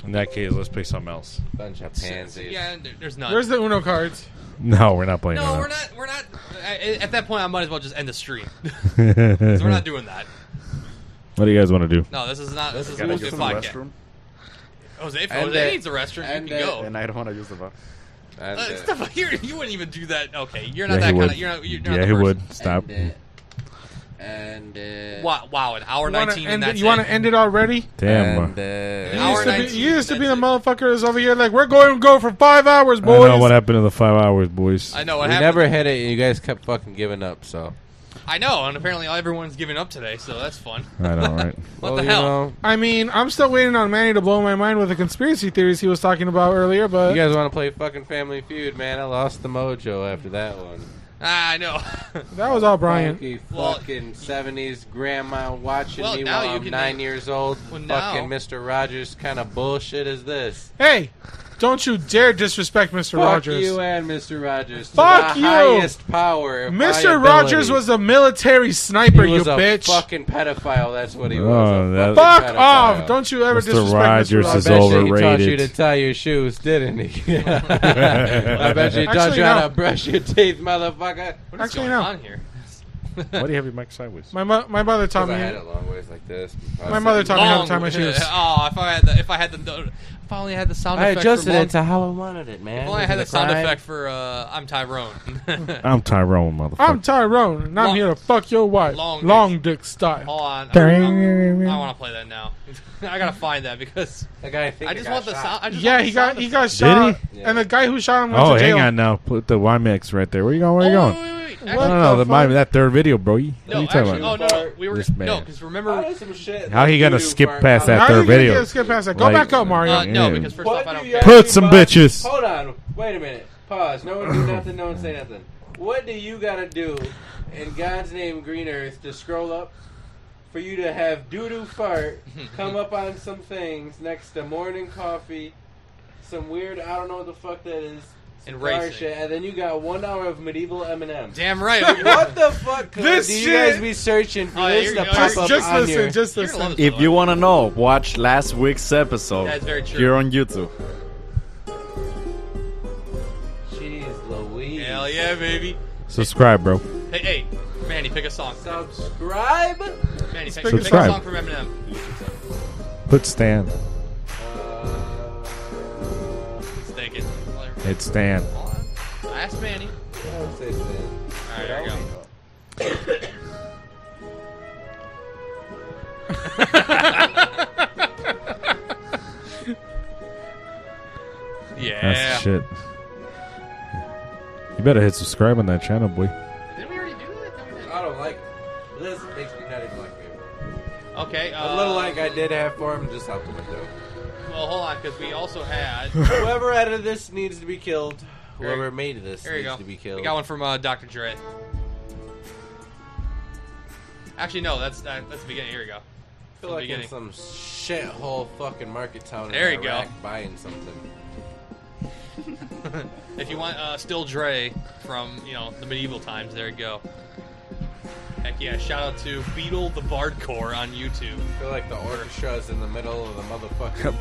D: In that case, let's play something else.
G: Bunch of pansies.
B: Yeah, there- there's none.
C: There's the Uno cards.
D: No, we're not playing.
B: no,
D: that.
B: we're not. We're not. I- At that point, I might as well just end the stream.
D: what
B: 'Cause we're not doing that.
D: do you guys want to do?
B: No, this is not. This is a
F: Can I use
B: bullshit
F: the
B: podcast.
F: restroom?
B: Jose, if
G: And
B: Jose
G: it-
B: needs a restroom,
G: and
B: you can
G: it-
B: go.
F: And I don't want to use the bathroom.
G: And,
B: Uh,
G: uh,
B: Stefan, you're, you wouldn't even do that. Okay, you're not
D: Yeah,
B: that
D: he
B: kind
D: would.
B: of. You're not. You're not
D: yeah,
B: the
D: he
B: person.
D: would stop.
G: And, uh, and uh,
B: Wow, wow, an hour
C: You wanna
B: nineteen, and
C: end it-
B: that's
C: you want
B: it.
C: to end it already?
D: Damn.
G: And,
D: uh,
G: uh,
B: An hour
C: used to be,
B: 19,
C: you used to be the
B: that's it.
C: motherfuckers over here like we're going to go for five hours,
D: I
C: boys.
D: know what happened in the five hours, boys.
B: I know what
G: we
B: happened.
G: never hit it, and you guys kept fucking giving up. So
B: I know, and apparently everyone's giving up today, so that's fun.
D: I know, right?
B: What
G: Well,
B: the
G: you
B: hell?
G: know,
C: I mean, I'm still waiting on Manny to blow my mind with the conspiracy theories he was talking about earlier,
G: you
C: but
G: guys want to play fucking Family Feud, man? I lost the mojo after that one.
B: Ah, I know.
C: that was all Brian.
G: Funky
B: Well,
G: fucking seventies grandma watching
B: Well,
G: me
B: now
G: while
B: you
G: I'm
B: can
G: nine
B: make-
G: years old.
B: Well, now-
G: fucking Mister Rogers, kind of bullshit is this?
C: Hey, don't you dare disrespect Mr.
G: Fuck
C: Rogers.
G: you and Mister Rogers. to
C: Fuck
G: the
C: you.
G: Highest power. of my
C: Mr.
G: ability.
C: Rogers was a military sniper,
G: He
C: you
G: was a
C: bitch.
G: Fucking pedophile. That's what he was.
D: Oh,
G: a
D: that-
G: fucking
C: Fuck
G: pedophile.
C: off! Don't you ever
D: Mr.
C: disrespect
D: Rogers
C: Mr. Rogers.
D: is
G: I bet
D: over-
G: you he taught you
D: overrated.
G: to tie your shoes, didn't he? I bet you taught
C: Actually,
G: you how
C: no.
G: to brush your teeth, motherfucker.
B: What is
C: Actually,
B: going
C: no.
B: on here?
D: Why do you have your mic sideways?
C: My, mo- my mother
B: Um,
C: taught
G: I had
C: me.
G: it long ways like this.
C: My mother taught me how
B: Long-
C: to tie my shoes.
B: Oh, if I had the, if I had the, if I only had the sound
G: I
B: effect.
G: adjusted
B: for
G: it
B: Long-
G: to how I wanted it, man.
B: if only I
G: Was
B: had
G: it
B: the
G: a
B: sound
G: crime?
B: effect for uh, I'm Tyrone. Hold
D: I'm Tyrone,
C: I'm
D: motherfucker.
C: Tyrone, and I'm
B: Long-
C: here to fuck your wife.
B: Long
C: Long,
B: dick.
C: dick style.
B: on, I,
D: Dang.
B: want to play that now. I gotta find that because
G: That guy, I, think
B: I
G: it
B: just
G: got
B: want the
G: shot.
B: sound. I just
C: Yeah,
B: want
C: he
B: the
C: got
B: sound
C: he
B: effect.
C: got shot,
D: Did
G: he?
C: and the guy who shot him went
D: Oh,
C: to
D: hang
C: jail.
D: on now. Put the YMX right there. Where you going? Where you
B: Oh,
D: going?
B: wait, wait, wait.
D: No,
C: What
B: Actually,
D: no,
C: the
D: the, my,
C: fuck?
D: that third video, bro. You- what are
B: no,
D: you talking
B: actually,
D: about?
B: oh no, no, we were
D: This
B: no,
D: man.
B: because
G: Oh,
B: remember,
G: there's some shit.
D: How you gonna
G: Doo-doo
D: skip
G: fart.
D: past that
C: How
D: third
C: you gonna
D: video?
C: get- skip past that? Go
D: Like-
C: back up, Mario.
B: uh, no,
D: Yeah.
B: because first
G: What
B: off, I
G: do
B: don't
G: y'all
B: care.
D: Put
G: do,
D: some
G: bud?
D: bitches.
G: Hold on. Wait a minute. Pause. No one do nothing. No one say nothing. What do you gotta do, in God's name, Green Earth, to scroll up for you to have doo doo fart come up on some things next to morning coffee, some weird I don't know what the fuck that is, some
B: And
G: car
B: racing.
G: shit, and then you got one hour of medieval M and M's.
B: Damn right. we-
G: What the fuck? Cody?
C: This
G: do you
C: shit-
G: guys be searching for
B: Oh, yeah,
G: this
B: you're-
G: to
B: you're-
G: pop up
C: Just, just
G: on
C: listen,
G: your-
C: just
B: You're gonna love
C: listen.
B: this
F: If
B: song.
F: you want to know, watch last week's episode.
B: That's very true.
F: Here on YouTube.
G: Jeez Louise.
B: Hell yeah, baby.
D: Subscribe, bro.
B: Hey, hey, Manny, pick a song.
G: Subscribe.
B: Manny, pick,
C: pick
B: pick a
D: Subscribe.
B: song from Eminem.
D: Put Stan.
G: Uh,
B: It's naked.
D: It's Stan.
B: Hold on. I asked Manny.
G: I would say Stan.
B: All right, here we go.
D: That's
B: Yeah.
D: shit. You better hit subscribe on that channel, boy.
B: Did we already do that? Did we
G: I don't like this. Makes me not even like me.
B: do- Okay. Uh,
G: A little like I did have for him, just out the window.
B: Well, hold on, because we also had.
G: Whoever edited this needs to be killed.
B: Here-
G: Whoever made this
B: Here you
G: needs
B: go.
G: to be killed.
B: We got one from uh, Dr. Dre. Actually, no, that's that, that's the beginning. Here we go.
G: I feel
B: from the
G: like in
B: beginning.
G: some shithole fucking market town.
B: There you
G: in
B: go.
G: Iraq Buying something.
B: If you want uh, Still Dre from, you know, the medieval times, there you go. Heck yeah, shout out to Beetle the Bardcore on YouTube.
G: I feel like the orchestra's in the middle of the motherfucking.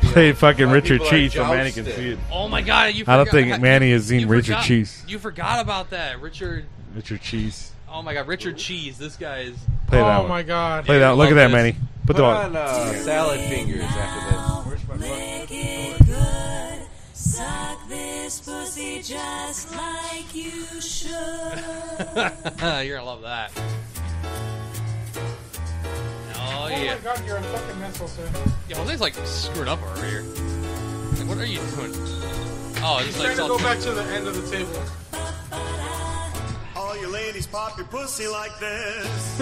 D: Play
G: field.
D: fucking
G: Why
D: Richard
G: people are
D: Cheese so Manny can
G: jousting?
D: see it.
B: Oh my god, you
D: I
B: forgot.
D: don't think Manny has seen
B: you
D: Richard
B: forgot-
D: Cheese.
B: You forgot about that. Richard.
D: Richard Cheese.
B: Oh my god, Richard Cheese. This guy is.
D: Play that
C: oh
D: one.
C: my god.
D: Play
B: Yeah,
D: that. Look
B: love
D: at that,
B: this.
D: Manny. Put,
G: Put
D: the on.
G: on uh, salad fingers after this.
K: Make it good. Suck this pussy just like you should.
B: You're gonna love that. Oh
C: Oh my
B: yeah. Oh,
C: god, you're a fucking missile, sir.
B: Yo, Jose's like screwed up over here. What are you doing? Oh,
C: He's
B: it's like
C: trying to go back to the end of the table.
J: All you ladies pop your pussy like this.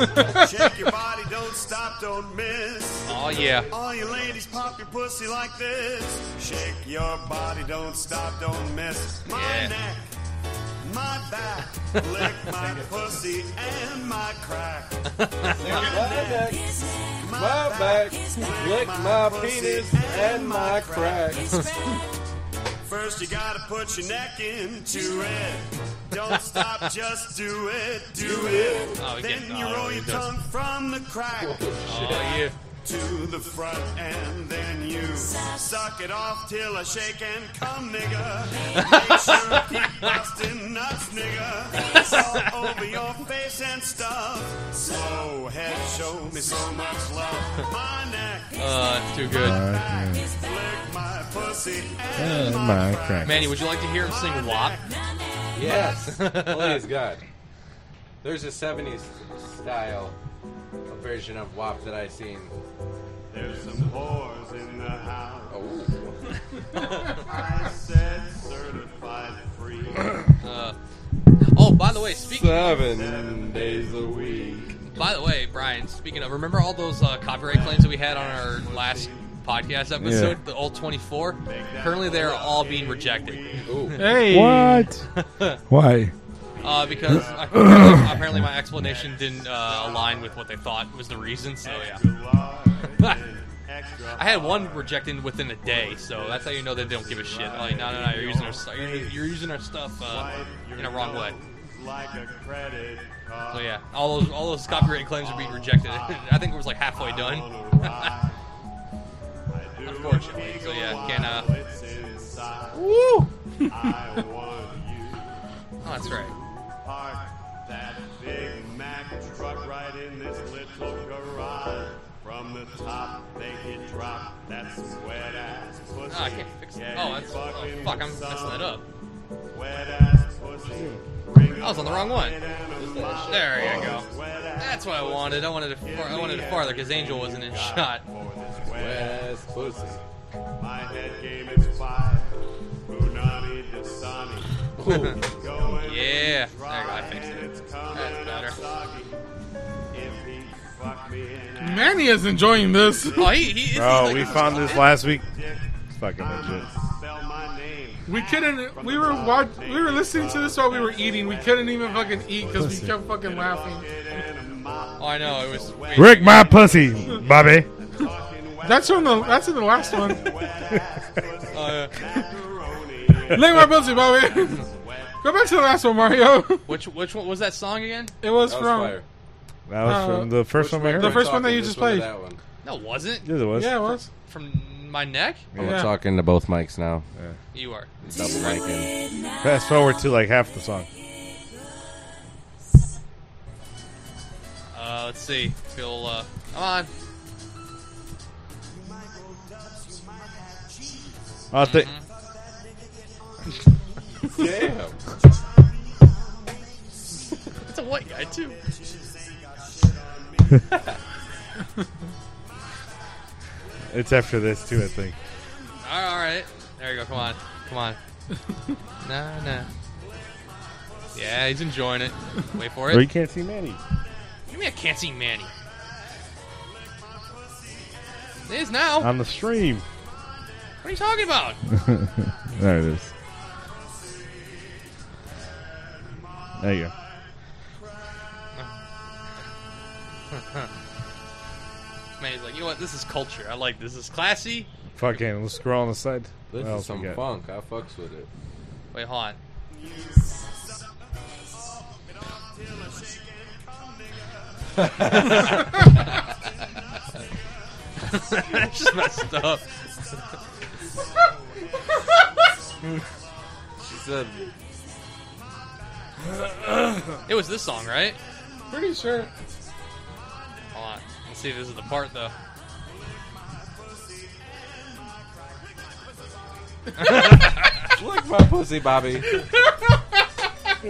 J: Shake your body, don't stop, don't miss.
B: Oh, yeah.
J: All you ladies pop your pussy like this. Shake your body, don't stop, don't miss. My
B: Yeah.
J: neck, my back, lick my pussy and my crack.
G: neck, my back, lick my penis and my crack.
J: First you gotta put your neck into it. Don't stop, just do it, do it.
B: Oh, we
J: then
B: get-
J: you
B: oh,
J: roll
B: he
J: your
B: does.
J: tongue from the crack
B: Oh, yeah.
J: to the front, and then you suck it off till I shake and come, nigga. Make sure keep busting nuts, nigga. All over your face and stuff. So head, show me so much love. My neck,
B: Uh, it's too good.
J: lick my pussy,
D: Uh,
J: and
D: my
J: my
D: crack.
J: crack.
B: Manny, would you like to hear him sing WAP?
G: Yes, please God. There's a '70s style version of WAP that I seen.
J: There's some whores in the house.
G: Oh,
J: I said certified free.
B: Uh, oh, by the way, speaking
G: seven days a week.
B: by the way, Brian, speaking of, remember all those uh, copyright claims that we had on our last podcast episode, the old 24? Currently, they are all being rejected
C: Hey,
D: What? Why?
B: uh, because apparently, apparently my explanation didn't uh, align with what they thought was the reason. So yeah, I had one rejected within a day, so that's how you know they don't give a shit. Like, no, no, no, you're using our stu- you're- you're using our stuff uh, in a wrong way.
J: Like a credit card.
B: So yeah, all those all those copyright claims are being rejected. I think it was like halfway done. Oh,
J: I do
B: Unfortunately, so yeah, can, uh,
J: while it's inside. I want you
B: Oh, that's right.
J: to park that Big Mac truck right in this little garage. From the top, make it drop. That's wet ass pussy.
B: Oh, I can't fix it.
J: Yeah,
B: Oh,
J: you
B: that's
J: fuck
B: oh,
J: in
B: fuck.
J: the
B: I'm messing
J: sun.
B: that up.
J: Wet ass pussy. Bring
B: I was on the wrong one. There you go. That's what I wanted. I wanted it. Far, I wanted it farther because Angel wasn't in shot.
G: West pussy.
J: My head game is fire. Punani Dasani. Going
B: Yeah. There you go. I
J: dry
B: fixed
J: and
B: it.
J: it's coming
B: That's better.
J: up soggy. If he fuck me in ass,
C: Manny is enjoying this.
B: Oh, he, he is.
D: Oh,
B: he's
D: we
B: like,
D: found this last week.
J: dick,
D: It's fucking legit.
J: I'ma spell my name.
C: We couldn't. We were watch, We were listening to this while we were eating. We couldn't even fucking eat because we kept fucking laughing.
B: Oh, I know. It was. wait,
D: Rick my pussy, Bobby.
C: That's from the. That's in the last one.
B: uh,
C: Lick my pussy, Bobby. Go back to the last one, Mario.
B: which which one was that song again?
C: It was
G: That was
C: from.
G: fire.
D: That was
C: Uh,
D: from the first one I heard.
C: The first one that
G: Talking
C: you
G: this
C: just
G: one to
C: played.
G: That one.
B: No, it wasn't.
D: Yes, it was.
C: Yeah, it was.
B: From my neck.
G: I'm
C: Yeah.
G: talking to both mics now.
B: You are.
G: Double micing.
D: Fast forward to like half the song.
B: Uh, let's see. Feel. Uh, come on.
D: I think
G: Damn.
B: It's a white guy too.
D: it's after this too. I think.
B: All right. All right. There you go. Come on. Come on. no, no. Yeah, he's enjoying it. Wait for
D: Or
B: it.
D: you can't see Manny.
B: Give me a can't see Manny. It is now.
D: on the stream.
B: what are you talking about?
D: There it is. There you go.
B: Manny's like, you know what? This is culture. I like this. This is classy.
D: Fucking, let's scroll on the side.
G: This
D: What else
G: is
D: we
G: some
D: got?
G: funk. I fucks with it.
B: Wait, hold on. That's just messed up.
G: She said,
B: It was this song, right?
C: Pretty sure.
B: Hold on. Let's see if this is the part, though.
G: "Lick my pussy, Bobby."
B: That's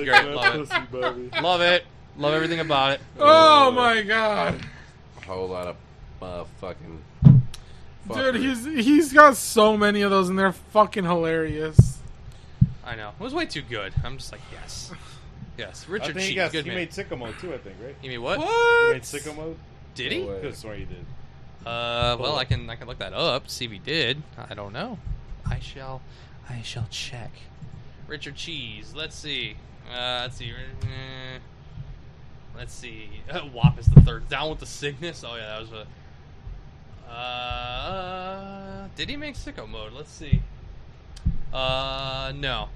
B: great. Love it. Love it. Love everything about it.
C: Oh my god.
G: A whole lot of uh, fucking
C: Dude, he's he's got so many of those, and they're fucking hilarious.
B: I know. It was way too good. I'm just like, yes. Yes. Richard
M: I think he,
B: Cheat,
M: got,
B: good
M: he
B: man.
M: made sicko mode too. I think right.
B: You mean what?
M: He made sicko mode.
B: Did he?
M: I could have sworn he did.
B: Uh, well, I can I can look that up. See if he did. I don't know. I shall I shall check. Richard Cheese. Let's see. Uh, let's see. Eh, Let's see. WAP is the third. Down with the Cygnus. Oh yeah, that was a. Uh, did he make sicko mode? Let's see. Uh, no.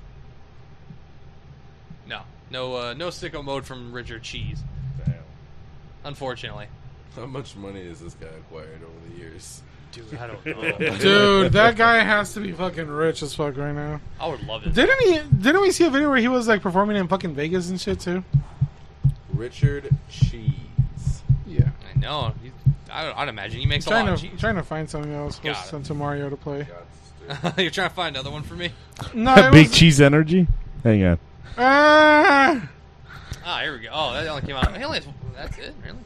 B: No, no, uh, no sicko mode from Richard Cheese.
M: Damn.
B: Unfortunately.
N: How much money has this guy acquired over the years?
B: Dude, I don't know.
C: Dude, that guy has to be fucking rich as fuck right now.
B: I would love it.
C: Didn't he? Didn't we see a video where he was like performing in fucking Vegas and shit too?
N: Richard Cheese.
C: Yeah.
B: I know. He, I, I'd imagine he makes a
C: trying
B: lot
C: to
B: of cheese.
C: trying to find something else for
B: Got it.
C: send to Mario to play.
B: You're trying to find another one for me?
C: No, it
D: Big
C: was-
D: cheese energy. Hang on.
C: Ah!
B: Ah, here we go. Oh, that only came out. He only has- that's it, really?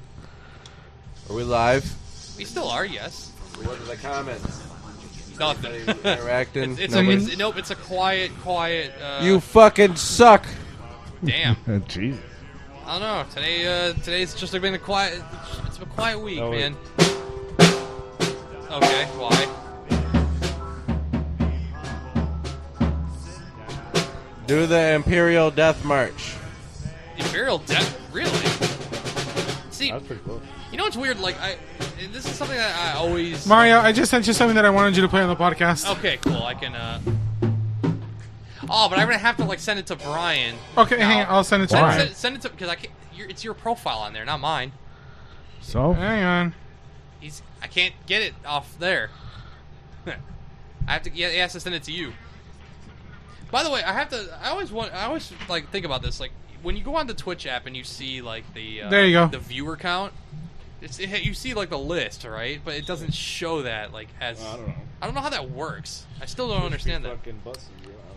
N: Are we live?
B: We still are, yes.
N: What are the comments?
B: Nothing.
N: interacting?
B: It's, it's, a,
N: Nobody?
B: it's, nope, it's a quiet, quiet. Uh,
N: you fucking suck.
B: Damn.
D: Jesus.
B: I don't know. Today, uh, today's just been a quiet. It's been a quiet week,
D: Oh, wait.
B: man. Okay, why?
N: Do the Imperial Death March.
B: Imperial death, really? See,
N: That's pretty cool.
B: you know what's weird? Like, I and this is something that I always
C: Mario, I just sent you something that I wanted you to play on the podcast.
B: Okay, cool. I can. uh... Oh, but I'm gonna have to like send it to Brian.
C: Okay, hang on. I'll send it to
B: Send,
C: Brian.
B: Send, send it to because I can't. Your, it's your profile on there, not mine.
D: So
C: hang on.
B: He's. I can't get it off there. I have to. He has to send it to you. By the way, I have to. I always want. I always like think about this. Like when you go on the Twitch app and you see like the uh,
C: There you go.
B: the viewer count. It's, it, you see like the list, right? But it doesn't show that like as. I don't know. I don't know how that works. I still don't understand that.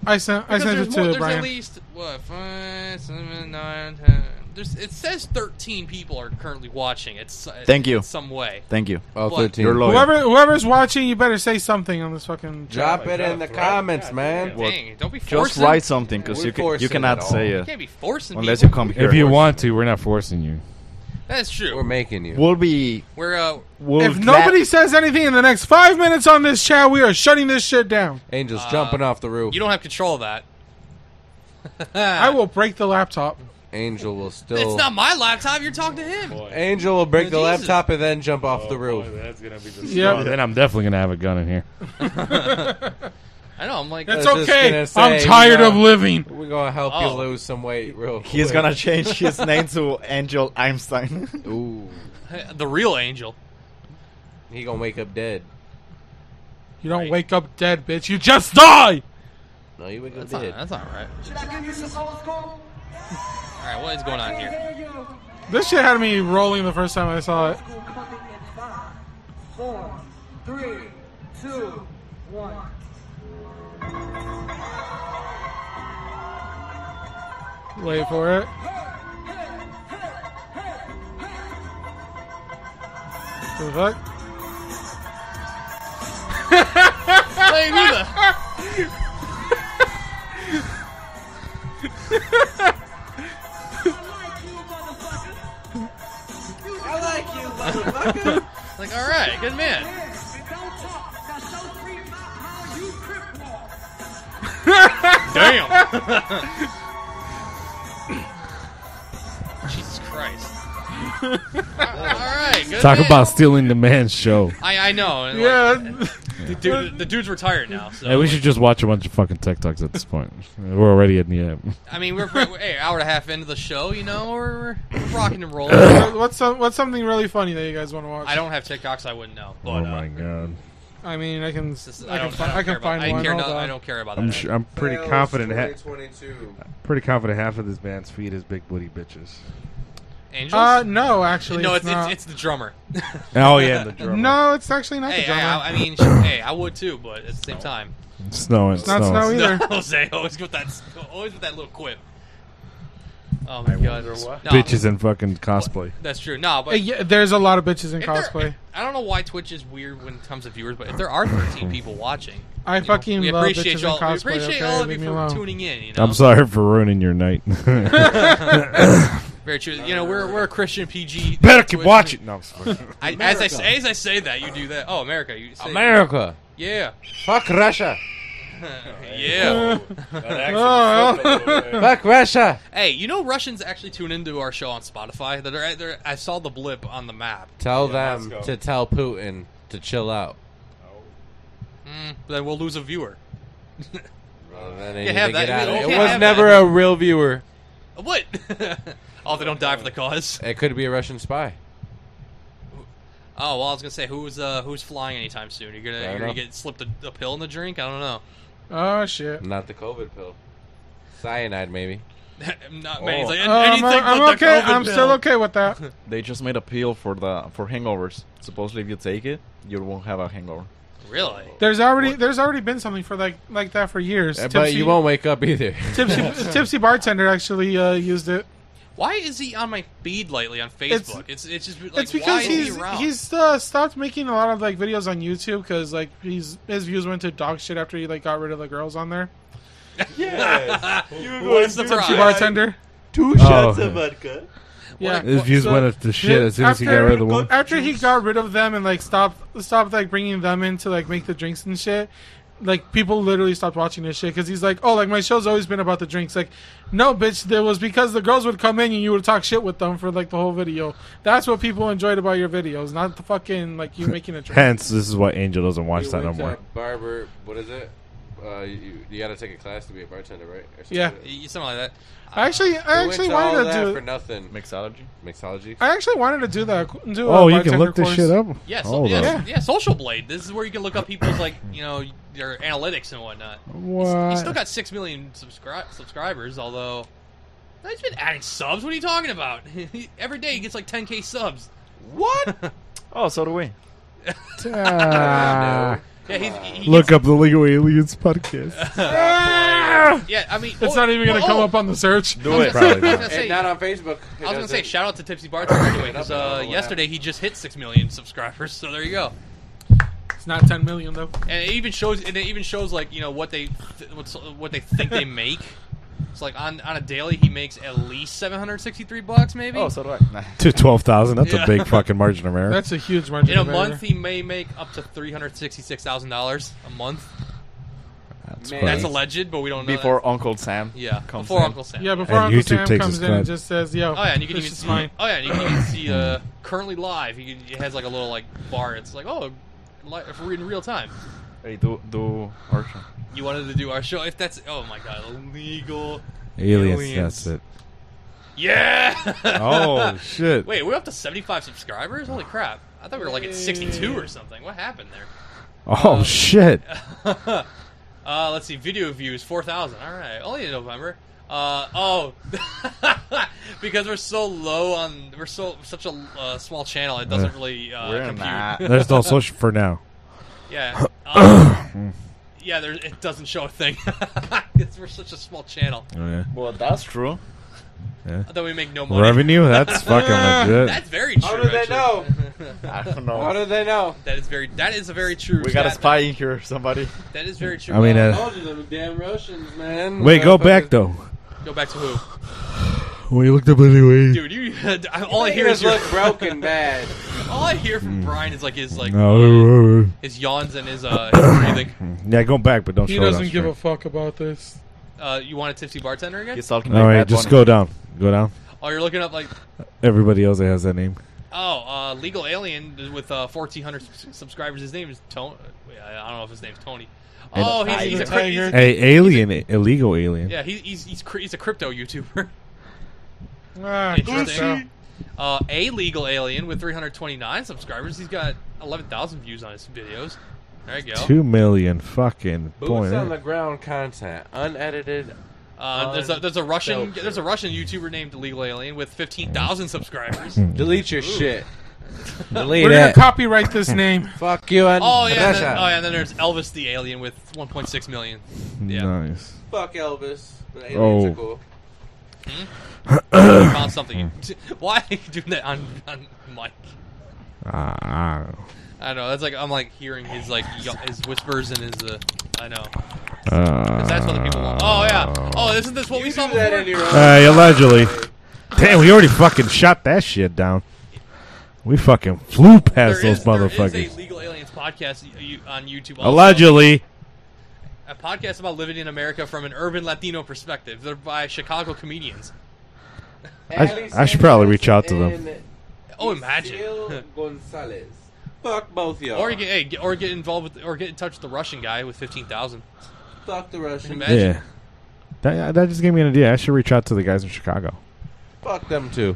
C: I sent I
B: Because
C: sent
B: there's more-
C: it to
B: there's
C: Brian.
B: at least what five, seven, nine, ten. There's, it says 13 people are currently watching. It's
F: Thank you.
B: Some way.
F: Thank you.
B: Oh,
F: But-
B: 13.
F: You're loyal.
C: Whoever whoever's watching, you better say something on this fucking.
N: Drop it in the comments, man.
F: What-
B: Dang, don't be
F: Just
B: forcing-
F: write something because
B: We're
F: you, ca- you
B: forcing
F: cannot
B: it all.
F: say
B: You
F: it.
B: can't be forcing
F: Unless
B: people.
F: you come here.
D: if you want to, we're not forcing you.
B: That's true.
N: We're making you.
F: We'll be.
B: We're uh.
C: If nobody says anything in the next five minutes on this chat, we are shutting this shit down.
N: Angels jumping off the roof.
B: Uh, You don't have control of that.
C: I will break the laptop.
N: Angel will still.
F: Oh.
B: It's not my laptop. You're talking to him.
N: Angel will break the
B: Jesus.
N: laptop and then jump off
D: Oh,
N: the roof.
M: that's gonna be the
C: Yep.
D: Then I'm definitely gonna have a gun in here.
B: I know. I'm like.
C: It's okay. I'm tired of living.
N: We're gonna help
B: Oh.
N: you lose some weight, real.
F: He's
N: quick.
F: gonna change his name to Angel Einstein.
N: Ooh,
B: uh, The real angel.
N: he gonna wake up dead.
C: You don't wake up dead, bitch. You just die.
N: No, you wake up
B: That's not,
N: dead.
B: that's not right.
K: Should I give you some old school?
B: All right, what is going on here?
C: This shit had me rolling the first time I saw it.
K: Coming in five, four, three, two, one.
C: Wait for it. The fuck?
B: Wait, who the?
K: I like you, motherfucker.
B: Like, all right, good man. Damn. Jesus Christ. all right, good
D: Talk
B: man.
D: about stealing the man's show.
B: I I know. and, like,
C: Yeah.
B: the, dude, the dude's retired now. So
D: Hey, we should just watch a bunch of fucking TikToks at this point. We're already in the app.
B: I mean, we're, we're hey, hour and a half into the show. You know, we're, we're rocking and rolling.
C: What's some, what's something really funny that you guys want to watch?
B: I don't have TikToks. I wouldn't know.
D: Oh
B: But uh,
D: my god!
C: I mean, I can.
B: this-
C: I,
B: I
C: can
B: don't.
C: find. I,
B: I don't care
C: can
B: about-
C: find
B: I
C: one.
B: care
C: Hold
B: no-
C: on.
B: I don't care about that.
D: I'm sh- I'm pretty
N: Fails
D: confident. Ha-
N: 2022.
D: pretty confident half of this band's feed is big booty bitches.
B: Angels?
C: Uh, no, actually,
B: no,
C: it's,
B: it's it's,
C: not.
B: it's the drummer.
D: Oh yeah, the drummer.
C: no, it's actually not
B: hey,
C: the drummer.
B: I, I, I mean, sh- hey, I would too, but at the same time,
D: Snowing,
C: not
D: snowing.
C: snow either.
B: Jose always with that always with that little quip. Oh my god. No.
E: Bitches in fucking cosplay.
B: That's true. No,
C: Uh,
B: but
C: yeah, there's a lot of bitches in
B: If there-
C: cosplay.
B: I don't know why Twitch is weird when it comes to viewers, but if there are 13 people watching,
C: I fucking
B: we
C: love
B: appreciate
C: bitches in
B: y'all.
C: cosplay.
B: we appreciate
C: okay?
B: all of you
C: Leave me
B: for
C: alone.
B: tuning in. You know?
E: I'm sorry for ruining your night.
B: Very true. You know, we're, we're a Christian PG.
E: Better keep
B: Twitch-
E: watching. No, I'm just kidding.
B: I, as I
E: America.
B: say, as I say that, you do that. Oh, America. You say
G: America.
B: Yeah.
G: Fuck Russia.
B: yeah.
G: Oh. slipped a little bit. Fuck Russia.
B: Hey, you know Russians actually tune into our show on Spotify. That are they're, I saw the blip on the map.
G: Tell them to tell Putin to chill out.
B: Mm, then we'll lose a viewer.
G: Then
B: Can't
G: they need
B: have
G: to
B: that.
G: get out of
B: We
G: there.
B: can't
G: It was
B: have
G: never
B: that.
G: a real viewer.
B: What? oh, they don't die for the cause.
G: It could be a Russian spy.
B: Oh well, I was gonna say who's uh who's flying anytime soon? You're gonna
G: Fair
B: you're gonna
G: enough.
B: get slipped a, a pill in the drink? I don't know.
C: Oh shit.
G: Not the COVID pill. Cyanide, maybe.
B: Not many. It's like,
C: Oh, I'm, I'm okay. I'm still okay with that.
F: They just made a pill for the for hangovers. Supposedly, if you take it, you won't have a hangover.
B: Really?
C: There's already there's already been something for like like that for years.
F: Yeah, but you won't wake up either.
C: tipsy tipsy bartender actually uh, used it.
B: Why is he on my feed lately on Facebook? It's it's, just like
C: it's because
B: why is
C: he's
B: he around?
C: he's uh, stopped making a lot of like videos on YouTube because like he's his views went to dog shit after he like got rid of the girls on there.
H: Yes. You were
C: One
H: going
C: tipsy
H: surprise.
C: bartender.
H: Two
E: Oh. shots of
H: vodka.
C: Yeah,
E: His views went up to shit as soon as he got rid of the woman.
C: After he got rid of them and like stopped stopped like bringing them in to like make the drinks and shit. Like people literally stopped watching this shit because he's like, oh, like my show's always been about the drinks. Like, no, bitch, there was because the girls would come in and you would talk shit with them for like the whole video. That's what people enjoyed about your videos, not the fucking like you making a drink.
E: Hence, this is why Angel doesn't watch that no
G: It's
E: more.
G: a barber. What is it? Uh, you, you got to take a class to be a bartender, right? Or something
C: Yeah.
G: like that.
B: You- something like that.
C: I actually,
G: We
C: I
G: went
C: actually
G: to all
C: wanted to
G: that
C: do.
G: for nothing. Mixology. Mixology.
C: I actually wanted to do that. Do a
E: Oh, you
C: bartender
E: can look this
C: course.
E: shit up?
B: Yeah, so,
E: Hold
B: yeah,
E: up.
B: yeah. Social Blade. This is where you can look up people's like you know their analytics and whatnot. He's,
E: What?
B: he's still got six million subscri- subscribers, although no, he's been adding subs. What are you talking about? Every day he gets like 10k subs. What?
F: Oh, so do we.
E: Ah.
B: Yeah, he's, he, he
E: Look
B: gets-
E: up the Legal Aliens podcast.
B: Yeah, I mean,
C: It's
B: oh,
C: not even gonna
B: well,
C: come
B: oh.
C: up on the search.
B: I was gonna- I was gonna say-
G: not on Facebook.
B: I was gonna say shout out to Tipsy Bartender anyway because uh, yesterday he just hit six million subscribers. So there you go.
C: It's not ten million though.
B: And it even shows. And it even shows like you know what they th- what's, what they think they make. It's like on on a daily he makes at least seven hundred sixty three bucks maybe.
F: Oh, so do I.
E: to 12,000. That's
B: Yeah.
E: a big fucking margin of error.
C: That's a huge margin.
B: In a
C: of error.
B: month, he may make up to three hundred sixty-six thousand dollars a month.
F: That's,
B: Man. That's alleged, but we don't know.
F: Before
B: that.
F: Uncle Sam.
B: Yeah,
F: comes
B: before
F: in.
B: Uncle Sam.
C: Yeah, before
F: And
C: Uncle
F: YouTube
C: Sam
F: takes
C: comes
F: his
C: in and
F: cut.
C: just says, "Yo,
B: Oh yeah, and you can
C: this
B: even
C: is
B: see.
C: mine."
B: Oh yeah, and you can even see. Uh, currently live, he, he has like a little like bar. It's like oh, li- if we're in real time.
F: Hey, do do our show.
B: You wanted to do our show. If that's oh my god, illegal
E: Aliens, that's it.
B: Yeah.
E: Oh, shit.
B: Wait, we're up to seventy-five subscribers. Holy crap! I thought we were like at sixty-two or something. What happened
E: Oh,
B: Um,
E: shit.
B: there? uh, let's see. Video views four thousand. All right, only in November. Uh, oh, because we're so low on we're so such a uh, small channel. It doesn't
E: Uh,
B: really uh,
F: we're
B: compute.
F: not.
E: There's no social for now.
B: Yeah. Um, yeah, there, it doesn't show a thing. 'Cause we're such a small channel.
E: Oh, Yeah.
F: Well, that's true.
E: Yeah.
B: Although we make no money.
E: Revenue? That's fucking legit.
B: That's very true.
G: How do they know?
B: know?
F: I don't know.
G: How do they know?
B: That is very. That is a very true.
F: We got a
B: stat.
F: spy in here, somebody.
B: That is very true.
E: I mean, uh,
G: Told you them damn Russians, man.
E: Wait, go back, though.
B: Go back to who?
E: We looked up anyway.
B: Dude, you. I- all I hear is
G: Fingers
B: your,
G: look broken bad.
B: All I hear from Brian is like his like
E: Oh, No.
B: his yawns and his uh his breathing.
E: Yeah, go back, but don't
C: he
E: show it on
C: doesn't give
E: screen.
C: a fuck about this.
B: Uh, you want a tipsy bartender again?
F: He's talking
E: All
F: like
E: right,
F: Bad
E: just
F: Bunny.
E: go down. Go down.
B: Oh, you're looking up like
E: Everybody else that has that name.
B: Oh, uh, Legal Alien with uh, 1,400 s- subscribers. His name is Tony. I don't know if his name's Tony. Oh, he's, he's a cri- he's a-
E: Hey, alien, illegal alien.
B: yeah, he, he's he's cri- he's a crypto YouTuber.
C: Ah,
B: Interesting. Uh, a legal alien with 329 subscribers. He's got 11,000 views on his videos. There you go.
E: Two million fucking
G: Boots
E: point.
G: on the ground content, unedited.
B: Uh, there's a there's a Russian there's a Russian YouTuber named Legal Alien with 15,000 subscribers.
G: Delete your shit. Delete
C: We're gonna
G: it.
C: copyright this name.
G: Fuck you and
B: Oh yeah, and then,
G: Russia.
B: oh yeah, and then there's Elvis the Alien with 1.6 million.
E: Nice.
G: Fuck Elvis. But aliens
E: Oh.
G: are cool.
B: Found something. Why are you doing that on, on mic?
D: Ah, ah.
B: I don't know. That's like I'm like hearing his like y- his whispers and his. Uh, I know.
D: Uh,
B: that's what the people want. Oh yeah. Oh, isn't this what we saw before?
D: Uh, allegedly. Damn, we already fucking shot that shit down. We fucking flew past
B: There
D: those
B: is- There is
D: motherfuckers.
B: a Legal Aliens podcast y- you- on YouTube. also.
D: Allegedly.
B: A podcast about living in America from an urban Latino perspective. They're by Chicago comedians.
D: I, I should probably reach out to them.
B: Oh, imagine.
G: Gonzalez. Fuck both y'all.
B: Or you get, hey, get- or get involved with, or get in touch with the Russian guy with fifteen thousand.
G: Fuck the Russian.
D: Yeah. That, that just gave me an idea. I should reach out to the guys in Chicago.
G: Fuck them too.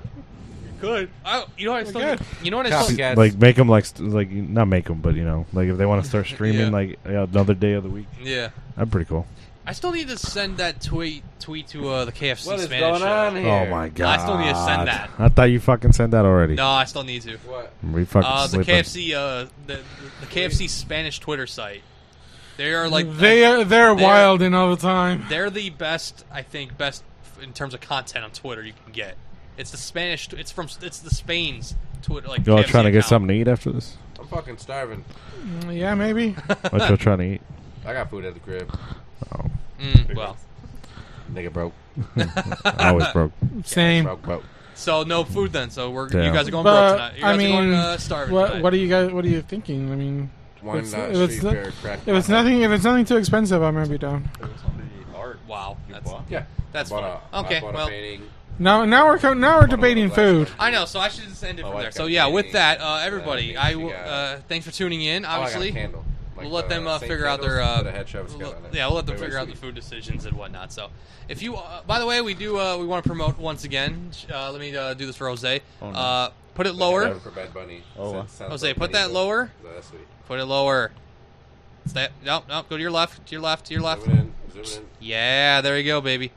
B: Good. I, you know what I still. You know what I still.
D: Like make them like st- like not make them, but you know, like if they want to start streaming
B: Yeah.
D: like yeah, another day of the week.
B: Yeah.
D: that'd pretty cool.
B: I still need to send that tweet tweet to uh, the KFC
G: What is
B: Spanish.
G: going
B: show.
G: on here?
D: Oh my god!
B: I still need to send that.
D: I thought you fucking sent that already.
B: No, I still need to.
G: What?
D: We fucking
B: uh, the
D: sleeping.
B: KFC uh the, the, the KFC Spanish Twitter site. They are like
C: They are- they're wild in all the time.
B: They're the best, I think, best f- in terms of content on Twitter you can get. It's the Spanish. It's from. It's the Spain's Twitter. Like
D: Y'all
B: KFC
D: trying to get
B: account.
D: something to eat after this?
G: I'm fucking starving.
C: Mm, yeah, maybe.
D: What y'all trying to eat?
G: I got food at the crib.
D: Oh.
B: Mm, well,
G: Nigga broke.
D: I always broke.
C: Same.
G: Broke, broke.
B: so no food then. So we're you
D: Damn.
B: guys are going broke
C: But
B: tonight. You guys
C: I mean,
B: are going uh, starving
C: what
B: tonight.
C: what are you guys? What are you thinking? I mean,
G: Why
C: it's-
G: not
C: if it's,
G: street
C: no-
G: fair crack
C: if it's
G: pie?
C: nothing, if it's nothing too expensive, I might be down.
B: Wow, that's
G: yeah,
B: that's
G: I
B: fun.
G: bought a- I
B: Okay,
G: bought a
B: well,
G: painting. oh,
C: Now now we're co- now we're debating food.
B: I know, so I should just end it
G: My
B: from
G: wife
B: there.
G: Oh,
B: So
G: got
B: yeah, with
G: painting.
B: that, uh, everybody,
G: she
B: I w-
G: got- Oh,
B: uh, thanks for tuning in.
G: I got a
B: Obviously,
G: candle. Like
B: we'll let
G: the
B: them uh,
G: Saint
B: figure out their
G: candles,
B: uh,
G: but it had Travis
B: we'll-
G: Scott on it.
B: yeah, we'll let them
G: Wait,
B: figure
G: wait,
B: out the food decisions and whatnot. So if you, uh, by the way, we do uh, we want to promote once again. Uh, let me uh, do this for Jose.
G: Oh, no.
B: uh, put it
G: Like
B: lower.
G: that for Bad Bunny.
F: Oh,
G: Sa-
F: wow.
G: sounds
B: Jose,
G: like
B: put
G: Bunny
B: that
G: Hill.
B: lower.
G: That's sweet.
B: Put it lower. Stay. No, no. Go to your left. To your left. To your left.
G: Zoom in, zoom in.
B: Yeah, there you go, baby.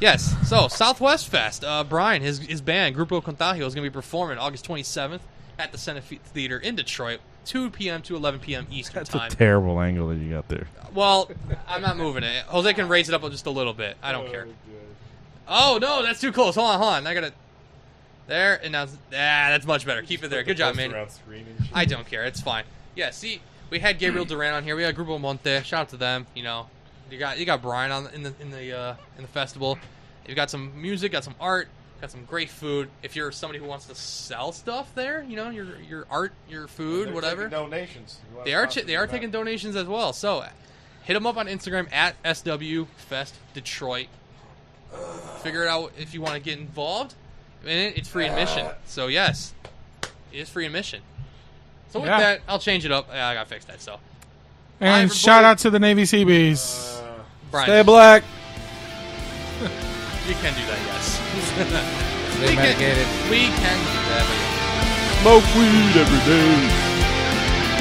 B: Yes. So Southwest Fest. Uh, Brian, his his band Grupo Contagio is going to be performing August 27th at the Senate Fe- Theater in Detroit, 2 p.m. to 11 p.m. Eastern
D: That's
B: time.
D: a terrible angle that you got there.
B: well, I'm not moving it. Jose can raise it up just a little bit. I don't care. Oh no, that's too close. Hold on, hold on. I gotta. There and now. Ah, that's much better. Keep it there.
M: Put the
B: Good job,
M: poster
B: man.
M: out screen and shit.
B: I don't care. It's fine. Yeah. See, we had Gabriel Duran on here. We had Grupo Monte. Shout out to them. You know, you got you got Brian on in the in the uh, in the festival. You got some music. Got some art. Got some great food. If you're somebody who wants to sell stuff there, you know your your art, your food,
M: They're
B: whatever.
M: taking Donations. You wanna
B: They are
M: sponsor
B: ch- they are
M: them
B: taking donations as well. So hit them up on Instagram at SW Fest Detroit. Figure it out if you want to get involved. And it, it's free admission. So yes, it is free admission. So with
C: Yeah.
B: that, I'll change it up. Yeah, I gotta fix that. So
C: And shout out to the Navy Seabees.
B: Brian.
D: Stay black.
B: you can do that. Yes,
G: Stay
B: we, can,
G: medicated.
B: we can do that.
D: Smoke weed every day.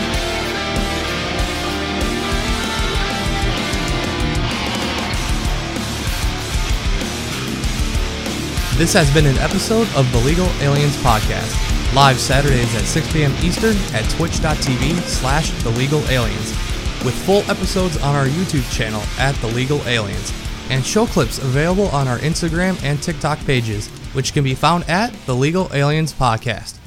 A: This has been an episode of the Legal Aliens Podcast, live Saturdays at 6 p.m. Eastern at twitch.tv slash The Legal Aliens, with full episodes on our YouTube channel at The Legal Aliens, and show clips available on our Instagram and TikTok pages, which can be found at The Legal Aliens Podcast.